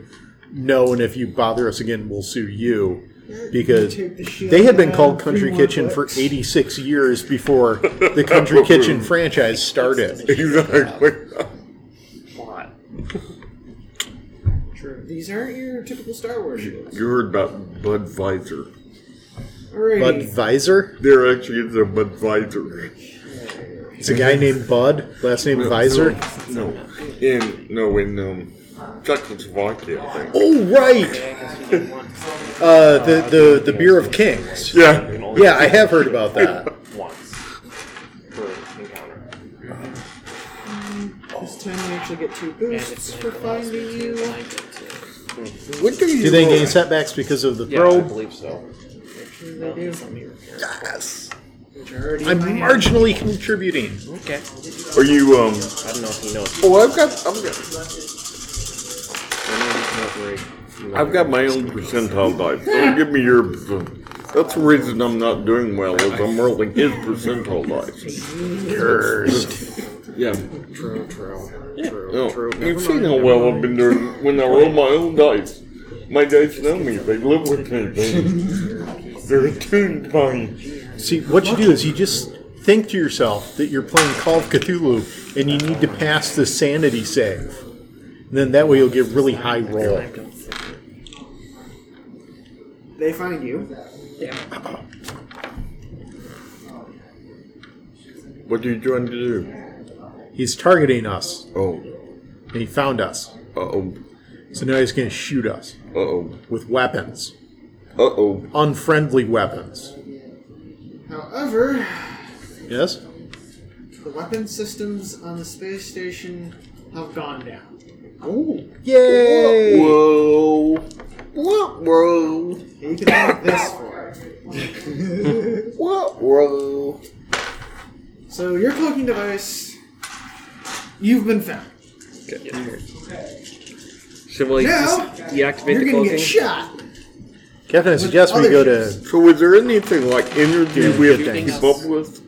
S1: no, and if you bother us again, we'll sue you. Because
S8: Take the shield
S1: they had been
S8: down,
S1: called
S8: three
S1: Country
S8: more
S1: Kitchen for
S8: clicks.
S1: 86 years before the Country Kitchen franchise started.
S4: Exactly.
S8: True. These aren't your typical Star Wars shields.
S4: You heard about Budweiser.
S1: Bud
S8: Alrighty.
S1: Visor?
S4: There actually is a Budweiser.
S1: It's a guy named Bud, last name Visor.
S4: No, in no in um, Czechoslovakia, I think.
S1: Oh, right! Uh, the, the, the Beer of Kings.
S4: Yeah,
S1: Yeah, I have heard about that.
S5: Once per encounter.
S8: This time we actually get two boosts for finding you.
S4: what do you?
S1: Do they gain setbacks because of the
S5: Yeah, I
S1: probe?
S5: believe so.
S8: They do.
S1: Yes.
S8: Majority
S1: I'm
S8: minority.
S1: marginally contributing.
S4: Are you um?
S5: I don't know if he knows.
S4: Oh, I've got I've got, I've got my own percentile dice. So give me your percent. That's the reason I'm not doing well is I'm rolling his percentile dice. Yeah.
S3: True, true.
S4: No, you've seen how well I've been doing when I roll my own dice. My dice know me. They live with me. They, they're attuned by me.
S1: See, what you do is you just think to yourself that you're playing Call of Cthulhu and you need to pass the sanity save. And then that way you'll get really high roll.
S8: They find you.
S4: What are you trying to do?
S1: He's targeting us,
S4: Oh,
S1: and he found us.
S4: uh oh,
S1: So now he's going to shoot us
S4: uh oh,
S1: with weapons,
S4: uh oh.
S1: unfriendly weapons.
S8: However,
S1: Yes?
S8: the weapon systems on the space station have gone down.
S1: Yay!
S4: Whoa. What whoa?
S8: And you can have this for it.
S4: What whoa?
S8: So your cloaking device, you've been found.
S3: Should we
S8: Now,
S3: just deactivate
S8: You're
S3: the
S8: gonna get
S3: cloaking?
S8: shot.
S1: Captain, I suggest we
S8: other
S1: go to.
S4: So is there anything like energy we have to
S1: things.
S4: keep up with?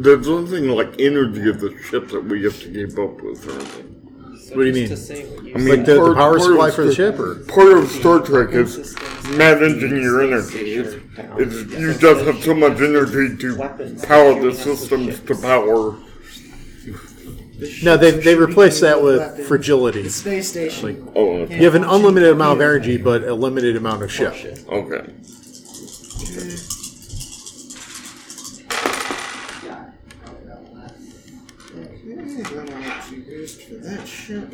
S4: There's nothing like energy of the ship that we have to keep up with or anything.
S2: So
S1: What do you mean?
S2: just To say what you
S4: I
S2: said,
S1: Like the, the
S4: part-
S1: power
S4: part
S1: supply
S4: of
S1: for the ship, or?
S4: Part of Star Trek is
S2: systems
S4: managing your energy. It's, it's, you just have so much energy to power the systems to power.
S1: No, they, they replaced that with fragility.
S8: The space station.
S4: Oh,
S1: You have an unlimited amount of energy, but a limited amount of ship.
S4: okay.
S8: Okay, that'll make you boost for that ship.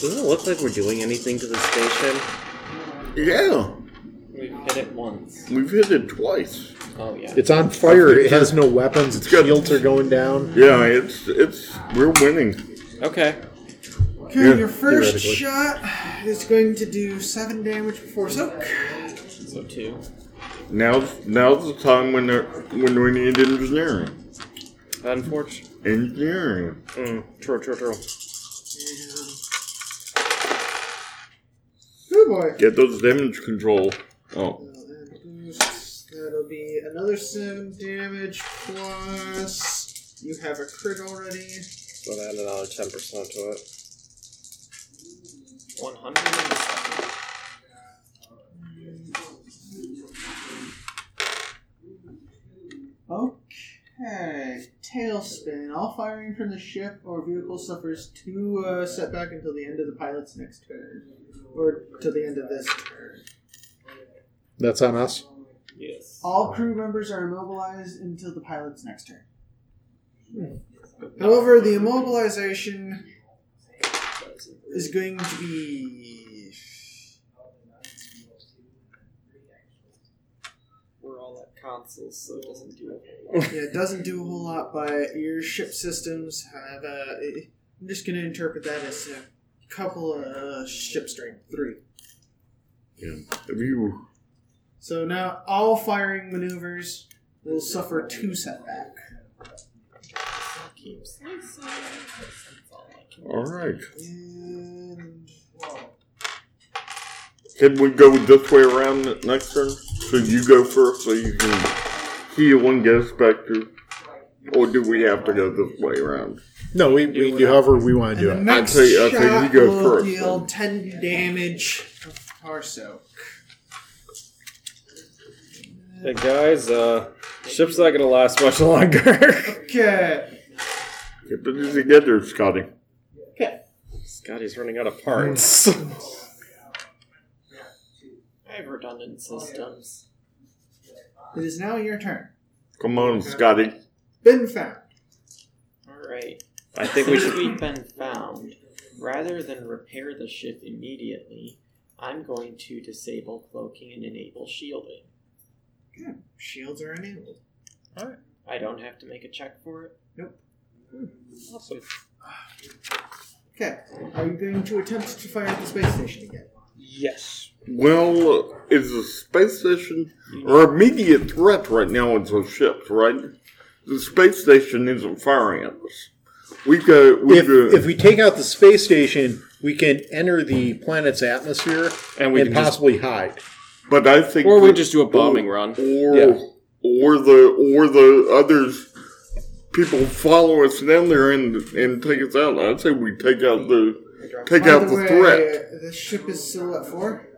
S3: Doesn't it look like we're doing anything to the station?
S4: Yeah,
S2: We've hit it once.
S4: we've hit it twice.
S2: Oh yeah.
S1: It's on fire. It has no weapons. Its
S4: got-
S1: shields are going down.
S4: Yeah, it's it's we're winning.
S5: Okay.
S8: Okay,
S4: Yeah,
S8: your first
S1: theoretically.
S8: shot is going to do seven damage before soak.
S2: So two.
S4: Now's now's the time when they're, when we need engineering.
S3: Unfortunate.
S4: Engineering.
S3: Mm, true, true, true.
S8: Good boy.
S4: Get those damage control. Oh,
S8: That'll be another seven damage plus. You have a crit already.
S3: But add another 10% to it.
S2: 107.
S8: Okay. Tailspin. All firing from the ship or vehicle suffers two uh, setback until the end of the pilot's next turn, or till the end of this turn.
S1: That's on us.
S2: Yes.
S8: All crew members are immobilized until the pilot's next turn. However, the immobilization is going to be.
S2: We're all at consoles, so it doesn't do it.
S8: Yeah, it doesn't do a whole lot, but your ship systems have a. I'm just going to interpret that as a couple of uh, ship strength, three.
S4: if you
S8: So now all firing maneuvers will suffer two setback.
S4: all right,
S8: And
S4: can we go this way around the next turn? So you go first, so you can heal and get us back to. Or do we have to go this way around?
S1: No, we, we do however we want to do
S8: the
S1: it.
S8: next
S4: I'll tell you- I'll
S8: shot
S4: tell you, you go
S8: will
S4: first,
S8: deal ten damage or so.
S3: Hey, guys, uh, ship's not gonna last much (laughs) longer.
S8: Okay.
S4: Get it together, Scotty.
S3: Scotty's running out of parts.
S2: I have redundant systems.
S8: It is now your turn.
S4: Come on, Scotty.
S8: Been found.
S2: Alright.
S3: I think we
S2: Since
S3: should.
S2: we've been found, rather than repair the ship immediately, I'm going to disable cloaking and enable shielding.
S8: Shields are enabled.
S2: I don't have to make a check for it.
S8: Okay. Are you going to attempt to fire at the space station again?
S6: Yes.
S4: Well, is the space station our immediate threat right now is those ships, right? The space station isn't firing at us. We go. We
S1: If,
S4: go
S1: if we take out the space station, we can enter the planet's atmosphere
S3: And we
S1: and
S3: can just-
S1: possibly hide.
S4: but I think,
S3: Or we
S4: that-
S3: just do a bombing run.
S4: or
S1: Yeah.
S4: or the or the others people follow us down there and and take us out. I'd say we take out the take
S8: By
S4: out
S8: the
S4: the,
S8: way,
S4: threat.
S8: the ship is silhouette four.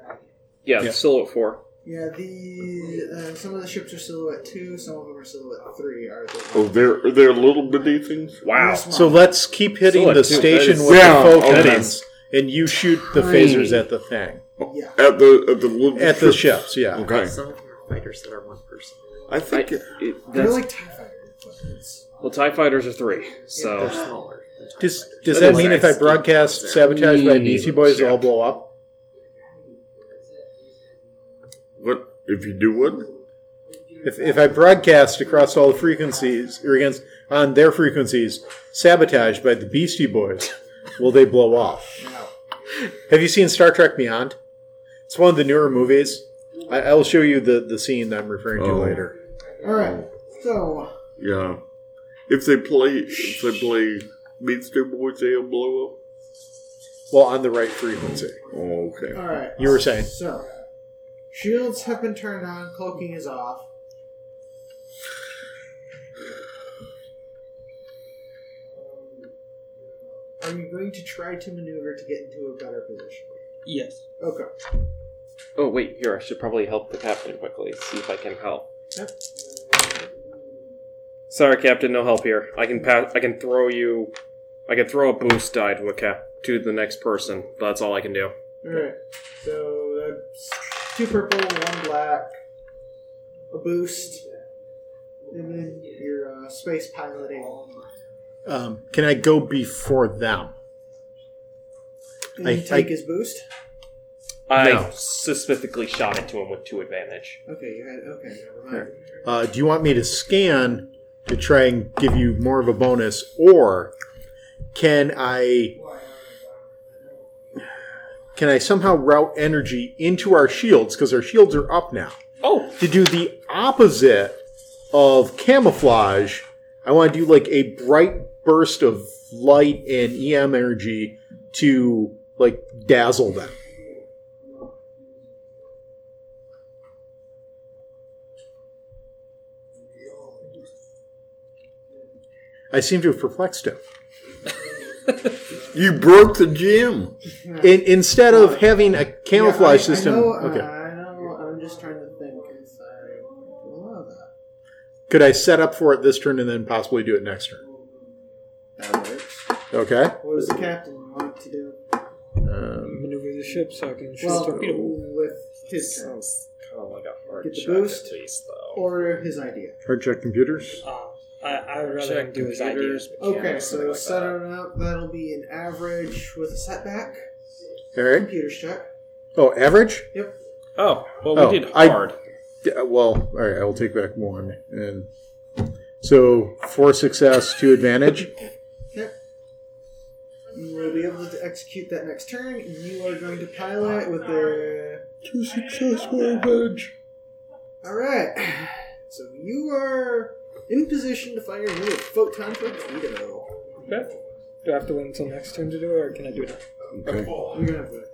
S3: Yeah,
S1: Yeah.
S3: still at four.
S8: Yeah, the uh, some of the ships are silhouette two, some of them are silhouette three. Are the
S4: Oh, they're they're little bitty things.
S3: Wow.
S1: So let's keep hitting
S3: So, like,
S1: the
S3: dude,
S1: station
S3: that is-
S1: with
S4: Yeah,
S1: the
S4: okay.
S1: focal guns, and you shoot the phasers at the thing
S8: yeah.
S4: At the at the little
S1: at the ships. Yeah,
S4: Okay,
S2: Some of them are fighters that are one person.
S4: I think
S8: They're like TIE fighter weapons.
S3: Well, TIE fighters are three, so
S2: They're smaller. than TIE
S1: Does
S2: fighters.
S1: does
S3: That
S1: that
S3: is
S1: mean if
S3: nice.
S1: I broadcast sabotage by Beastie Boys, they'll all blow up?
S4: what if you do what?
S1: If, if I broadcast across all frequencies or against on their frequencies, sabotage by the Beastie Boys, will they blow up? Have you seen Star Trek Beyond? It's one of the newer movies. I, I will show you the, the scene that I'm referring to
S4: Oh.
S1: later.
S8: All right. So
S4: Yeah. If they play, if they play Beastie Boys, they'll blow up.
S1: Well, on the right frequency.
S4: Oh, okay.
S8: all right.
S1: You were saying
S8: So, shields have been turned on, cloaking is off. Are you going to try to maneuver to get into a better position?
S6: Yes.
S8: Okay.
S3: Oh wait, here I should probably help the captain quickly. See if I can help.
S8: Yep.
S3: Sorry, captain, no help here. I can pass. I can throw you. I can throw a boost die to a cap to the next person. But that's all I can do.
S8: Alright. So, that's two purple, one black, a boost, and then your uh, space piloting.
S1: um, can I go before them?
S8: And
S1: I-
S8: you take
S1: I-
S8: his boost?
S3: I
S1: No.
S3: specifically shot it to him with two advantage.
S8: Okay, you had. Okay, never mind.
S1: Uh, do you want me to scan to try and give you more of a bonus, or can I can I somehow route energy into our shields because our shields are up now?
S2: Oh.
S1: to do the opposite of camouflage. I want to do like a bright burst of light and EM energy to like dazzle them. I seem to have perplexed him.
S4: You broke the gym.
S1: In, instead of having a camouflage
S8: Yeah, I-
S1: system,
S8: I know, uh,
S1: okay.
S8: I know. I'm just trying to think. It's, I don't allow that.
S1: Could I set up for it this turn and then possibly do it next turn?
S8: That works.
S1: Okay.
S8: What does the captain want to do?
S6: Maneuver the ship so I can shoot
S8: Well,
S6: the torpedo.
S8: with his turn.
S5: Kind of like a hard
S8: Get the
S5: shot
S8: boost.
S5: at least, though.
S8: or his idea.
S1: Hard check computers.
S6: Uh, I, I would rather
S5: Check
S6: him do his
S5: computers,
S6: ideas.
S8: Okay,
S5: mechanics, something
S8: so
S5: like
S8: set
S5: that.
S8: it up. That'll be an average with a setback.
S1: All right.
S8: Computer check.
S1: Oh, average.
S8: Yep.
S5: Oh, well,
S1: Oh,
S5: we did
S1: I-
S5: hard.
S1: Yeah, well, all right. I will take back one, and so four success, two advantage.
S8: Yep. You will be able to execute that next turn. and You are going to pilot with the.
S4: Two successful advantage.
S8: All right. (sighs) So you are in position to fire another photon torpedo.
S6: Okay. Do I have to wait until next turn to do it, or can I do it now?
S4: Okay.
S8: You're gonna have to.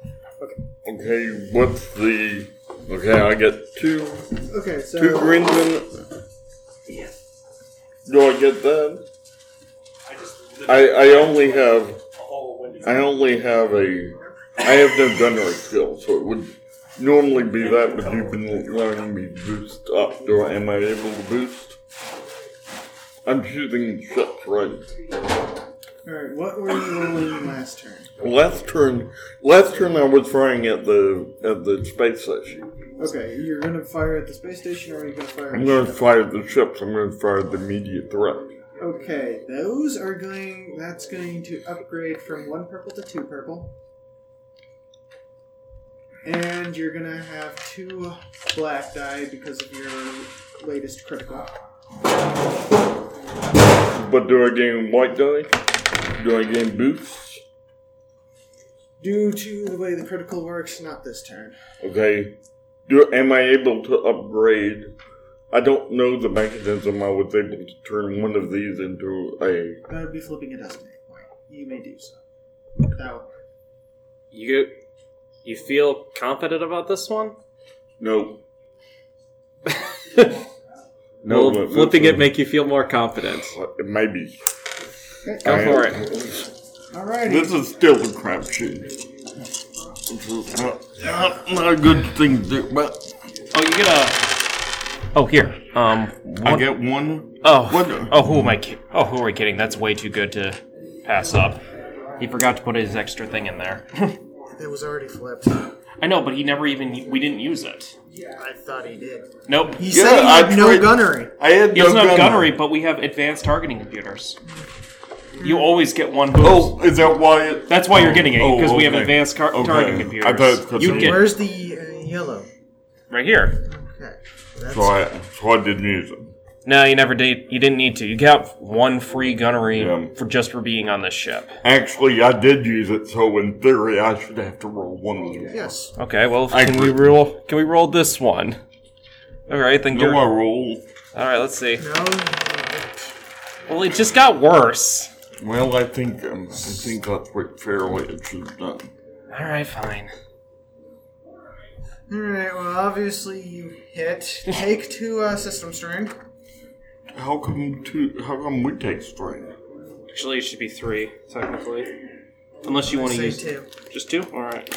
S4: Okay, what's the? Okay, I get two
S8: Okay, so
S4: two green men. Do I get that? I I only have I only have a I have no gunnery skill, so it would normally be that, but you've been letting me boost up. Do I, am I able to boost? I'm shooting shots right.
S8: all right. What were you rolling last turn?
S4: Last turn, last turn I was firing at the at the space station.
S8: Okay, you're gonna fire at the space station, or are you gonna fire?
S4: I'm
S8: at
S4: going
S8: the
S4: to
S8: ship?
S4: fire the ships. I'm going to fire the immediate threat.
S8: Okay, those are going. That's going to upgrade from one purple to two purple. And you're gonna have two black die because of your latest critical.
S4: But do I gain white die? Do I gain boosts?
S8: Due to the way the critical works, not this turn.
S4: Okay. Do am I able to upgrade? I don't know the mechanism. I was able to turn one of these into a.
S8: That would be flipping a destiny point. You may do so. Now,
S3: You you feel confident about this one? (laughs)
S4: No.
S3: Will
S4: but this
S3: flipping it
S4: one-
S3: make you feel more confident?
S4: It may be.
S3: Go
S4: I-
S3: for it.
S8: alrighty.
S4: This is still a crapshoot. This is not, not, not a good thing to do, but
S3: Oh, you get a. Oh, here. Um.
S4: I
S3: one-
S4: get one.
S3: oh.
S4: what-
S3: Oh, who am I? Ki- oh, who are we kidding? That's way too good to pass up. He forgot to put his extra thing in there. (laughs)
S8: It was already flipped. I
S3: I know, but he never even. We didn't use it.
S8: thought he did.
S3: Nope.
S8: He
S4: Yeah,
S8: said he
S4: I
S8: had no
S4: tried-
S8: gunnery.
S4: I had
S3: He
S4: no
S3: doesn't have
S4: gunner.
S3: gunnery, but we have advanced targeting computers. You always get one boost.
S4: Oh, is that why it?
S3: That's why you're getting it
S4: Oh,
S3: because we have
S4: okay.
S3: advanced car-
S4: Okay.
S3: targeting
S4: I thought it's
S3: computers.
S4: 'cause
S3: You
S4: of-
S3: get
S8: Where's the uh, yellow?
S3: right here.
S8: Okay, that's
S4: So I, so I didn't use it.
S3: No, you never did. You didn't need to. You got one free gunnery
S4: Yeah.
S3: for just for being on this ship.
S4: Actually, I did use it, so in theory, I should have to roll one of them.
S8: yes.
S3: Okay, well,
S4: I
S3: can we
S4: agree.
S3: roll? Can we roll this one? All right, then.
S4: No,
S3: you're-
S4: I roll.
S3: All right, let's see.
S8: No,
S3: Well, it just got worse.
S4: Well, I think um, I think that's what fairly it should have done.
S3: All right, fine.
S8: Alright, well, obviously you hit. Take two uh, system strain.
S4: How come two? How come we take strain?
S3: Actually, it should be three technically, unless you want to
S8: Say
S3: use
S8: two.
S3: just two. All right.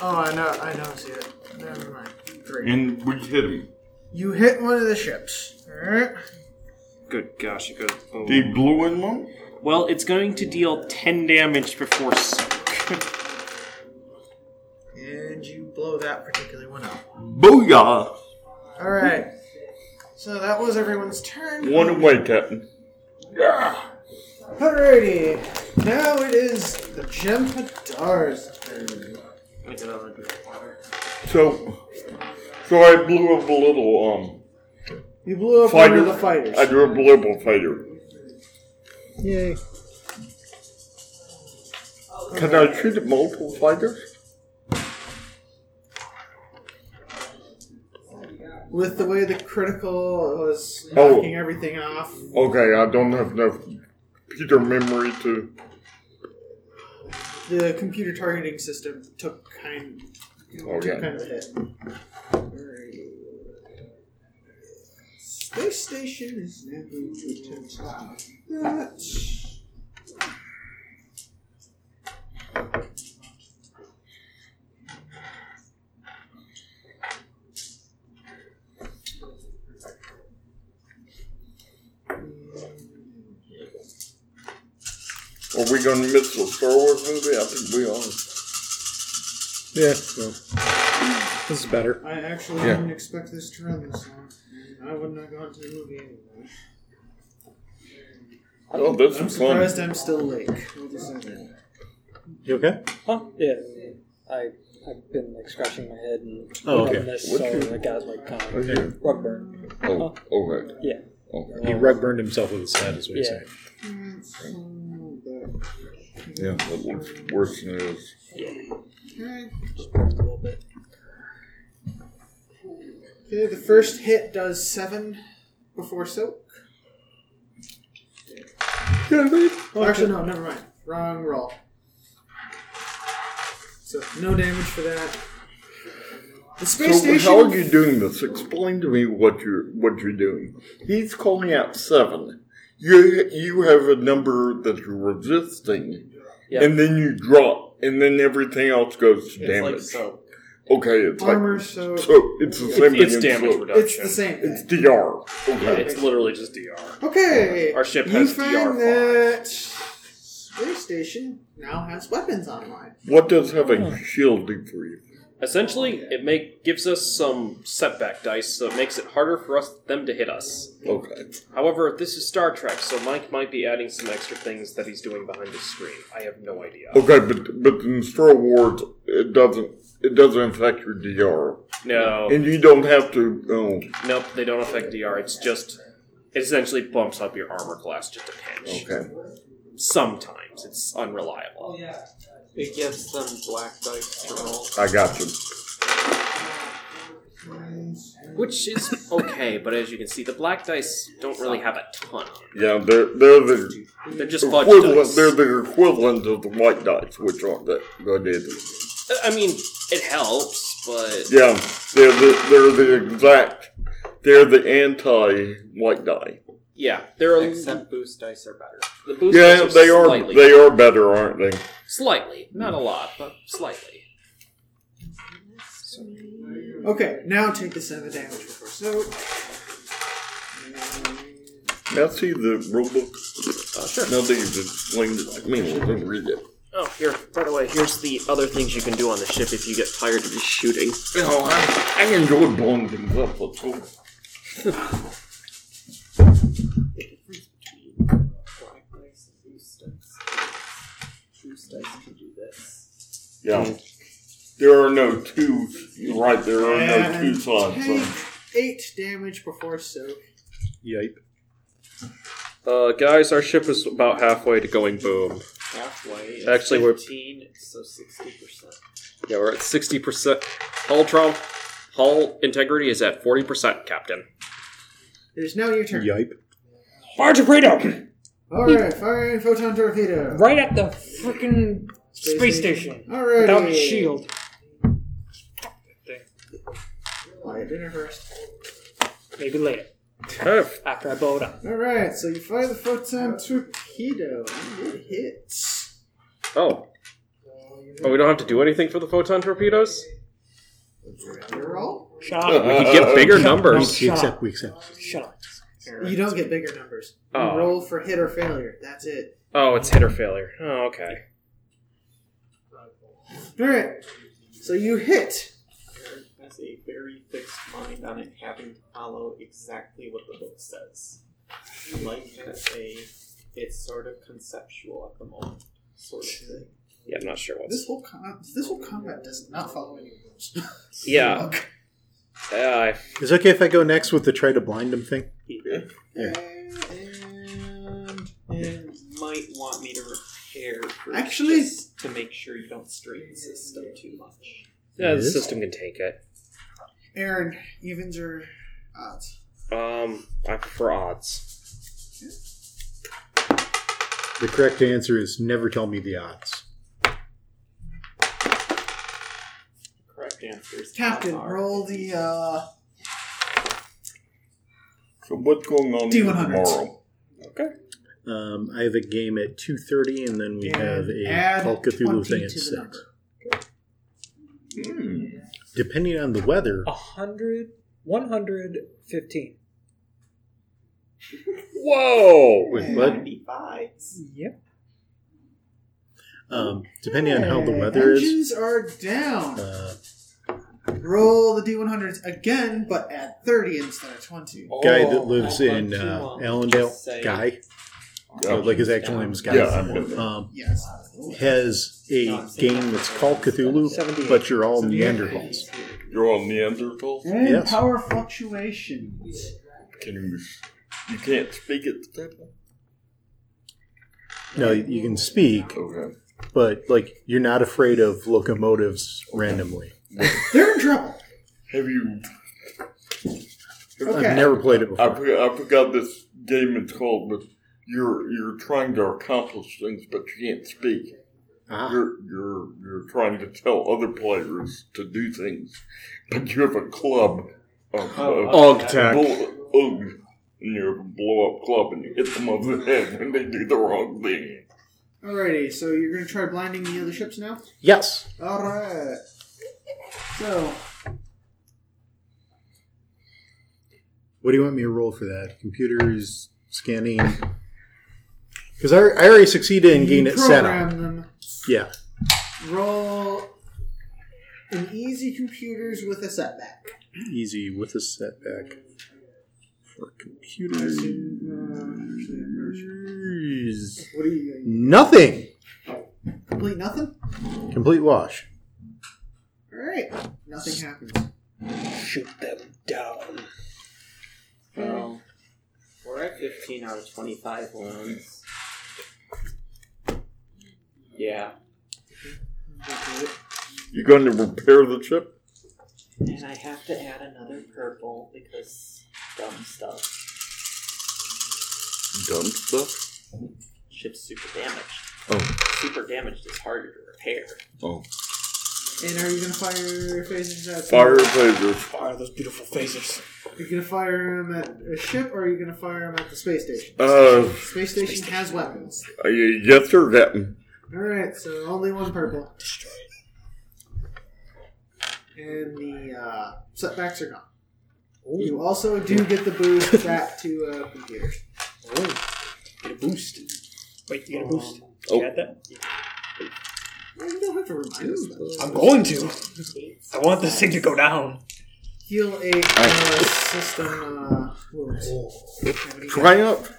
S8: Oh, I know, I know, see it. Never mind. Three.
S4: And we hit him.
S8: You hit one of the ships. Alright.
S3: Good gosh, it goes. boom.
S4: The blue and one.
S3: Well, it's going to deal ten damage before. s-
S8: And you blow that particular one up.
S4: Booyah!
S8: Alright. So that was everyone's turn.
S4: One away, Captain.
S8: Alrighty. Now it is the Jem'Hadar's turn.
S4: So, so I blew up a little
S8: You blew
S4: um
S8: up one
S4: fighter.
S8: of the fighters.
S4: I drew a blew up a fighter.
S8: Yay.
S4: Can I shoot at multiple fighters?
S8: with the way the critical was
S4: Oh.
S8: knocking everything off.
S4: Okay, I don't have enough Peter memory to.
S8: The computer targeting system took kind,
S4: Oh,
S8: took
S4: yeah.
S8: kind of a hit. Space station is now going to attempt that.
S4: Are we gonna miss the Star Wars movie? I think we are.
S1: Yeah. well, this is better.
S8: I actually
S4: Yeah.
S8: didn't expect this to run this long. I wouldn't have gone to the movie anyway.
S4: Oh, this
S8: I'm
S4: is fun.
S8: surprised I'm still awake. I'll just say that.
S1: You okay?
S6: Huh? Yeah. I I've been like scratching my head and
S1: Oh, okay.
S6: doing this,
S4: What's
S6: so
S4: your-
S6: I got like kind of
S4: Okay.
S6: rug burn.
S4: Oh, okay.
S6: Yeah.
S4: Okay.
S1: He rug burned himself with his head, is what he's
S6: Yeah.
S1: saying.
S4: Yeah, that looks worse than it is.
S8: Okay, the first hit does seven before soak. Oh, actually, no, never mind. Wrong roll. So, no damage for that. The space
S4: So
S8: station.
S4: how are you doing this? Explain to me what you're what you're doing. He's calling out seven. You you have a number that you're resisting,
S2: Yeah.
S4: and then you drop, and then everything else goes to
S2: It's
S4: damage.
S2: like so.
S4: Okay, it's
S8: Armor,
S4: like (laughs)
S8: so
S4: so. It's the same
S3: It's
S4: thing.
S3: damage
S4: so
S3: reduction.
S8: it's the same.
S4: It's DR.
S3: Yeah,
S4: Okay.
S3: it's literally just DR.
S8: Okay.
S3: Our ship
S8: you
S3: has
S8: find
S3: DR5.
S8: that space station now has weapons online.
S4: What does having shield do for you?
S3: Essentially, it make gives us some setback dice, so it makes it harder for us them to hit us.
S4: Okay.
S3: However, this is Star Trek, so Mike might be adding some extra things that he's doing behind the screen. I have no idea.
S4: Okay, but but in Star Wars, it doesn't it doesn't affect your DR,
S3: No,
S4: and you don't have to. Oh,
S3: nope, they don't affect DR. It's just it essentially bumps up your armor class just a pinch.
S4: okay.
S3: Sometimes it's unreliable.
S5: Oh,
S2: It gives them black dice to roll.
S4: I got you.
S5: (laughs)
S3: Which is okay, but as you can see, the black dice don't really have a ton. on
S4: Yeah, they're they're the
S3: them. They're just fudge
S4: equivalent.
S3: dice.
S4: They're the equivalent of the white dice, which aren't that good either.
S3: Uh, I- I mean, it helps, but
S4: Yeah, they're the they're the exact. They're the anti-white die.
S3: yeah, they're a,
S2: Except boost dice are better.
S3: the boost
S4: Yeah,
S3: dice
S4: they are
S3: slightly,
S4: they are better, aren't they?
S3: slightly, not a lot, but slightly.
S8: Okay, now take the seven damage before soak.
S4: Now see the rule book. Now that you've explained it to me, let me read it.
S5: Oh, here, by the way, here's the other things you can do on the ship if you get tired of just shooting.
S4: No, I, I enjoy blowing things up. Let's go.
S2: uh, Black dice and boost dice. Boost dice can do this.
S4: Yeah. There are no twos. You're right, there
S3: Oh,
S4: are no two
S8: And
S4: sides.
S8: take
S4: so-
S8: eight damage before soak.
S1: Yipe.
S3: Uh, guys, our ship is about halfway to going boom.
S2: Halfway. is
S3: Actually, we're-
S2: 15, so sixty percent.
S3: Yeah, we're at sixty percent. Hull Trump, hull integrity is at forty percent, Captain.
S8: It is now your turn.
S1: Yipe.
S6: Fire torpedo!
S8: Alright, firing photon torpedo.
S6: Right at the freaking space station.
S8: Alright.
S6: Without shield.
S8: Why dinner first.
S6: Maybe later. After I blow it up.
S8: Alright, so you fire the photon torpedo. and It hits.
S3: Oh, oh, we don't have to do anything for the photon torpedoes.
S8: Your roll?
S6: Shut up.
S3: We could get bigger numbers.
S1: We
S6: Shut
S1: accept.
S6: up.
S1: We accept.
S6: Shut up.
S8: You don't get bigger numbers. You
S3: Oh.
S8: roll for hit or failure. That's it.
S3: Oh, it's hit or failure. Oh, okay.
S8: Alright. So you hit.
S2: Eric has a very fixed mind on it having to follow exactly what the book says. Like has a, it's sort of conceptual at the moment, sort of thing.
S3: Yeah, I'm not sure what's.
S8: This whole com- this whole combat does not follow any rules. (laughs)
S3: Yeah. Uh,
S1: Is it okay if I go next with the try to blind him thing?
S2: And, and might want me to repair for
S8: Actually-
S2: just to make sure you don't strain the system too much.
S3: yeah, the
S1: Yes.
S3: system can take it.
S8: Aaron, evens or odds?
S3: Um, I prefer odds.
S1: The correct answer is never tell me the odds.
S2: Correct answers.
S8: Captain,
S2: are-
S8: roll the uh,
S4: (laughs) So what's going on
S8: D100s.
S4: tomorrow?
S1: Um, I have a game at 2.30, and then we
S8: and
S1: have a
S8: add
S1: Call of
S8: 20
S1: Cthulhu thing
S8: to
S1: at
S8: the
S1: 6.
S8: number.
S1: Depending on the weather,
S6: A hundred, one hundred fifteen.
S4: Whoa!
S1: wait, what?
S2: 95s.
S6: Yep.
S1: Um, depending on how the
S8: Okay,
S1: weather is,
S8: Engines are down.
S1: uh,
S8: Roll the D100s again, but at 30 instead of 20.
S1: guy that lives
S2: Oh,
S1: in
S2: too
S1: uh,
S2: long. Just
S1: Allendale,
S2: say-
S1: Guy, uh, like his actual name is Guy,
S4: Yeah, I know that.
S1: um,
S8: Yes.
S1: has a game that's called Cthulhu, but you're all Neanderthals.
S4: You're on Neanderthal?
S8: And
S1: Yes.
S8: power fluctuations.
S4: Can you, you can't speak at the table?
S1: No, you- you can speak,
S4: Okay.
S1: but like you're not afraid of locomotives randomly.
S8: They're in trouble.
S4: Have you...
S8: Okay.
S1: I've never played it
S4: I
S1: before.
S4: forgot, I forgot this game is called, but you're you're trying to accomplish things, but you can't speak.
S1: Ah,
S4: You're you're you're trying to tell other players to do things, but you have a club of of
S6: Oh,
S4: bull- og, and you have a blow up club, and you hit them over the (laughs) head when they do the wrong thing.
S8: Alrighty, so you're going to try blinding the other ships now?
S1: yes,
S8: Alright. So,
S1: what do you want me to roll for that? Computers scanning. Because I, I already succeeded in getting
S8: you
S1: it set up.
S8: program them.
S1: Yeah.
S8: Roll an easy computers with a setback.
S1: easy with a setback for
S8: I
S1: computers.
S8: assume, uh, actually, I'm not sure. What are you doing?
S1: Nothing.
S8: Complete nothing?
S1: Complete wash.
S8: Alright. Nothing happens.
S6: Shoot them down.
S2: Well, we're at 15 out of 25 ones. Yeah.
S4: You're going to repair the chip.
S2: And I have to add another purple because dumb stuff.
S4: Dumb stuff.
S2: Ship's super damaged.
S4: Oh.
S2: Super damaged is harder to repair.
S4: Oh,
S8: And are you going to fire phasers at
S4: fire phasers.
S6: Fire those beautiful phasers.
S8: You're gonna fire him at a ship, or are you gonna fire him at the space station?
S4: Uh,
S8: Space station has weapons.
S4: y- yes, sir, Captain.
S8: All right, so only one purple. And the uh, setbacks are gone. You also do get the boost back to uh, computers.
S6: Get a boost. Wait, you get a boost.
S4: Oh.
S6: You got that?
S8: Well, you don't have to remind us. Though.
S6: I'm going to. I want this thing to go down.
S8: Heal a uh, system uh, wounds.
S4: Triumph.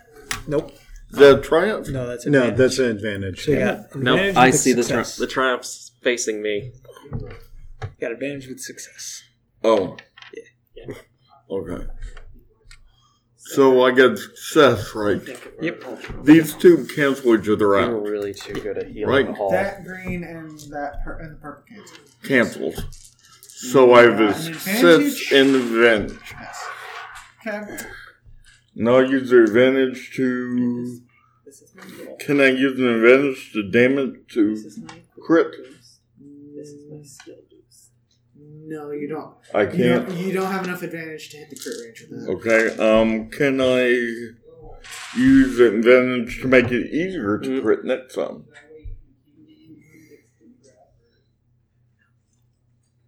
S6: Nope.
S4: The triumph.
S6: No, that's it.
S1: No, that's an advantage.
S6: So you got
S3: No,
S6: advantage
S3: I
S6: with
S3: see the, tri-
S6: success.
S3: the triumph's facing me.
S6: You got advantage with success.
S4: Oh. Okay. So I get success, right?
S6: Yep.
S4: These two cancel each other
S5: You were
S4: out.
S5: really too good at healing
S4: Right.
S5: the hall.
S8: That green and that per- and the purple cancel.
S4: Cancels. So I have a
S8: An
S4: success
S8: advantage?
S4: and advantage.
S8: Yes. Okay.
S4: Now I use the advantage to.
S2: This is my little.
S4: Can I use an advantage to damage
S2: This
S4: to
S2: is my quick
S4: Crit.
S2: boost. This is my skill boost.
S8: No, you don't.
S4: I
S8: You don't,
S4: can't.
S8: you don't have enough advantage to hit the crit range with that.
S4: Okay. Um. Can I use the advantage to make it easier
S5: Mm.
S4: to crit next time?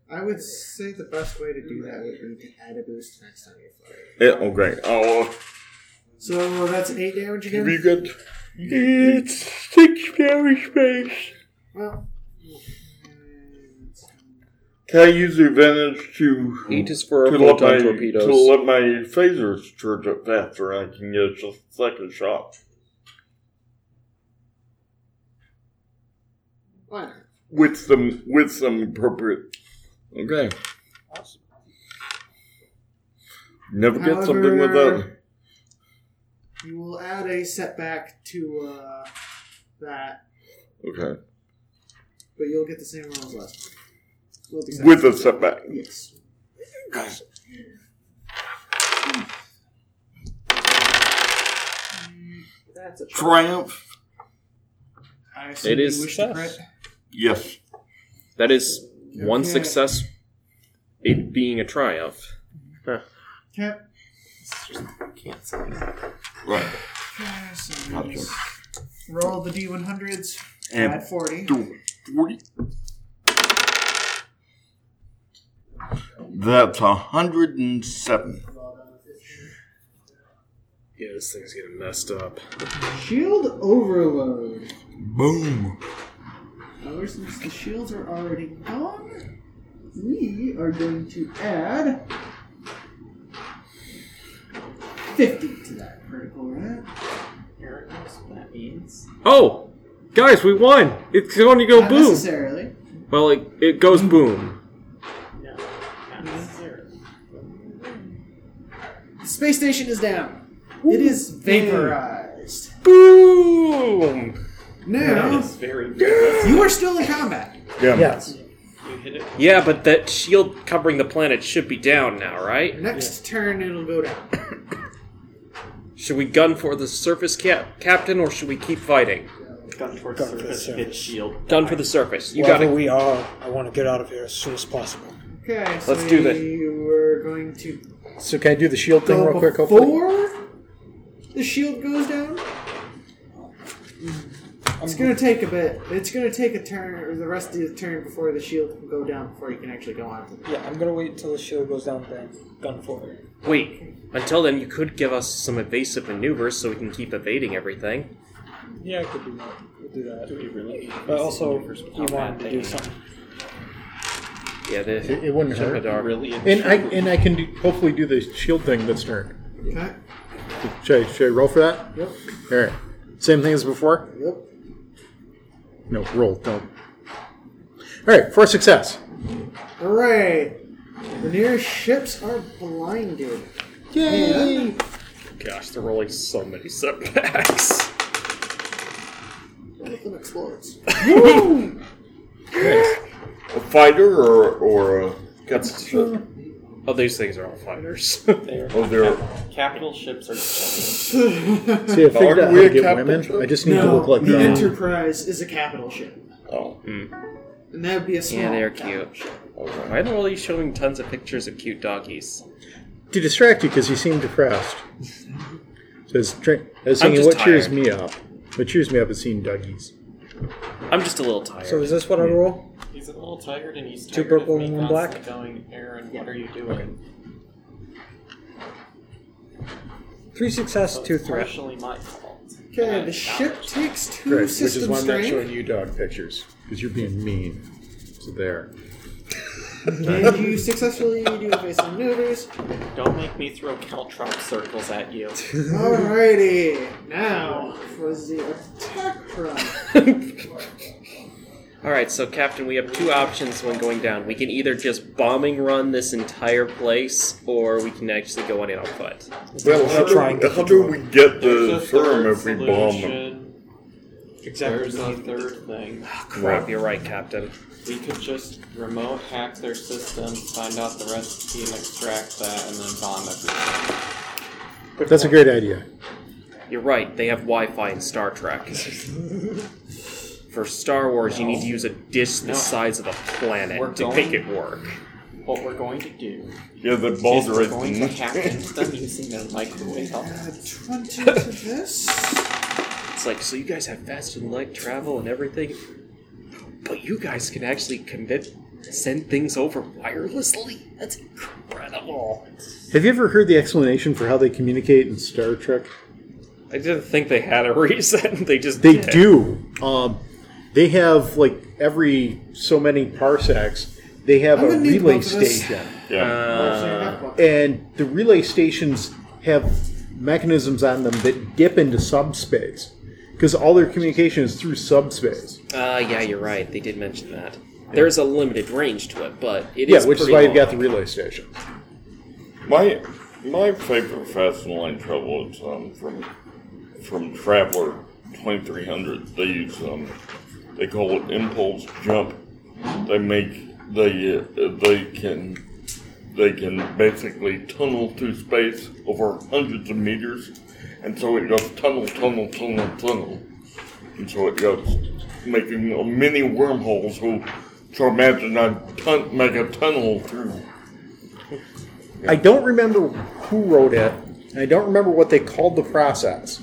S8: I would say the best way to do that would be to add a boost next time you fly.
S4: Yeah, okay. Oh,
S8: So that's eight damage
S4: uh, be
S8: again.
S4: good. It's six damage space.
S8: Well,
S4: Can I use the advantage to
S5: Eight is for
S4: to
S5: our
S4: let,
S5: proton
S4: my,
S5: torpedoes.
S4: to let my phasers charge up faster and I can get a second shot?
S8: why not?
S4: With some with some appropriate Okay. Never get something
S8: However-
S4: without
S8: You will add a setback to uh, that,
S4: Okay.
S8: but you'll get the same rolls last time. Well, the
S4: With a setback.
S8: yes.
S4: 'Cause-
S2: That's a tr-
S4: Triumph?
S8: I
S3: It is
S8: success.
S4: Yes.
S3: That is one
S8: Yeah.
S3: success, it being a triumph.
S8: Yep.
S4: Right.
S8: Yeah, so
S4: Not
S8: just Roll the d100s.
S4: And-
S8: Add 40.
S4: Do 40. That's 107.
S3: Yeah, this thing's getting messed up.
S8: Shield overload. Oh,
S4: Boom.
S8: However, since the shields are already gone, we are going to add 50 to that critical, right?
S2: Here it is, what that means.
S3: Oh! Guys, we won! It's going to go
S8: Not
S3: boom!
S8: necessarily.
S3: Well, it, it goes boom.
S2: No, not necessarily.
S8: The space station is down. It is vaporized.
S3: Boom!
S8: Now,
S2: It's very good.
S8: you are still in combat.
S4: Yeah.
S1: Yes.
S2: You hit it.
S3: Yeah, but that shield covering the planet should be down now, right?
S8: Next turn, it'll go down.
S3: Should we gun for the surface cap- captain or should we keep fighting?
S2: Gun towards
S6: Gun
S2: surface,
S6: towards
S2: hit shield.
S3: Gun for the surface. You got
S6: Wherever
S3: it.
S6: we are, I want to get out of here as soon as possible.
S8: Okay, so
S3: Let's do this.
S8: you were going to
S1: So can I do the shield thing real
S8: go
S1: quick? Hopefully.
S8: before the shield goes down. It's gonna take a bit. It's gonna take a turn or the rest of the turn before the shield can go down before you can actually go on. to-
S6: Yeah, I'm gonna wait until the shield goes down, then gun forward.
S3: Wait, until then, you could give us some evasive maneuvers so we can keep evading everything.
S6: Yeah, I could do that. We'll do that. But also, you wanted to do something.
S3: Yeah, the
S1: It, it wouldn't hurt.
S3: Dark.
S2: Really
S1: And I and I can do, hopefully do the shield thing this turn.
S8: Okay.
S1: Should I, should I roll for that?
S8: Yep.
S1: All right. Same thing as before.
S8: Yep.
S1: No, roll. Don't. All right, for success.
S8: Hooray! The nearest ships are blinded.
S1: Yay!
S3: Gosh, they're rolling so many setbacks.
S8: One of
S1: (laughs)
S8: them explodes.
S4: A fighter or, or a gunsmith?
S3: (laughs) Oh, these things are all fighters. (laughs)
S4: Oh, they're.
S2: Capital ships are just
S1: See, I figured out how
S4: we
S1: to
S4: a
S1: get
S4: capital
S1: women.
S4: ship?
S1: I just need to look like
S8: the
S1: them.
S8: Enterprise is a capital ship,
S4: Oh,
S8: and that would be a small.
S3: yeah, they're
S8: capital
S3: cute.
S8: ship.
S3: Why are they really showing tons of pictures of cute doggies?
S1: To distract you because you seem depressed. Says, drink. I was
S3: I'm
S1: thinking, what
S3: just
S1: cheers
S3: tired.
S1: me up? What cheers me up is seeing Dougie's.
S3: I'm just a little tired.
S6: So is this what I roll?
S2: He's a little tired and he's
S6: Two
S2: tired
S6: purple
S2: of me
S6: and one
S2: constantly
S6: black?
S2: going, Aaron, what are you doing?
S6: Three success,
S2: So
S6: two
S2: it's
S6: threat.
S2: partially my fault.
S8: Okay, the ship takes two
S1: Right, which is
S8: system
S1: why I'm not
S8: strain.
S1: showing you dog pictures because you're being mean. So there.
S8: Did you successfully do evasive maneuvers?
S2: Don't make me throw caltrop circles at
S3: (laughs)
S2: you.
S8: Alrighty, now for the attack run.
S3: Alright, so Captain, we have two options when going down. We can either just bombing run this entire place, or we can actually go on in on foot.
S4: well,
S6: We're
S4: how
S6: trying
S4: do,
S6: to-
S4: how do we get the
S2: There's a third
S4: serum if we bomb them?
S2: solution. There's a third thing.
S3: Crap, you're right, Captain.
S2: We could just remote hack their system, find out the recipe, and extract that, and then bomb everything.
S1: That's a great idea.
S3: You're right, they have Wi Fi in Star (laughs) Trek. For Star Wars, you need to use a dish the
S2: No.
S3: size of a planet
S2: We're
S3: to
S2: going-
S3: make it work.
S2: What we're going to do
S4: Yeah, the
S2: is
S4: boulder
S2: we're
S4: is
S2: going to hack into them using their microwave oven.
S8: Add 20 to
S3: Uh,
S8: this.
S3: It's like, so you guys have fast and light travel and everything, but you guys can actually commit, send things over wirelessly? That's incredible.
S1: Have you ever heard the explanation for how they communicate in Star Trek?
S3: I didn't think they had a reason. (laughs) They just
S1: They
S3: did.
S1: do. Um, they have like every so many parsecs. They have
S8: I'm
S1: a
S8: gonna need
S1: relay
S8: both of this.
S1: station,
S4: Yeah.
S8: Uh,
S1: and the relay stations have mechanisms on them that dip into subspace because all their communication is through subspace.
S3: Uh, yeah, you're right. They did mention that. There's a limited range to it, but it
S1: Yeah,
S3: is
S1: which is
S3: pretty
S1: why you've got the
S3: long.
S1: relay station.
S4: My my favorite Fast and Line Trouble is um, from from Traveler 2300. They use um, they call it impulse jump. They make they uh, they can they can basically tunnel through space over hundreds of meters, and so it goes tunnel, tunnel, tunnel, tunnel, and so it goes, making many wormholes. So, so imagine I tun- make a tunnel through.
S1: I don't remember who wrote it, and I don't remember what they called the process.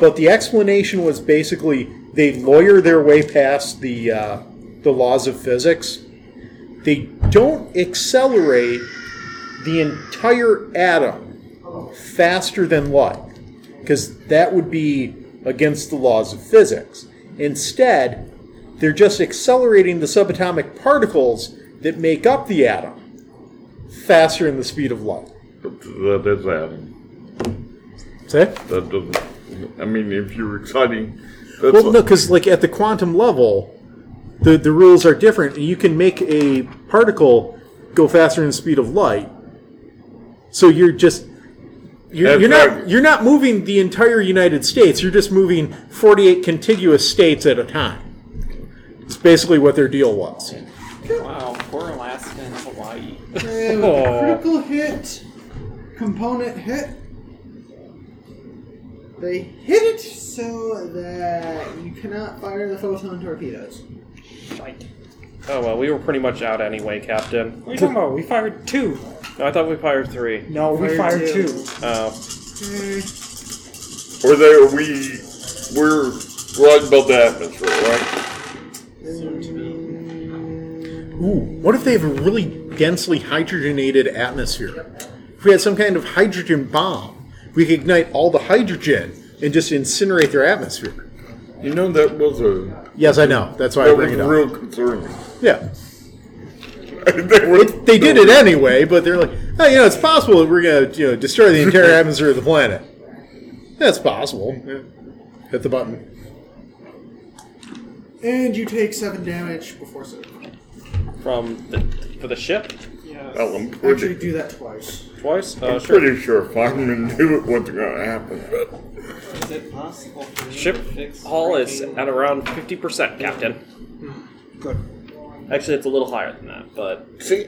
S1: But the explanation was basically they lawyer their way past the uh, the laws of physics. They don't accelerate the entire atom faster than light because that would be against the laws of physics. Instead, they're just accelerating the subatomic particles that make up the atom faster than the speed of light.
S4: But that is Adam.
S1: See?
S4: That doesn't. I mean, if you're exciting, that's
S1: Well, no, because like at the quantum level, the the rules are different. You can make a particle go faster than the speed of light, so you're just you're,
S4: That's
S1: you're
S4: right.
S1: not you're not moving the entire United States. You're just moving 48 contiguous states at a time. It's basically what their deal was.
S2: Wow, poor Alaska and Hawaii.
S8: And with the critical hit, component hit. They hit it so that you cannot fire the photon torpedoes.
S6: Shite.
S3: Oh well, we were pretty much out anyway, Captain.
S6: What are you talking about? We fired two.
S3: No, I thought we fired three.
S6: No, we
S8: Fired
S6: fired
S8: two.
S6: two.
S3: Oh,
S8: Okay.
S4: or there we we're right above the atmosphere, right?
S1: Ooh, what if they have a really densely hydrogenated atmosphere? If we had some kind of hydrogen bomb, we could ignite all the hydrogen and just incinerate their atmosphere.
S4: You know that was a
S1: Yes, I know. That's why I
S4: that
S1: bring
S4: was
S1: it up.
S4: real concerning. (laughs)
S1: yeah.
S4: they were
S1: It, they did it anyway, but they're like, oh, you know, it's possible that we're going to you know, destroy the
S4: (laughs)
S1: entire atmosphere of the planet. That's possible. Yeah. Hit the button.
S8: And you take seven damage before seven.
S3: from the for the ship
S4: Well, I'm
S8: Actually,
S4: pretty,
S8: do that twice.
S3: twice. Uh,
S4: I'm
S3: sure.
S4: pretty sure Feynman (laughs) knew it wasn't going to happen. But
S9: Is it possible for you
S3: Ship
S9: to fix
S3: hull is
S9: breaking-
S3: at around fifty percent, Captain. Good. Actually, it's a little higher than that, but
S4: see,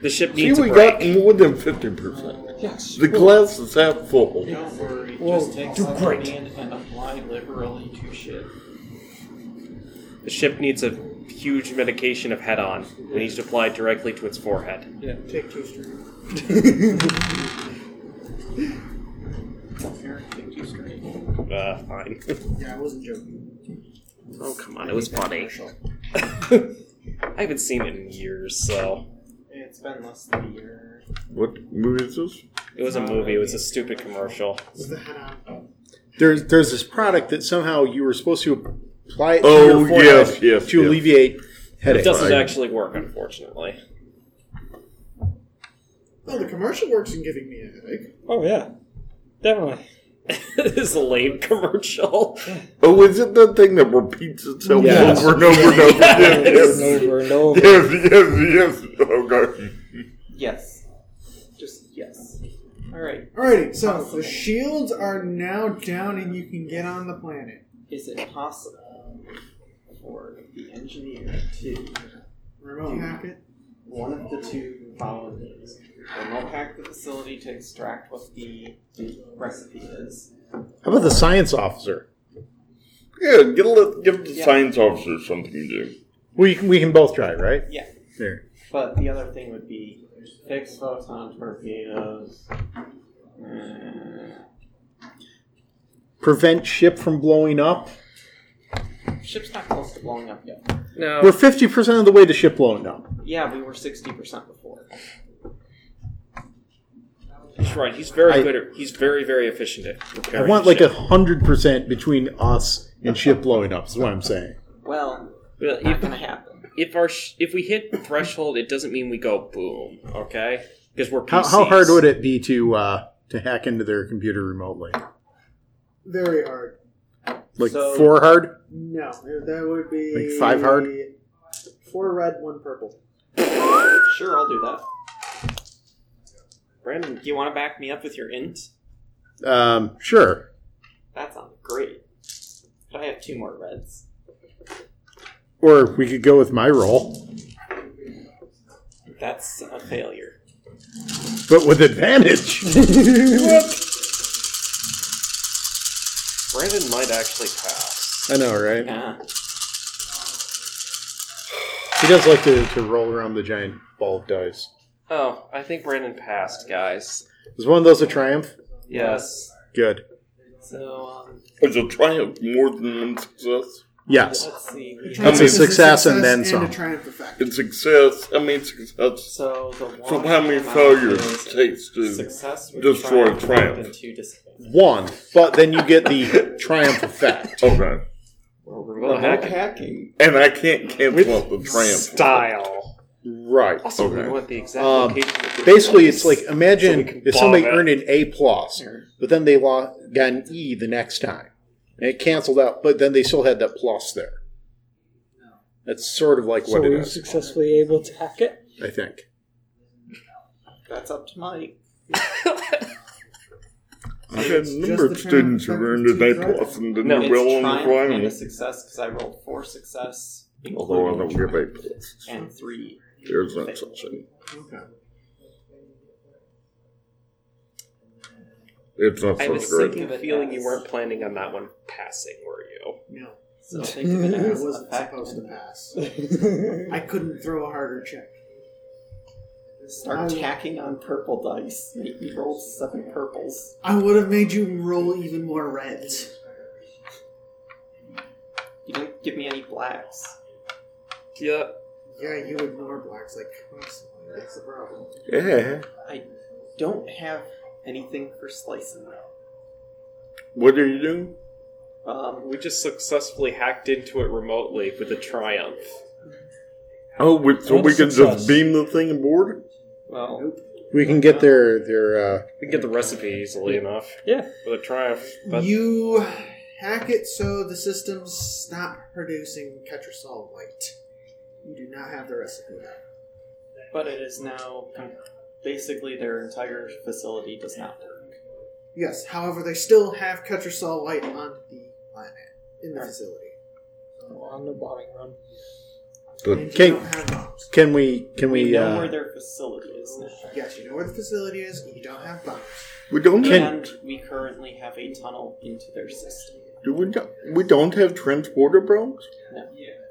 S3: the ship
S4: see,
S3: needs a
S4: we
S3: break.
S4: got more than fifty percent.
S2: Yes.
S4: The glass is half full.
S2: Don't worry.
S6: Well,
S2: just take
S6: do
S2: something
S6: great.
S2: in and apply liberally to shit.
S3: The ship needs a huge medication of head-on. It needs to apply directly to its forehead.
S8: Take two strings.
S2: Eric, take two straight.
S3: Uh, fine. (laughs)
S8: Yeah, I wasn't joking.
S3: oh come on, it was (laughs) funny. I haven't seen it in years, so
S2: It's been less than a year.
S4: What movie is this?
S3: it was a movie. It was a stupid commercial.
S8: It's the head on.
S1: There's, there's this product that somehow you were supposed to apply it to
S4: Oh,
S1: your forehead
S4: yes, yes,
S1: to
S4: yes.
S1: alleviate
S3: It
S1: headaches.
S3: doesn't
S4: Right.
S3: actually work, unfortunately. (laughs)
S8: Oh, the commercial works in giving me a headache.
S6: Oh yeah, definitely.
S3: this is a lame commercial.
S4: Oh, is it that thing that repeats itself
S1: Yes.
S4: over and over and over? yes, yes, yes,
S6: Over and over.
S4: yes, Oh, yes. Okay.
S2: Yes. Just yes. All right.
S8: Alrighty, so the shields are now down and you can get on the planet.
S2: Is it possible for the engineer to
S8: Remote hack it.
S2: one of the two follow these? Remote hack the facility to extract what the recipe is.
S1: How about the science officer?
S4: Yeah, give, let, give the
S2: Yeah.
S4: science officer something to do.
S1: We can, we can both try, right?
S2: Yeah.
S1: There.
S2: But the other thing would be fix photon torpedoes. Mm.
S1: Prevent ship from blowing up.
S2: Ship's not close to blowing up yet.
S1: We're 50% of the way to ship blowing up.
S2: Yeah, we were sixty percent before.
S3: That's right. He's very
S1: I-
S3: good. At, he's very, very efficient at
S1: I
S3: repairing.
S1: want like a
S3: ship.
S1: 100% between us and ship blowing up, is what I'm saying.
S2: Well,
S3: Well,
S2: not
S3: if,
S2: gonna happen.
S3: if our sh- if we hit threshold, it doesn't mean we go boom. Okay, because we're
S1: How,
S3: PCs.
S1: how hard would it be to uh, to hack into their computer remotely?
S8: Very hard.
S1: Like
S2: So-
S1: four hard?
S8: No, that would be
S1: Like five hard?
S8: Four red, one purple.
S2: Sure, I'll do that.
S3: Brandon,
S2: Do you want to back me up with your int?
S1: Um, sure.
S2: That sounds great. But I have two more reds.
S1: Or we could go with my roll.
S2: That's a failure.
S1: But with advantage.
S5: Brandon might actually pass.
S1: (laughs) I know, right?
S2: Yeah.
S1: He does like to, to roll around the giant ball of dice.
S5: Oh, I think Brandon passed, guys.
S1: Is one of those a triumph?
S5: Yes.
S1: Good.
S2: So um,
S4: Is a triumph more than one success?
S1: Yes.
S2: let's see.
S1: That's a success and then
S8: some.
S1: some.
S8: a triumph effect.
S4: It's success. I mean, success.
S2: So the one
S4: From how many
S2: amount
S4: failures
S2: is
S4: it takes to.
S2: Success with
S4: destroy
S2: triumph,
S4: triumph.
S2: and two disadvantages.
S1: One, but then you get the triumph effect.
S4: Okay.
S5: Well, heck,
S2: hacking.
S4: And I can't cancel out the triumph.
S6: Style.
S1: Right.
S5: also we
S4: Okay.
S5: want the exact
S1: Um,
S5: location. of the
S1: Basically,
S5: device.
S1: it's like
S5: So we
S1: imagine
S5: can
S1: if somebody
S5: bomb it.
S1: earned an A plus, but then they lo- got an E the next time, and it canceled out, but then they still had that plus there. That's sort of like
S6: So
S1: what
S6: we
S1: it
S6: were
S1: is,
S6: successfully able to hack it.
S1: I think.
S2: That's up to Mike.
S4: I've had a number of
S8: just the
S4: students who
S8: triumph
S4: earned an A
S8: effect.
S4: plus and didn't
S5: No,
S4: do
S2: It's
S4: well on the
S2: triumph and a
S4: triumph.
S2: success because I rolled four success
S4: Although I don't give A plus.
S2: and three.
S4: There's not such thing. It's not
S5: I was
S4: such great.
S5: thinking,
S2: Good.
S5: feeling you weren't planning on that one passing, were you?
S8: No,
S2: So think of it
S8: I
S2: as a
S8: wasn't
S2: fact.
S8: supposed to pass.
S6: (laughs)
S8: I couldn't throw a harder check.
S2: Start tacking on purple dice. Make me roll seven purples.
S8: I would have made you roll even more reds.
S2: You didn't give me any blacks.
S5: Yeah.
S8: Yeah, you ignore blacks like constantly. That's the problem.
S4: Yeah.
S2: I don't have anything for slicing though.
S4: What are you doing?
S2: Um,
S5: We just successfully hacked into it remotely with a triumph.
S4: Oh, we, so
S6: One
S4: we can
S6: success.
S4: just beam the thing aboard?
S2: well,
S1: We can get their their. Uh,
S5: We can get the recipe easily enough
S6: Yeah.
S5: with a triumph. But
S8: You hack it so the systems stop producing Ketrasol light. You do not have the recipe now.
S2: but it is now basically their entire facility does not work.
S8: Yes, however, they still have Ketrasol light on the planet, in the facility.
S6: On the bombing run.
S8: And you
S1: Okay.
S8: don't have bombs.
S1: can we? Can
S2: We,
S1: we?
S2: know
S1: Uh,
S2: where their facility is now.
S8: Yes, you know where the facility is, and you don't have bombs.
S4: We don't have,
S2: and we currently have a tunnel into their system.
S4: do we, not, we don't have transporter bros?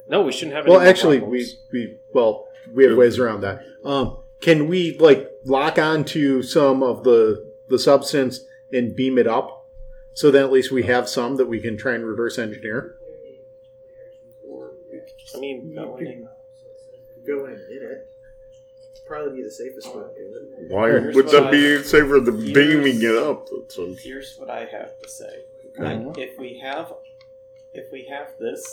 S5: no, we shouldn't have. any
S1: well,
S5: more
S1: actually, we
S5: problems.
S1: we well we have ways around that. Um, can we like lock onto some of the the substance and beam it up, so that at least we have some that we can try and reverse engineer?
S2: Or we could just
S5: I mean,
S2: go in and
S8: Go in and get it. Probably be the safest way to do it.
S4: Why
S2: Here's
S4: Hmm. would
S2: what
S4: that
S2: I-
S4: be safer than
S2: Here's-
S4: beaming it up? That's a-
S2: here's what I have to say.
S4: Okay.
S2: Like, if we have if we have this,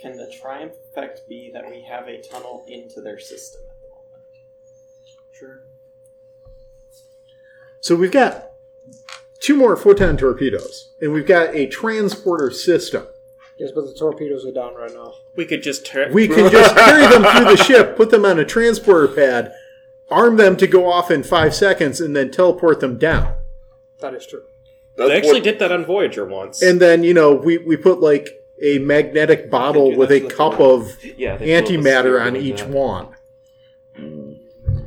S2: can the triumph effect be that we have a tunnel into their system at the moment?
S8: Sure.
S1: So we've got two more photon torpedoes, and we've got a transporter system.
S6: Yes, but the torpedoes are down right now.
S5: we could just turn.
S1: We can just carry them through the ship, put them on a transporter pad, arm them to go off in five seconds, and then teleport them down.
S6: That is true.
S4: That's
S5: they actually
S4: what-
S5: did that on Voyager once.
S1: And then, you know, we, we put like a magnetic bottle with a cup of
S5: yeah, they blew up the sphere
S1: antimatter on
S5: doing
S1: each
S5: that. Mm.
S1: wand.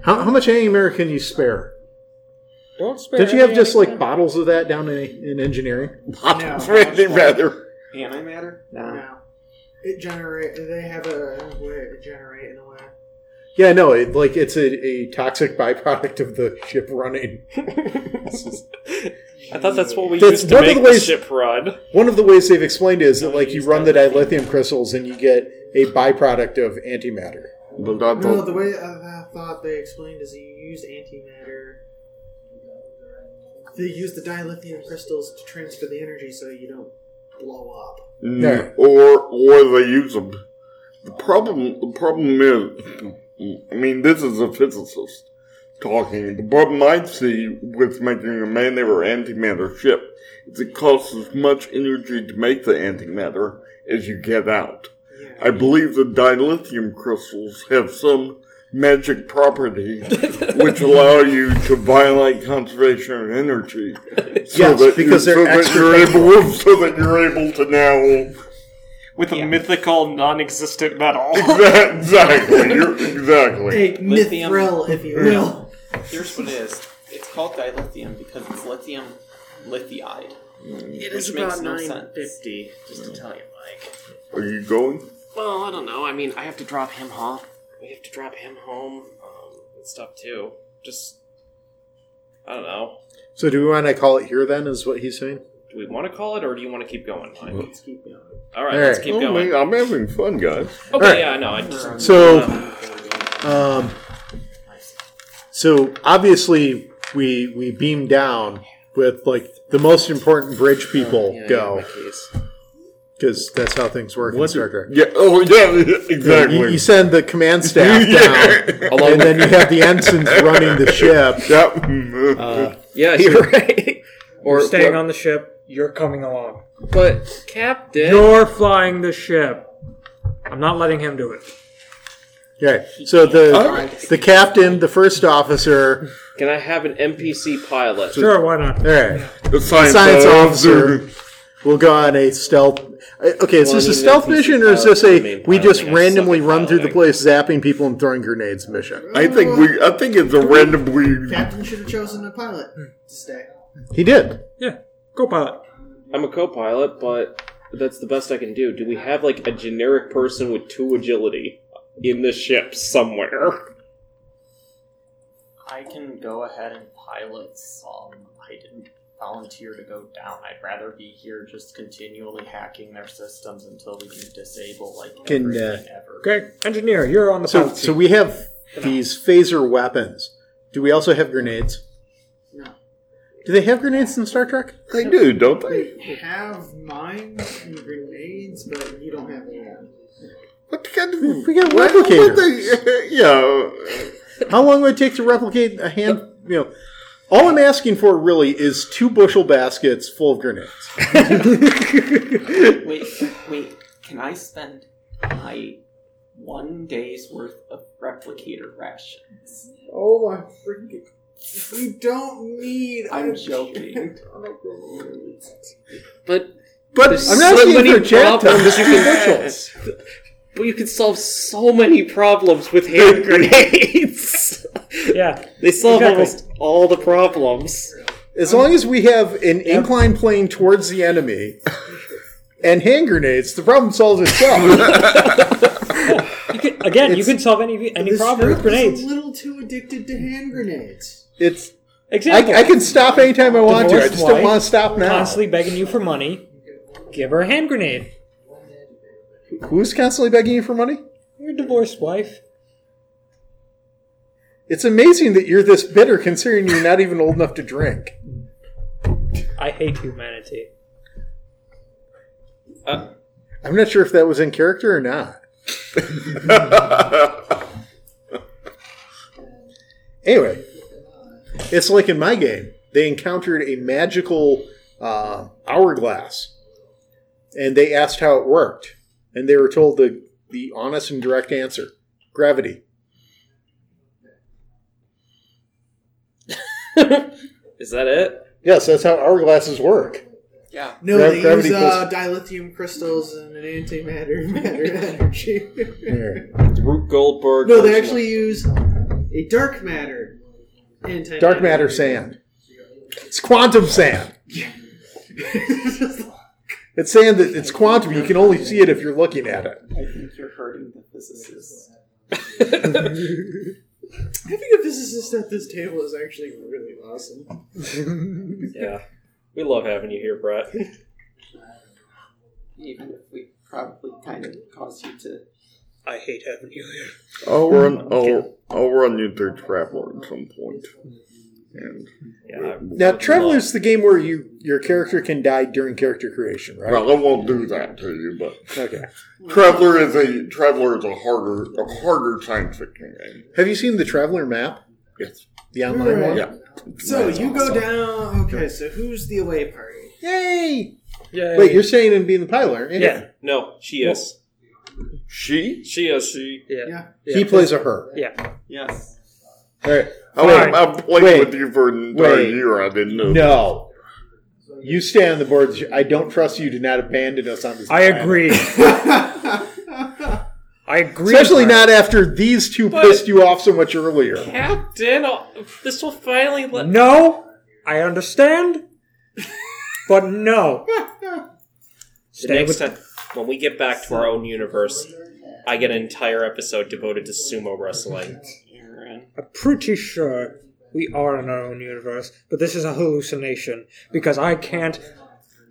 S1: How, how much antimatter can you spare?
S6: Don't spare.
S1: Don't you have just
S6: any-
S1: like bottles of that down in, in engineering?
S8: No.
S4: Randy Rather.
S2: Antimatter? No.
S8: Now, it generate. They have a way to generate in a way.
S1: Yeah, no, it, like it's a, a toxic byproduct of the ship running.
S5: I thought that's what we
S1: That's
S5: used to
S1: one of
S5: make
S1: the
S5: the,
S1: ways-
S5: ship run.
S1: One of the ways they've explained it is that like you
S2: use
S1: run the
S2: that.
S1: dilithium crystals and you get a byproduct of antimatter.
S4: But I
S8: No,
S4: thought
S8: the way uh, I, I thought they explained is you use antimatter. They use the dilithium crystals to transfer the energy so you don't blow up.
S1: No.
S4: Mm, or or they use them. The problem the problem is, I mean, this is a physicist talking. The problem I see with making a man-ever antimatter ship is it costs as much energy to make the antimatter as you get out.
S8: Yeah.
S4: I believe the dilithium crystals have some magic property
S5: (laughs)
S4: which allow you to violate conservation of energy. So
S1: Yes,
S4: that
S1: because
S4: you,
S1: they're extra
S4: you're able, (laughs) so that you're able to now
S5: With a mythical, non-existent metal.
S4: (laughs) exactly you're, exactly.
S8: A
S2: Lithium.
S8: mithril, if you will.
S2: (laughs) Here's what it is. It's called dilithium because it's lithium lithiide.
S1: Mm.
S5: It
S2: is
S5: is
S2: Which makes
S5: about
S2: about no
S5: nine
S2: 9.50,
S5: fifty, just to tell you, Mike.
S4: Are you going?
S5: Well, I don't know. I mean, I have to drop him home. We have to drop him home um, and stuff too. Just, I don't know.
S1: So do we want to call it here then? Is what he's saying?
S5: Do we want to call it, or do you want to keep going? Mike?
S2: Let's keep going.
S5: All right,
S1: All
S5: let's
S1: right.
S5: keep
S4: Oh,
S5: going.
S4: man, I'm having fun, guys.
S5: Okay,
S1: All right.
S5: yeah, I know. I just
S1: So, um, so obviously we we beam down with like the most important bridge people go because that's how things work in Star Trek.
S4: Yeah. Oh, yeah. (laughs) Exactly.
S1: You, you send the command staff
S4: (laughs) Yeah.
S1: down, (laughs) and then you have the ensigns running the ship.
S4: That- (laughs)
S3: Yeah,
S1: (laughs) You're
S3: sure.
S1: right.
S3: Or,
S6: Staying
S3: or-
S6: on the ship, you're coming along.
S3: but Captain.
S6: You're flying the ship. I'm not letting him do it.
S1: Okay, so the the captain, the first officer,
S3: Can I have an NPC pilot?
S6: Sure, why not?
S1: all right,
S4: the science,
S1: science
S4: officer.
S1: officer will go on a stealth. uh, Okay, is
S3: Well,
S1: this
S3: I
S1: a
S3: mean,
S1: stealth
S3: NPC
S1: mission or is
S3: pilots
S1: this
S3: are the main
S1: a we
S3: pilot
S1: just
S3: thing. I suck at
S1: randomly run through the
S3: piloting.
S1: place, zapping people and throwing grenades mission?
S4: I think we. I think it's a randomly.
S8: Captain should have chosen a pilot
S1: Hmm.
S8: to stay.
S1: He did.
S6: Yeah, go pilot.
S3: I'm a co-pilot, but that's the best I can do. Do we have like a generic person with two agility in the ship somewhere?
S2: I can go ahead and pilot some. I didn't volunteer to go down. I'd rather be here just continually hacking their systems until we can disable like
S1: Can,
S2: everything
S1: uh,
S2: ever.
S6: Okay, engineer, you're on the
S1: So
S3: Oh,
S6: pilot seat.
S1: so we have these phaser weapons. Do we also have grenades?
S8: No.
S1: Do they have grenades in Star Trek?
S4: They do, don't they?
S8: They have mines and grenades, but you don't have any.
S4: What kind of?
S1: We got
S4: What, what
S1: replicators.
S4: they, (laughs) yeah.
S1: How long would it take to replicate a hand? You know, all I'm asking for really is two bushel baskets full of grenades.
S2: Wait, wait. Can I spend my one day's worth of replicator rations?
S8: Oh my freaking! You don't need.
S2: I'm joking.
S3: But
S1: But
S3: There's
S1: I'm not
S3: so
S1: asking
S3: many
S1: for jack time, (laughs)
S3: problems
S1: just
S3: you
S1: two
S3: can- (laughs)
S1: bushels.
S3: but you can solve so many problems with hand grenades. (laughs)
S6: yeah,
S3: they solve
S6: Exactly.
S3: almost all the problems.
S1: As long as we have an incline plane towards the enemy (laughs) and hand grenades, the problem solves itself.
S6: you can, again, you can solve any any problem with grenades.
S8: A little too addicted to hand grenades.
S1: it's
S6: Exactly.
S1: I, I can stop anytime I want to. I
S6: Divorced
S1: just don't
S6: wife,
S1: want to stop now.
S6: constantly begging you for money. Give her a hand grenade.
S1: Who's constantly begging you for money?
S6: Your divorced wife.
S1: It's amazing that you're this bitter, considering you're not even old enough to drink.
S6: I hate humanity.
S1: I'm not sure if that was in character or not. Anyway, it's like in my game. They encountered a magical uh, hourglass, and they asked how it worked, and they were told the the honest and direct answer: gravity.
S3: Is that it?
S1: Yes, that's how hourglasses work.
S2: Yeah.
S8: No,
S1: Grav-
S8: they
S1: gravity
S8: use uh, dilithium crystals and an antimatter (laughs) matter
S1: (laughs)
S8: energy.
S1: There.
S3: Root Goldberg.
S8: no, they
S3: version
S8: actually use a dark matter. Antimatter.
S1: Dark
S8: (laughs)
S1: matter sand. It's quantum sand. It's sand that it's quantum. You can only see it if you're looking at it.
S2: I think you're hurting the physicists.
S8: Having a physicist at this table is actually really awesome.
S3: of- Yeah. We love having you here, Brett.
S2: Even if we probably kind of caused you to
S6: I hate having you here.
S4: I'll run.
S1: Mm,
S4: I'll, I'll run you through Traveler at some point. And
S3: Yeah,
S1: Now, Traveler is the game where you your character can die during character creation, right?
S4: well, I won't do that to you, but
S1: Okay.
S4: Traveler is a Traveler is a harder a harder science fiction game.
S1: Have you seen the Traveler map?
S4: Yes.
S1: The online one?
S4: Yeah.
S8: So you go down. Okay, so who's the away party?
S1: Yay!
S6: Yeah.
S1: Wait, you're saying and being the pilot, aren't you?
S6: yeah.
S3: No, she is.
S4: She?
S3: She is. She.
S6: Yeah.
S8: Yeah.
S1: He plays a her.
S6: Yeah.
S2: Yes.
S1: All right.
S4: I
S6: Fine.
S4: went, I played
S1: Wait.
S4: with you for an entire
S1: Wait.
S4: year. I didn't know.
S1: No. You stay on the board. I don't trust you to not abandon us on this.
S6: I
S1: planet.
S6: agree. I agree.
S1: Especially
S6: with her.
S1: not after these two pissed you off so much earlier.
S5: Captain, I'll- this will finally let.
S6: No, I understand, but no.
S5: The
S6: Stay
S5: next
S6: with
S5: time, when we get back to our own universe, I get an entire episode devoted to sumo wrestling.
S6: I'm pretty sure we are in our own universe, but this is a hallucination because I can't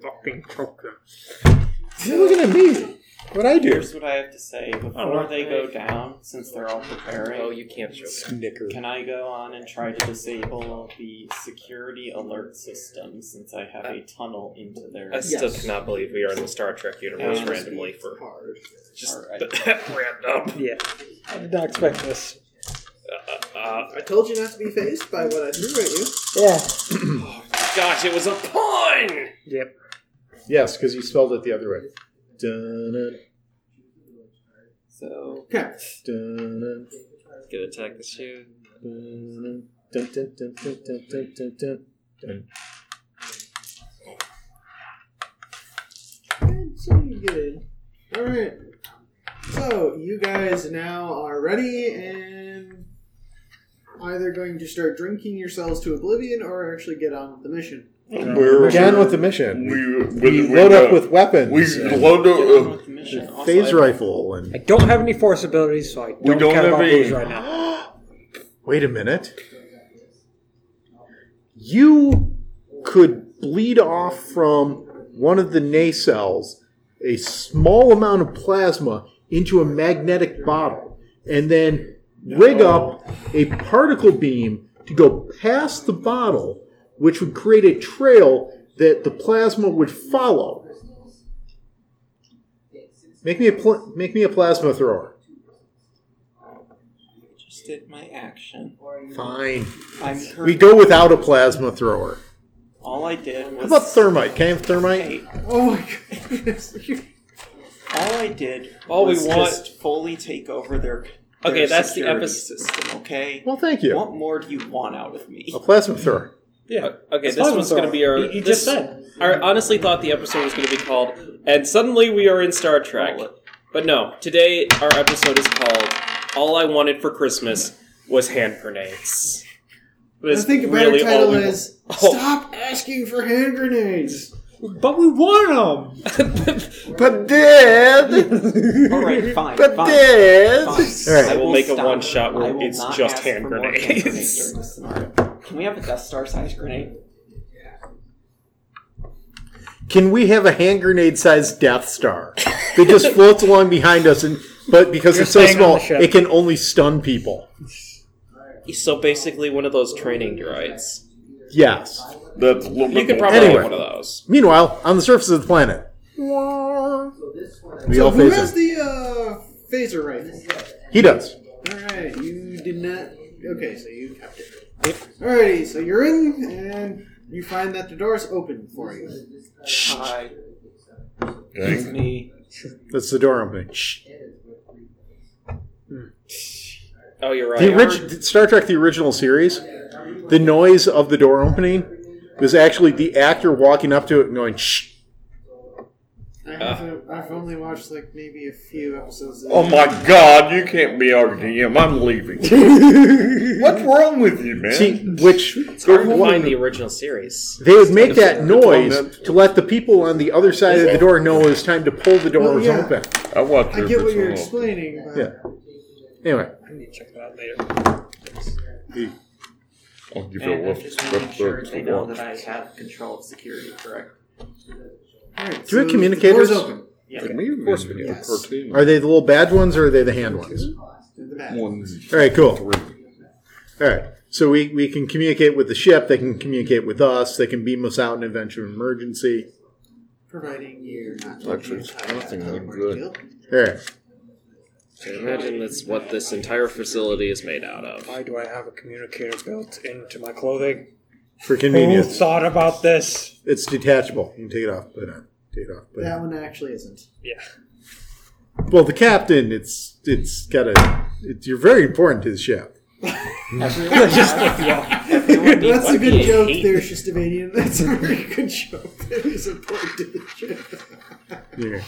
S6: fucking choke them.
S1: Look at me. What I do?
S2: Here's what I have to say before they go down, since they're all preparing.
S5: Oh, you can't show that.
S1: Snicker.
S2: Can I go on and try to disable the security alert system since I have a tunnel into their?
S5: I still cannot believe we are in the Star Trek universe
S2: And-
S5: randomly for
S3: (laughs)
S5: just
S2: Alright.
S5: random.
S6: Yeah, I did not expect this.
S5: Uh,
S8: I told you not to be phased by what I threw at you.
S6: Yeah.
S5: gosh, it was a pun.
S6: Yep.
S1: Yes, because you spelled it the other way. Dun-dun,
S2: So
S8: Okay.
S1: dun-dun,
S5: Gonna attack the shoe.
S1: dun-dun, dun-dun, dun-dun, dun-dun, dun-dun, dun.
S8: Good, so you get in. All right. So you guys now are ready and either going to start drinking yourselves to oblivion or actually get on with the mission.
S1: We're
S4: We're
S1: again with the mission.
S4: We,
S1: We load up with weapons.
S4: We
S1: and
S4: load
S2: get on
S4: up. uh,
S2: with the mission. Also,
S1: Phase
S2: I-
S1: rifle and
S6: I don't have any force abilities, so I don't,
S4: We don't
S6: care
S4: have
S6: about
S4: any-
S6: those right now.
S1: Wait a minute. You could bleed off from one of the nacelles a small amount of plasma into a magnetic bottle and then rig up a particle beam to go past the bottle, which would create a trail that the plasma would follow. Make me a pl- make me a plasma thrower.
S2: just did my action.
S1: Fine.
S2: I'm
S1: We
S2: currently-
S1: go without a plasma thrower.
S2: all I did was
S1: How about thermite? Can I have thermite?
S2: Hey,
S8: Oh my goodness.
S2: all I did.
S5: All we
S2: was
S5: want-
S2: just fully take over their.
S5: Okay,
S2: their
S5: that's the
S2: security
S5: episode.
S2: system. Okay.
S1: Well, thank you.
S2: What more do you want out of me?
S1: A plasma thrower.
S6: Yeah.
S5: Uh, Okay,
S6: It's
S5: this
S6: fine,
S5: one's
S6: Zara.
S5: gonna be our.
S6: You- you
S5: this-
S6: just said.
S5: I honestly thought the episode was gonna be called, and suddenly we are in Star Trek. But no, today our episode is called "All I Wanted for Christmas Was Hand Grenades." But
S8: I
S5: it's
S8: think a better
S5: really all
S8: title
S5: we want.
S8: is
S5: (laughs) Oh.
S8: Stop Asking for Hand Grenades.
S6: But we want them.
S1: But dead.
S2: all right, fine, fine.
S1: dead.
S2: Fine.
S1: All right.
S5: I will make a
S2: stop.
S5: one-shot where
S2: I will
S5: it's
S2: not
S5: just
S2: ask for
S5: hand
S2: more
S5: grenades.
S2: during this scenario. Can we have a Death Star sized grenade?
S1: Can we have a hand grenade sized Death Star that just
S6: (laughs)
S1: floats along behind us? And but because
S6: You're
S1: it's so
S6: staying on
S1: small,
S6: the ship.
S1: it can only stun people.
S5: So basically, one of those training droids.
S1: Yes.
S4: That's a little bit
S5: You could
S4: more-
S5: probably
S1: Anyway.
S5: have one of those.
S1: Meanwhile, on the surface of the planet, we all
S8: Who
S1: face
S8: has
S1: it.
S8: the uh, phaser rifle?
S1: He does.
S8: Alright, you did not. Okay, so you kept it. Alrighty, so you're in and you find that the door's open for you.
S2: Hi,
S4: Okay.
S2: me.
S1: That's the door opening. Shh.
S5: Oh, you're right.
S1: The orig- Star Trek: The Original Series. The noise of the door opening was actually the actor walking up to it and going shh.
S8: I haven't, I've only watched like maybe a few episodes. Of
S4: Oh my God! You can't be RDM. I'm leaving. What's wrong with you, man?
S1: See, which
S5: Hard to find the original series.
S1: They would make that
S4: on
S1: noise
S4: that.
S1: to let the people on the other side of the door know it's time to pull the doors
S8: yeah.
S1: open.
S4: I watched.
S8: I get what you're explaining, but
S1: Yeah. Anyway,
S6: I need to check that out later.
S4: I'll give you a
S2: And I'm
S4: left.
S2: just making
S4: left-
S2: sure
S4: left-
S2: they know
S4: left.
S2: that I have control of security, correct?
S8: Alright,
S1: Do we have
S8: so
S1: communicators?
S8: The door's open.
S4: Of course we do. Cartoon.
S1: are they the little badge ones or are they the hand ones?
S8: The back.
S1: All right, cool. All right, so we, we can communicate with the ship. They can communicate with us. They can beam us out in event of emergency.
S8: Providing you're not
S4: Actually, it's nothing that good.
S1: All right,
S5: I imagine that's what this entire facility is made out of.
S6: Why do I have a communicator built into my clothing?
S1: for
S6: Who
S8: Oh,
S1: convenience,
S6: thought about this?
S1: it's detachable. You can take it off, put it on. Take it off. Put it
S8: That
S1: on.
S8: one actually isn't.
S6: Yeah.
S1: Well, the captain, it's it's got a. It's, you're very important to the ship.
S8: That's
S5: Fucking
S8: a good joke
S5: hate.
S8: (laughs) there, Shistavanian. That's a very good joke. That is important to the joke.
S1: Yeah.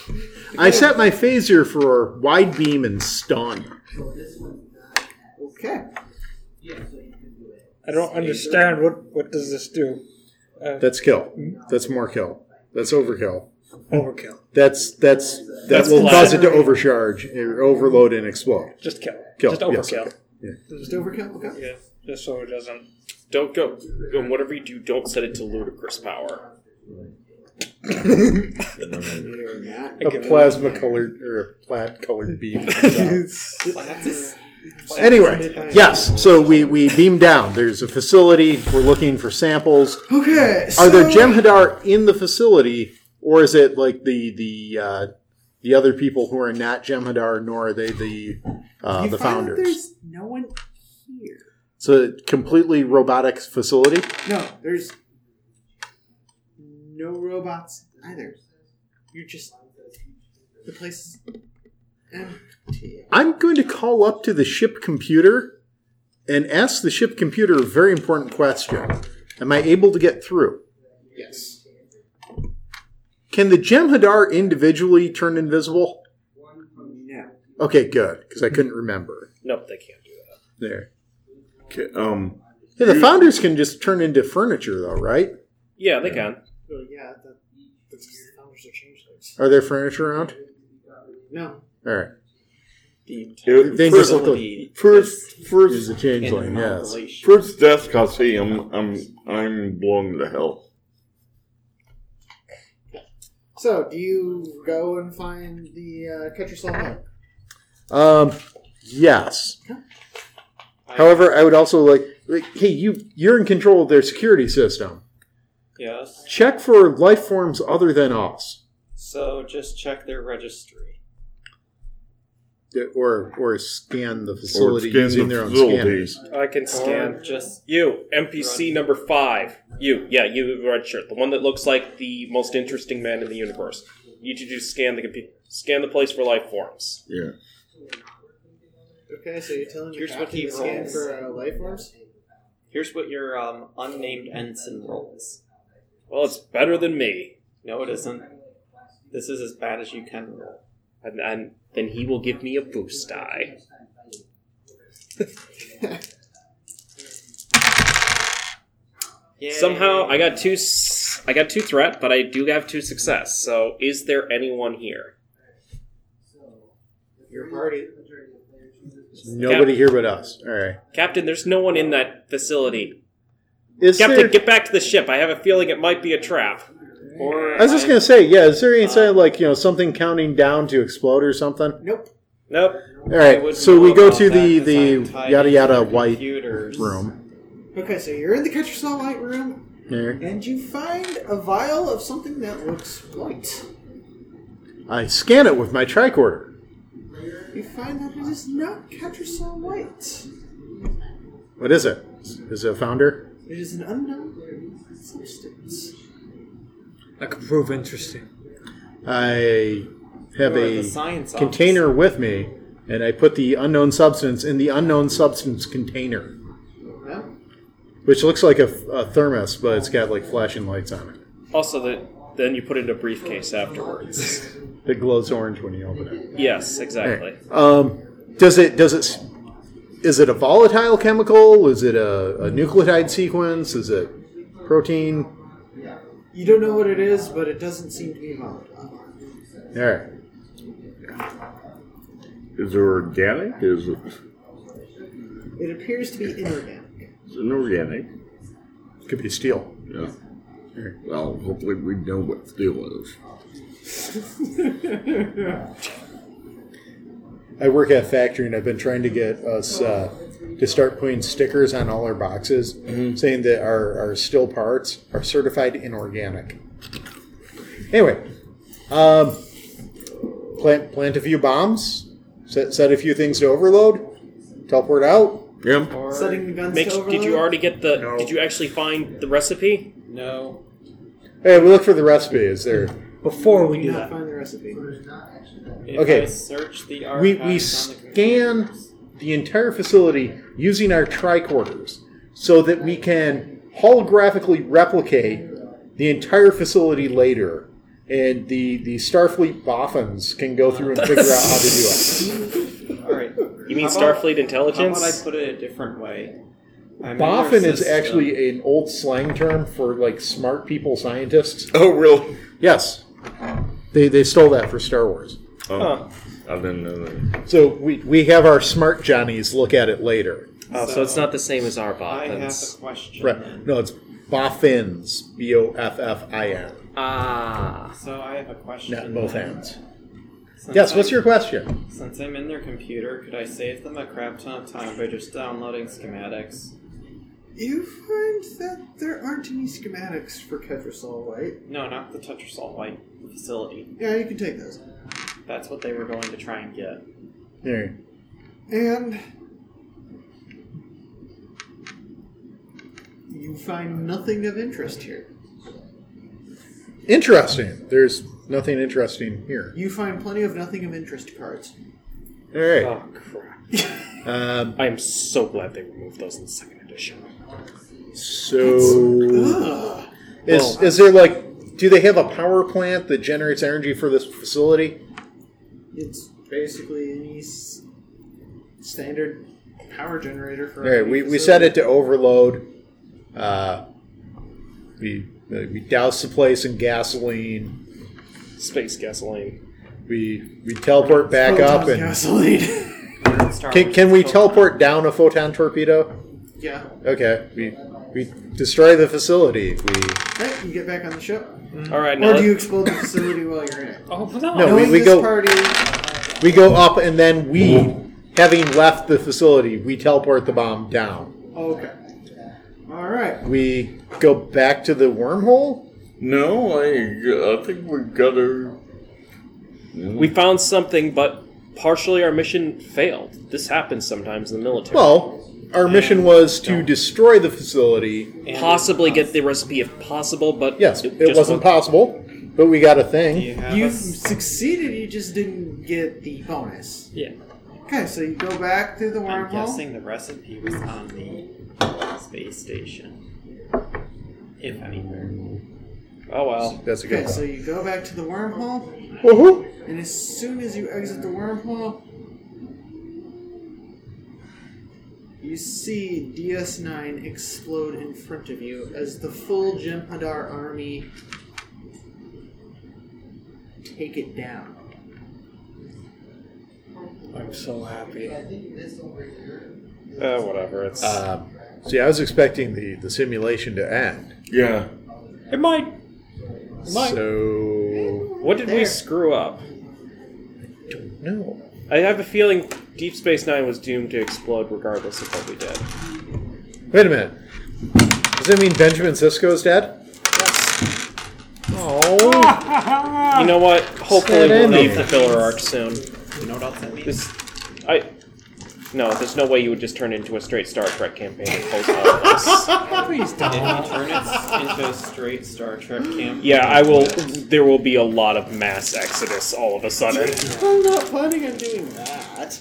S1: I set my phaser for wide beam and stun.
S8: Okay.
S6: I don't understand what what does this do?
S1: That's kill. That's more kill. That's overkill.
S6: Overkill.
S1: That's that's that
S5: That's
S1: will
S5: flat.
S1: cause it to overcharge, or overload, and explode.
S6: Just kill.
S1: Kill, yes,
S6: Just overkill.
S1: okay.
S8: Just overkill. Okay.
S6: Yeah. Just so it doesn't.
S5: Don't go. And whatever you do, don't set it to ludicrous power.
S1: A plasma colored or a plat colored (laughs) beam. anyway, yes. So we we beam down. There's a facility. We're looking for samples.
S8: Okay.
S1: Are there
S8: so-
S1: Jem'Hadar in the facility, or is it like the the uh, the other people who are not Jem'Hadar, nor are they the uh, the
S8: You find that
S1: founders?
S8: There's no one here.
S1: It's a completely robotic facility.
S8: No, there's no robots either. You're just the place is empty.
S1: I'm going to call up to the ship computer and ask the ship computer a very important question. Am I able to get through?
S8: Yes.
S1: Can the Jem'Hadar individually turn invisible?
S8: No.
S1: Okay, good, because I couldn't remember.
S5: Nope, they can't do that.
S1: There.
S4: Okay, um,
S1: Yeah, the founders can just turn into furniture, though, right?
S5: Yeah, they can.
S8: Well, yeah, the, the founders are changelings.
S1: Are there furniture around?
S8: No.
S1: All right.
S4: it-
S1: They just look
S4: first,
S1: like
S2: Facility
S4: first,
S1: there's
S4: first,
S1: a changeling,
S2: in
S1: yes.
S2: operation.
S4: first desk I see, I'm, I'm, I'm blown to hell.
S8: So, do you go and find the uh, cut yourself out?
S1: Um, yes. However, I would also like, like, hey, you you're in control of their security system.
S2: Yes.
S1: Check for life forms other than us.
S2: So just check their registry.
S1: or or scan the facility
S4: scan
S1: using
S4: the
S1: their own
S4: facility.
S1: scanners.
S5: I can scan.
S2: Or just
S5: You, NPC number five. You, yeah, you, red shirt, the one that looks like the most interesting man in the universe. You two just scan the compu- scan the place for life forms.
S4: Yeah.
S8: Okay, so you're telling
S2: Here's
S8: me
S2: what he
S8: to scan
S2: rolls.
S8: for uh, life forms?
S2: here's what your um, unnamed ensign rolls.
S5: Well, it's better than me,
S2: No, it isn't. This is as bad as you can roll.
S5: and, and then he will give me a boost die.
S2: Yay.
S5: Somehow, I got two. s- I got two threat, but I do have two success. So, is there anyone here?
S8: Your party.
S1: Nobody here but us. All right.
S5: Captain, there's no one in that facility.
S1: Is
S5: Captain,
S1: there,
S5: get back to the ship. I have a feeling it might be a trap.
S2: Or
S1: I was just
S2: I-
S1: gonna say, yeah. Is there any sign of, like you know something counting down to explode or something?
S8: Nope.
S5: Nope.
S1: All
S2: I
S1: right.
S2: wouldn't
S1: So
S2: know
S1: we go
S2: about
S1: to
S2: that
S1: the
S2: 'cause I'm
S1: the
S2: tied
S1: yada
S2: into
S1: yada
S2: their
S1: white
S2: computers.
S1: room.
S8: Okay, so you're in the cut yourself light room,
S1: There.
S8: and you find a vial of something that looks white.
S1: I scan it with my tricorder.
S8: You find that it is not Catrasol White.
S1: What is it? Is it a founder?
S8: It is an unknown substance.
S6: That could prove interesting.
S1: I have
S2: Or the
S1: a
S2: science
S1: container with me, and I put the unknown substance in the unknown substance container,
S8: Well,
S1: which looks like a, a thermos, but it's got like flashing lights on it
S5: Also, that then you put it in a briefcase afterwards.
S1: that glows orange when you open it.
S5: yes, exactly.
S1: Um, does it does it s- is it a volatile chemical? Is it a, a nucleotide sequence? Is it protein?
S8: you don't know what it is, but it doesn't seem to be volatile.
S1: All right.
S4: Is it organic? Is it,
S8: It appears to be inorganic.
S4: is it organic?
S1: Could be steel.
S4: Yeah. Well, hopefully we know what steel is.
S1: I work at a factory and I've been trying to get us uh, to start putting stickers on all our boxes saying that our, our steel parts are certified inorganic. Anyway, um, plant, plant a few bombs, set, set a few things to overload, teleport out.
S4: Yeah.
S2: Or,
S8: Setting the guns
S5: Make,
S8: to
S5: did you
S8: overload?
S5: already get the? Did you actually find the recipe?
S2: no.
S1: Hey, we look for the recipe. Is there
S6: Before we
S8: You
S6: do
S8: not
S6: that,
S8: find the recipe.
S2: If
S1: Okay.
S2: I search the
S1: we, we
S2: archives on the
S1: scan the entire facility using our tricorders so that we can holographically replicate the entire facility later and the the Starfleet boffins can go through and figure out how to do it.
S2: All right.
S3: You mean
S2: How about-
S3: Starfleet
S2: How about I
S3: intelligence?
S2: put it a different way? I made our
S1: Boffin is
S2: system-
S1: actually an old slang term for like smart people scientists.
S4: Oh, really?
S1: Yes, they they stole that for Star Wars.
S4: Oh, I didn't know that.
S1: So we we have our smart Johnnies look at it later.
S3: Oh, so it's not the same as our
S2: I have
S3: boffins.
S2: a question.
S1: Right?
S2: then.
S1: No, it's boffins. B o f f i n.
S3: Ah.
S2: So I have a question.
S1: Not both
S2: then.
S1: ends.
S2: Since
S1: Yes. What's
S2: I'm-
S1: your question?
S2: Since I'm in their computer, could I save them a crap ton of time by just downloading schematics?
S8: You find that there aren't any schematics for Ketrasol, right?
S2: No, not the Tetrasol White facility.
S8: Yeah, you can take those.
S2: That's what they were going to try and get.
S1: There.
S8: And you find nothing of interest here.
S1: Interesting. There's nothing interesting here.
S8: You find plenty of nothing of interest cards.
S1: All right.
S3: Oh, crap.
S1: Um,
S3: I am so glad they removed those in second edition.
S1: so
S8: Ugh.
S1: is is there like do they have a power plant that generates energy for this facility?
S8: It's basically any s- standard power generator for.
S1: All right,
S8: any
S1: we, we
S8: facility.
S1: set it to overload. Uh, we uh, we douse the place in gasoline.
S3: Space gasoline.
S1: We we teleport back up
S8: Photon
S1: and
S8: gasoline.
S1: (laughs)
S2: Star
S1: can,
S2: Wars
S1: can we
S2: Photon-
S1: teleport down a photon torpedo?
S8: yeah.
S1: Okay, we we destroy the facility. We
S8: Right, you get back on the ship,
S3: All right, now
S8: or do
S3: let-
S8: you explode the facility while you're
S1: (laughs)
S8: in it?
S6: Oh
S1: no
S6: no!
S1: we,
S8: Knowing
S1: we
S8: this
S1: go
S8: party,
S1: we go up and then we having left the facility we teleport the bomb down.
S8: okay. All right.
S1: We go back to the wormhole.
S4: No, I, I think we got to.
S3: we found something, but partially our mission failed. This happens sometimes in the military.
S1: Well, our mission was to destroy the facility.
S2: and-
S3: possibly get the recipe if possible, but
S1: Yes, it,
S3: just
S1: wasn't
S3: wa-
S1: possible, but we got a thing.
S2: Do you have
S8: You
S2: a-
S8: succeeded. You just didn't get the bonus.
S2: Yeah.
S8: Okay, so you go back through the
S2: I'm
S8: wormhole.
S2: guessing the recipe was on the space station. If anywhere.
S3: Oh well.
S1: That's a good
S8: Okay, so
S1: one.
S8: you go back to the wormhole,
S1: Woohoo!
S8: and as soon as you exit the wormhole, you see DS9 explode in front of you as the full Jem'Hadar army take it down.
S6: I'm so happy.
S3: Uh, whatever. It's
S1: Um, see, I was expecting the, the simulation to end.
S4: Yeah.
S6: It might.
S1: So,
S3: what did we screw up?
S1: no.
S3: I have a feeling Deep Space Nine was doomed to explode regardless of what we did.
S1: Wait a minute. Does that mean Benjamin Sisko is dead? Oh,
S3: You know what? Hopefully
S1: Sad
S3: we'll
S1: ending.
S3: leave the filler arc soon.
S2: You know what else that means?
S3: This, I. No, there's no way you would just turn into a straight Star Trek campaign and post all of this.
S2: If you turn it into a straight Star Trek camp.
S3: Yeah, I will. There will be a lot of mass exodus all of a sudden.
S8: I'm not planning on doing that.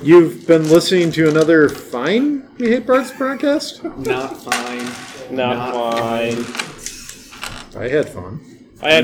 S1: you've been listening to another fine We Hate Bards broadcast?
S2: Not fine.
S3: Not mine.
S1: I had fun.
S3: I had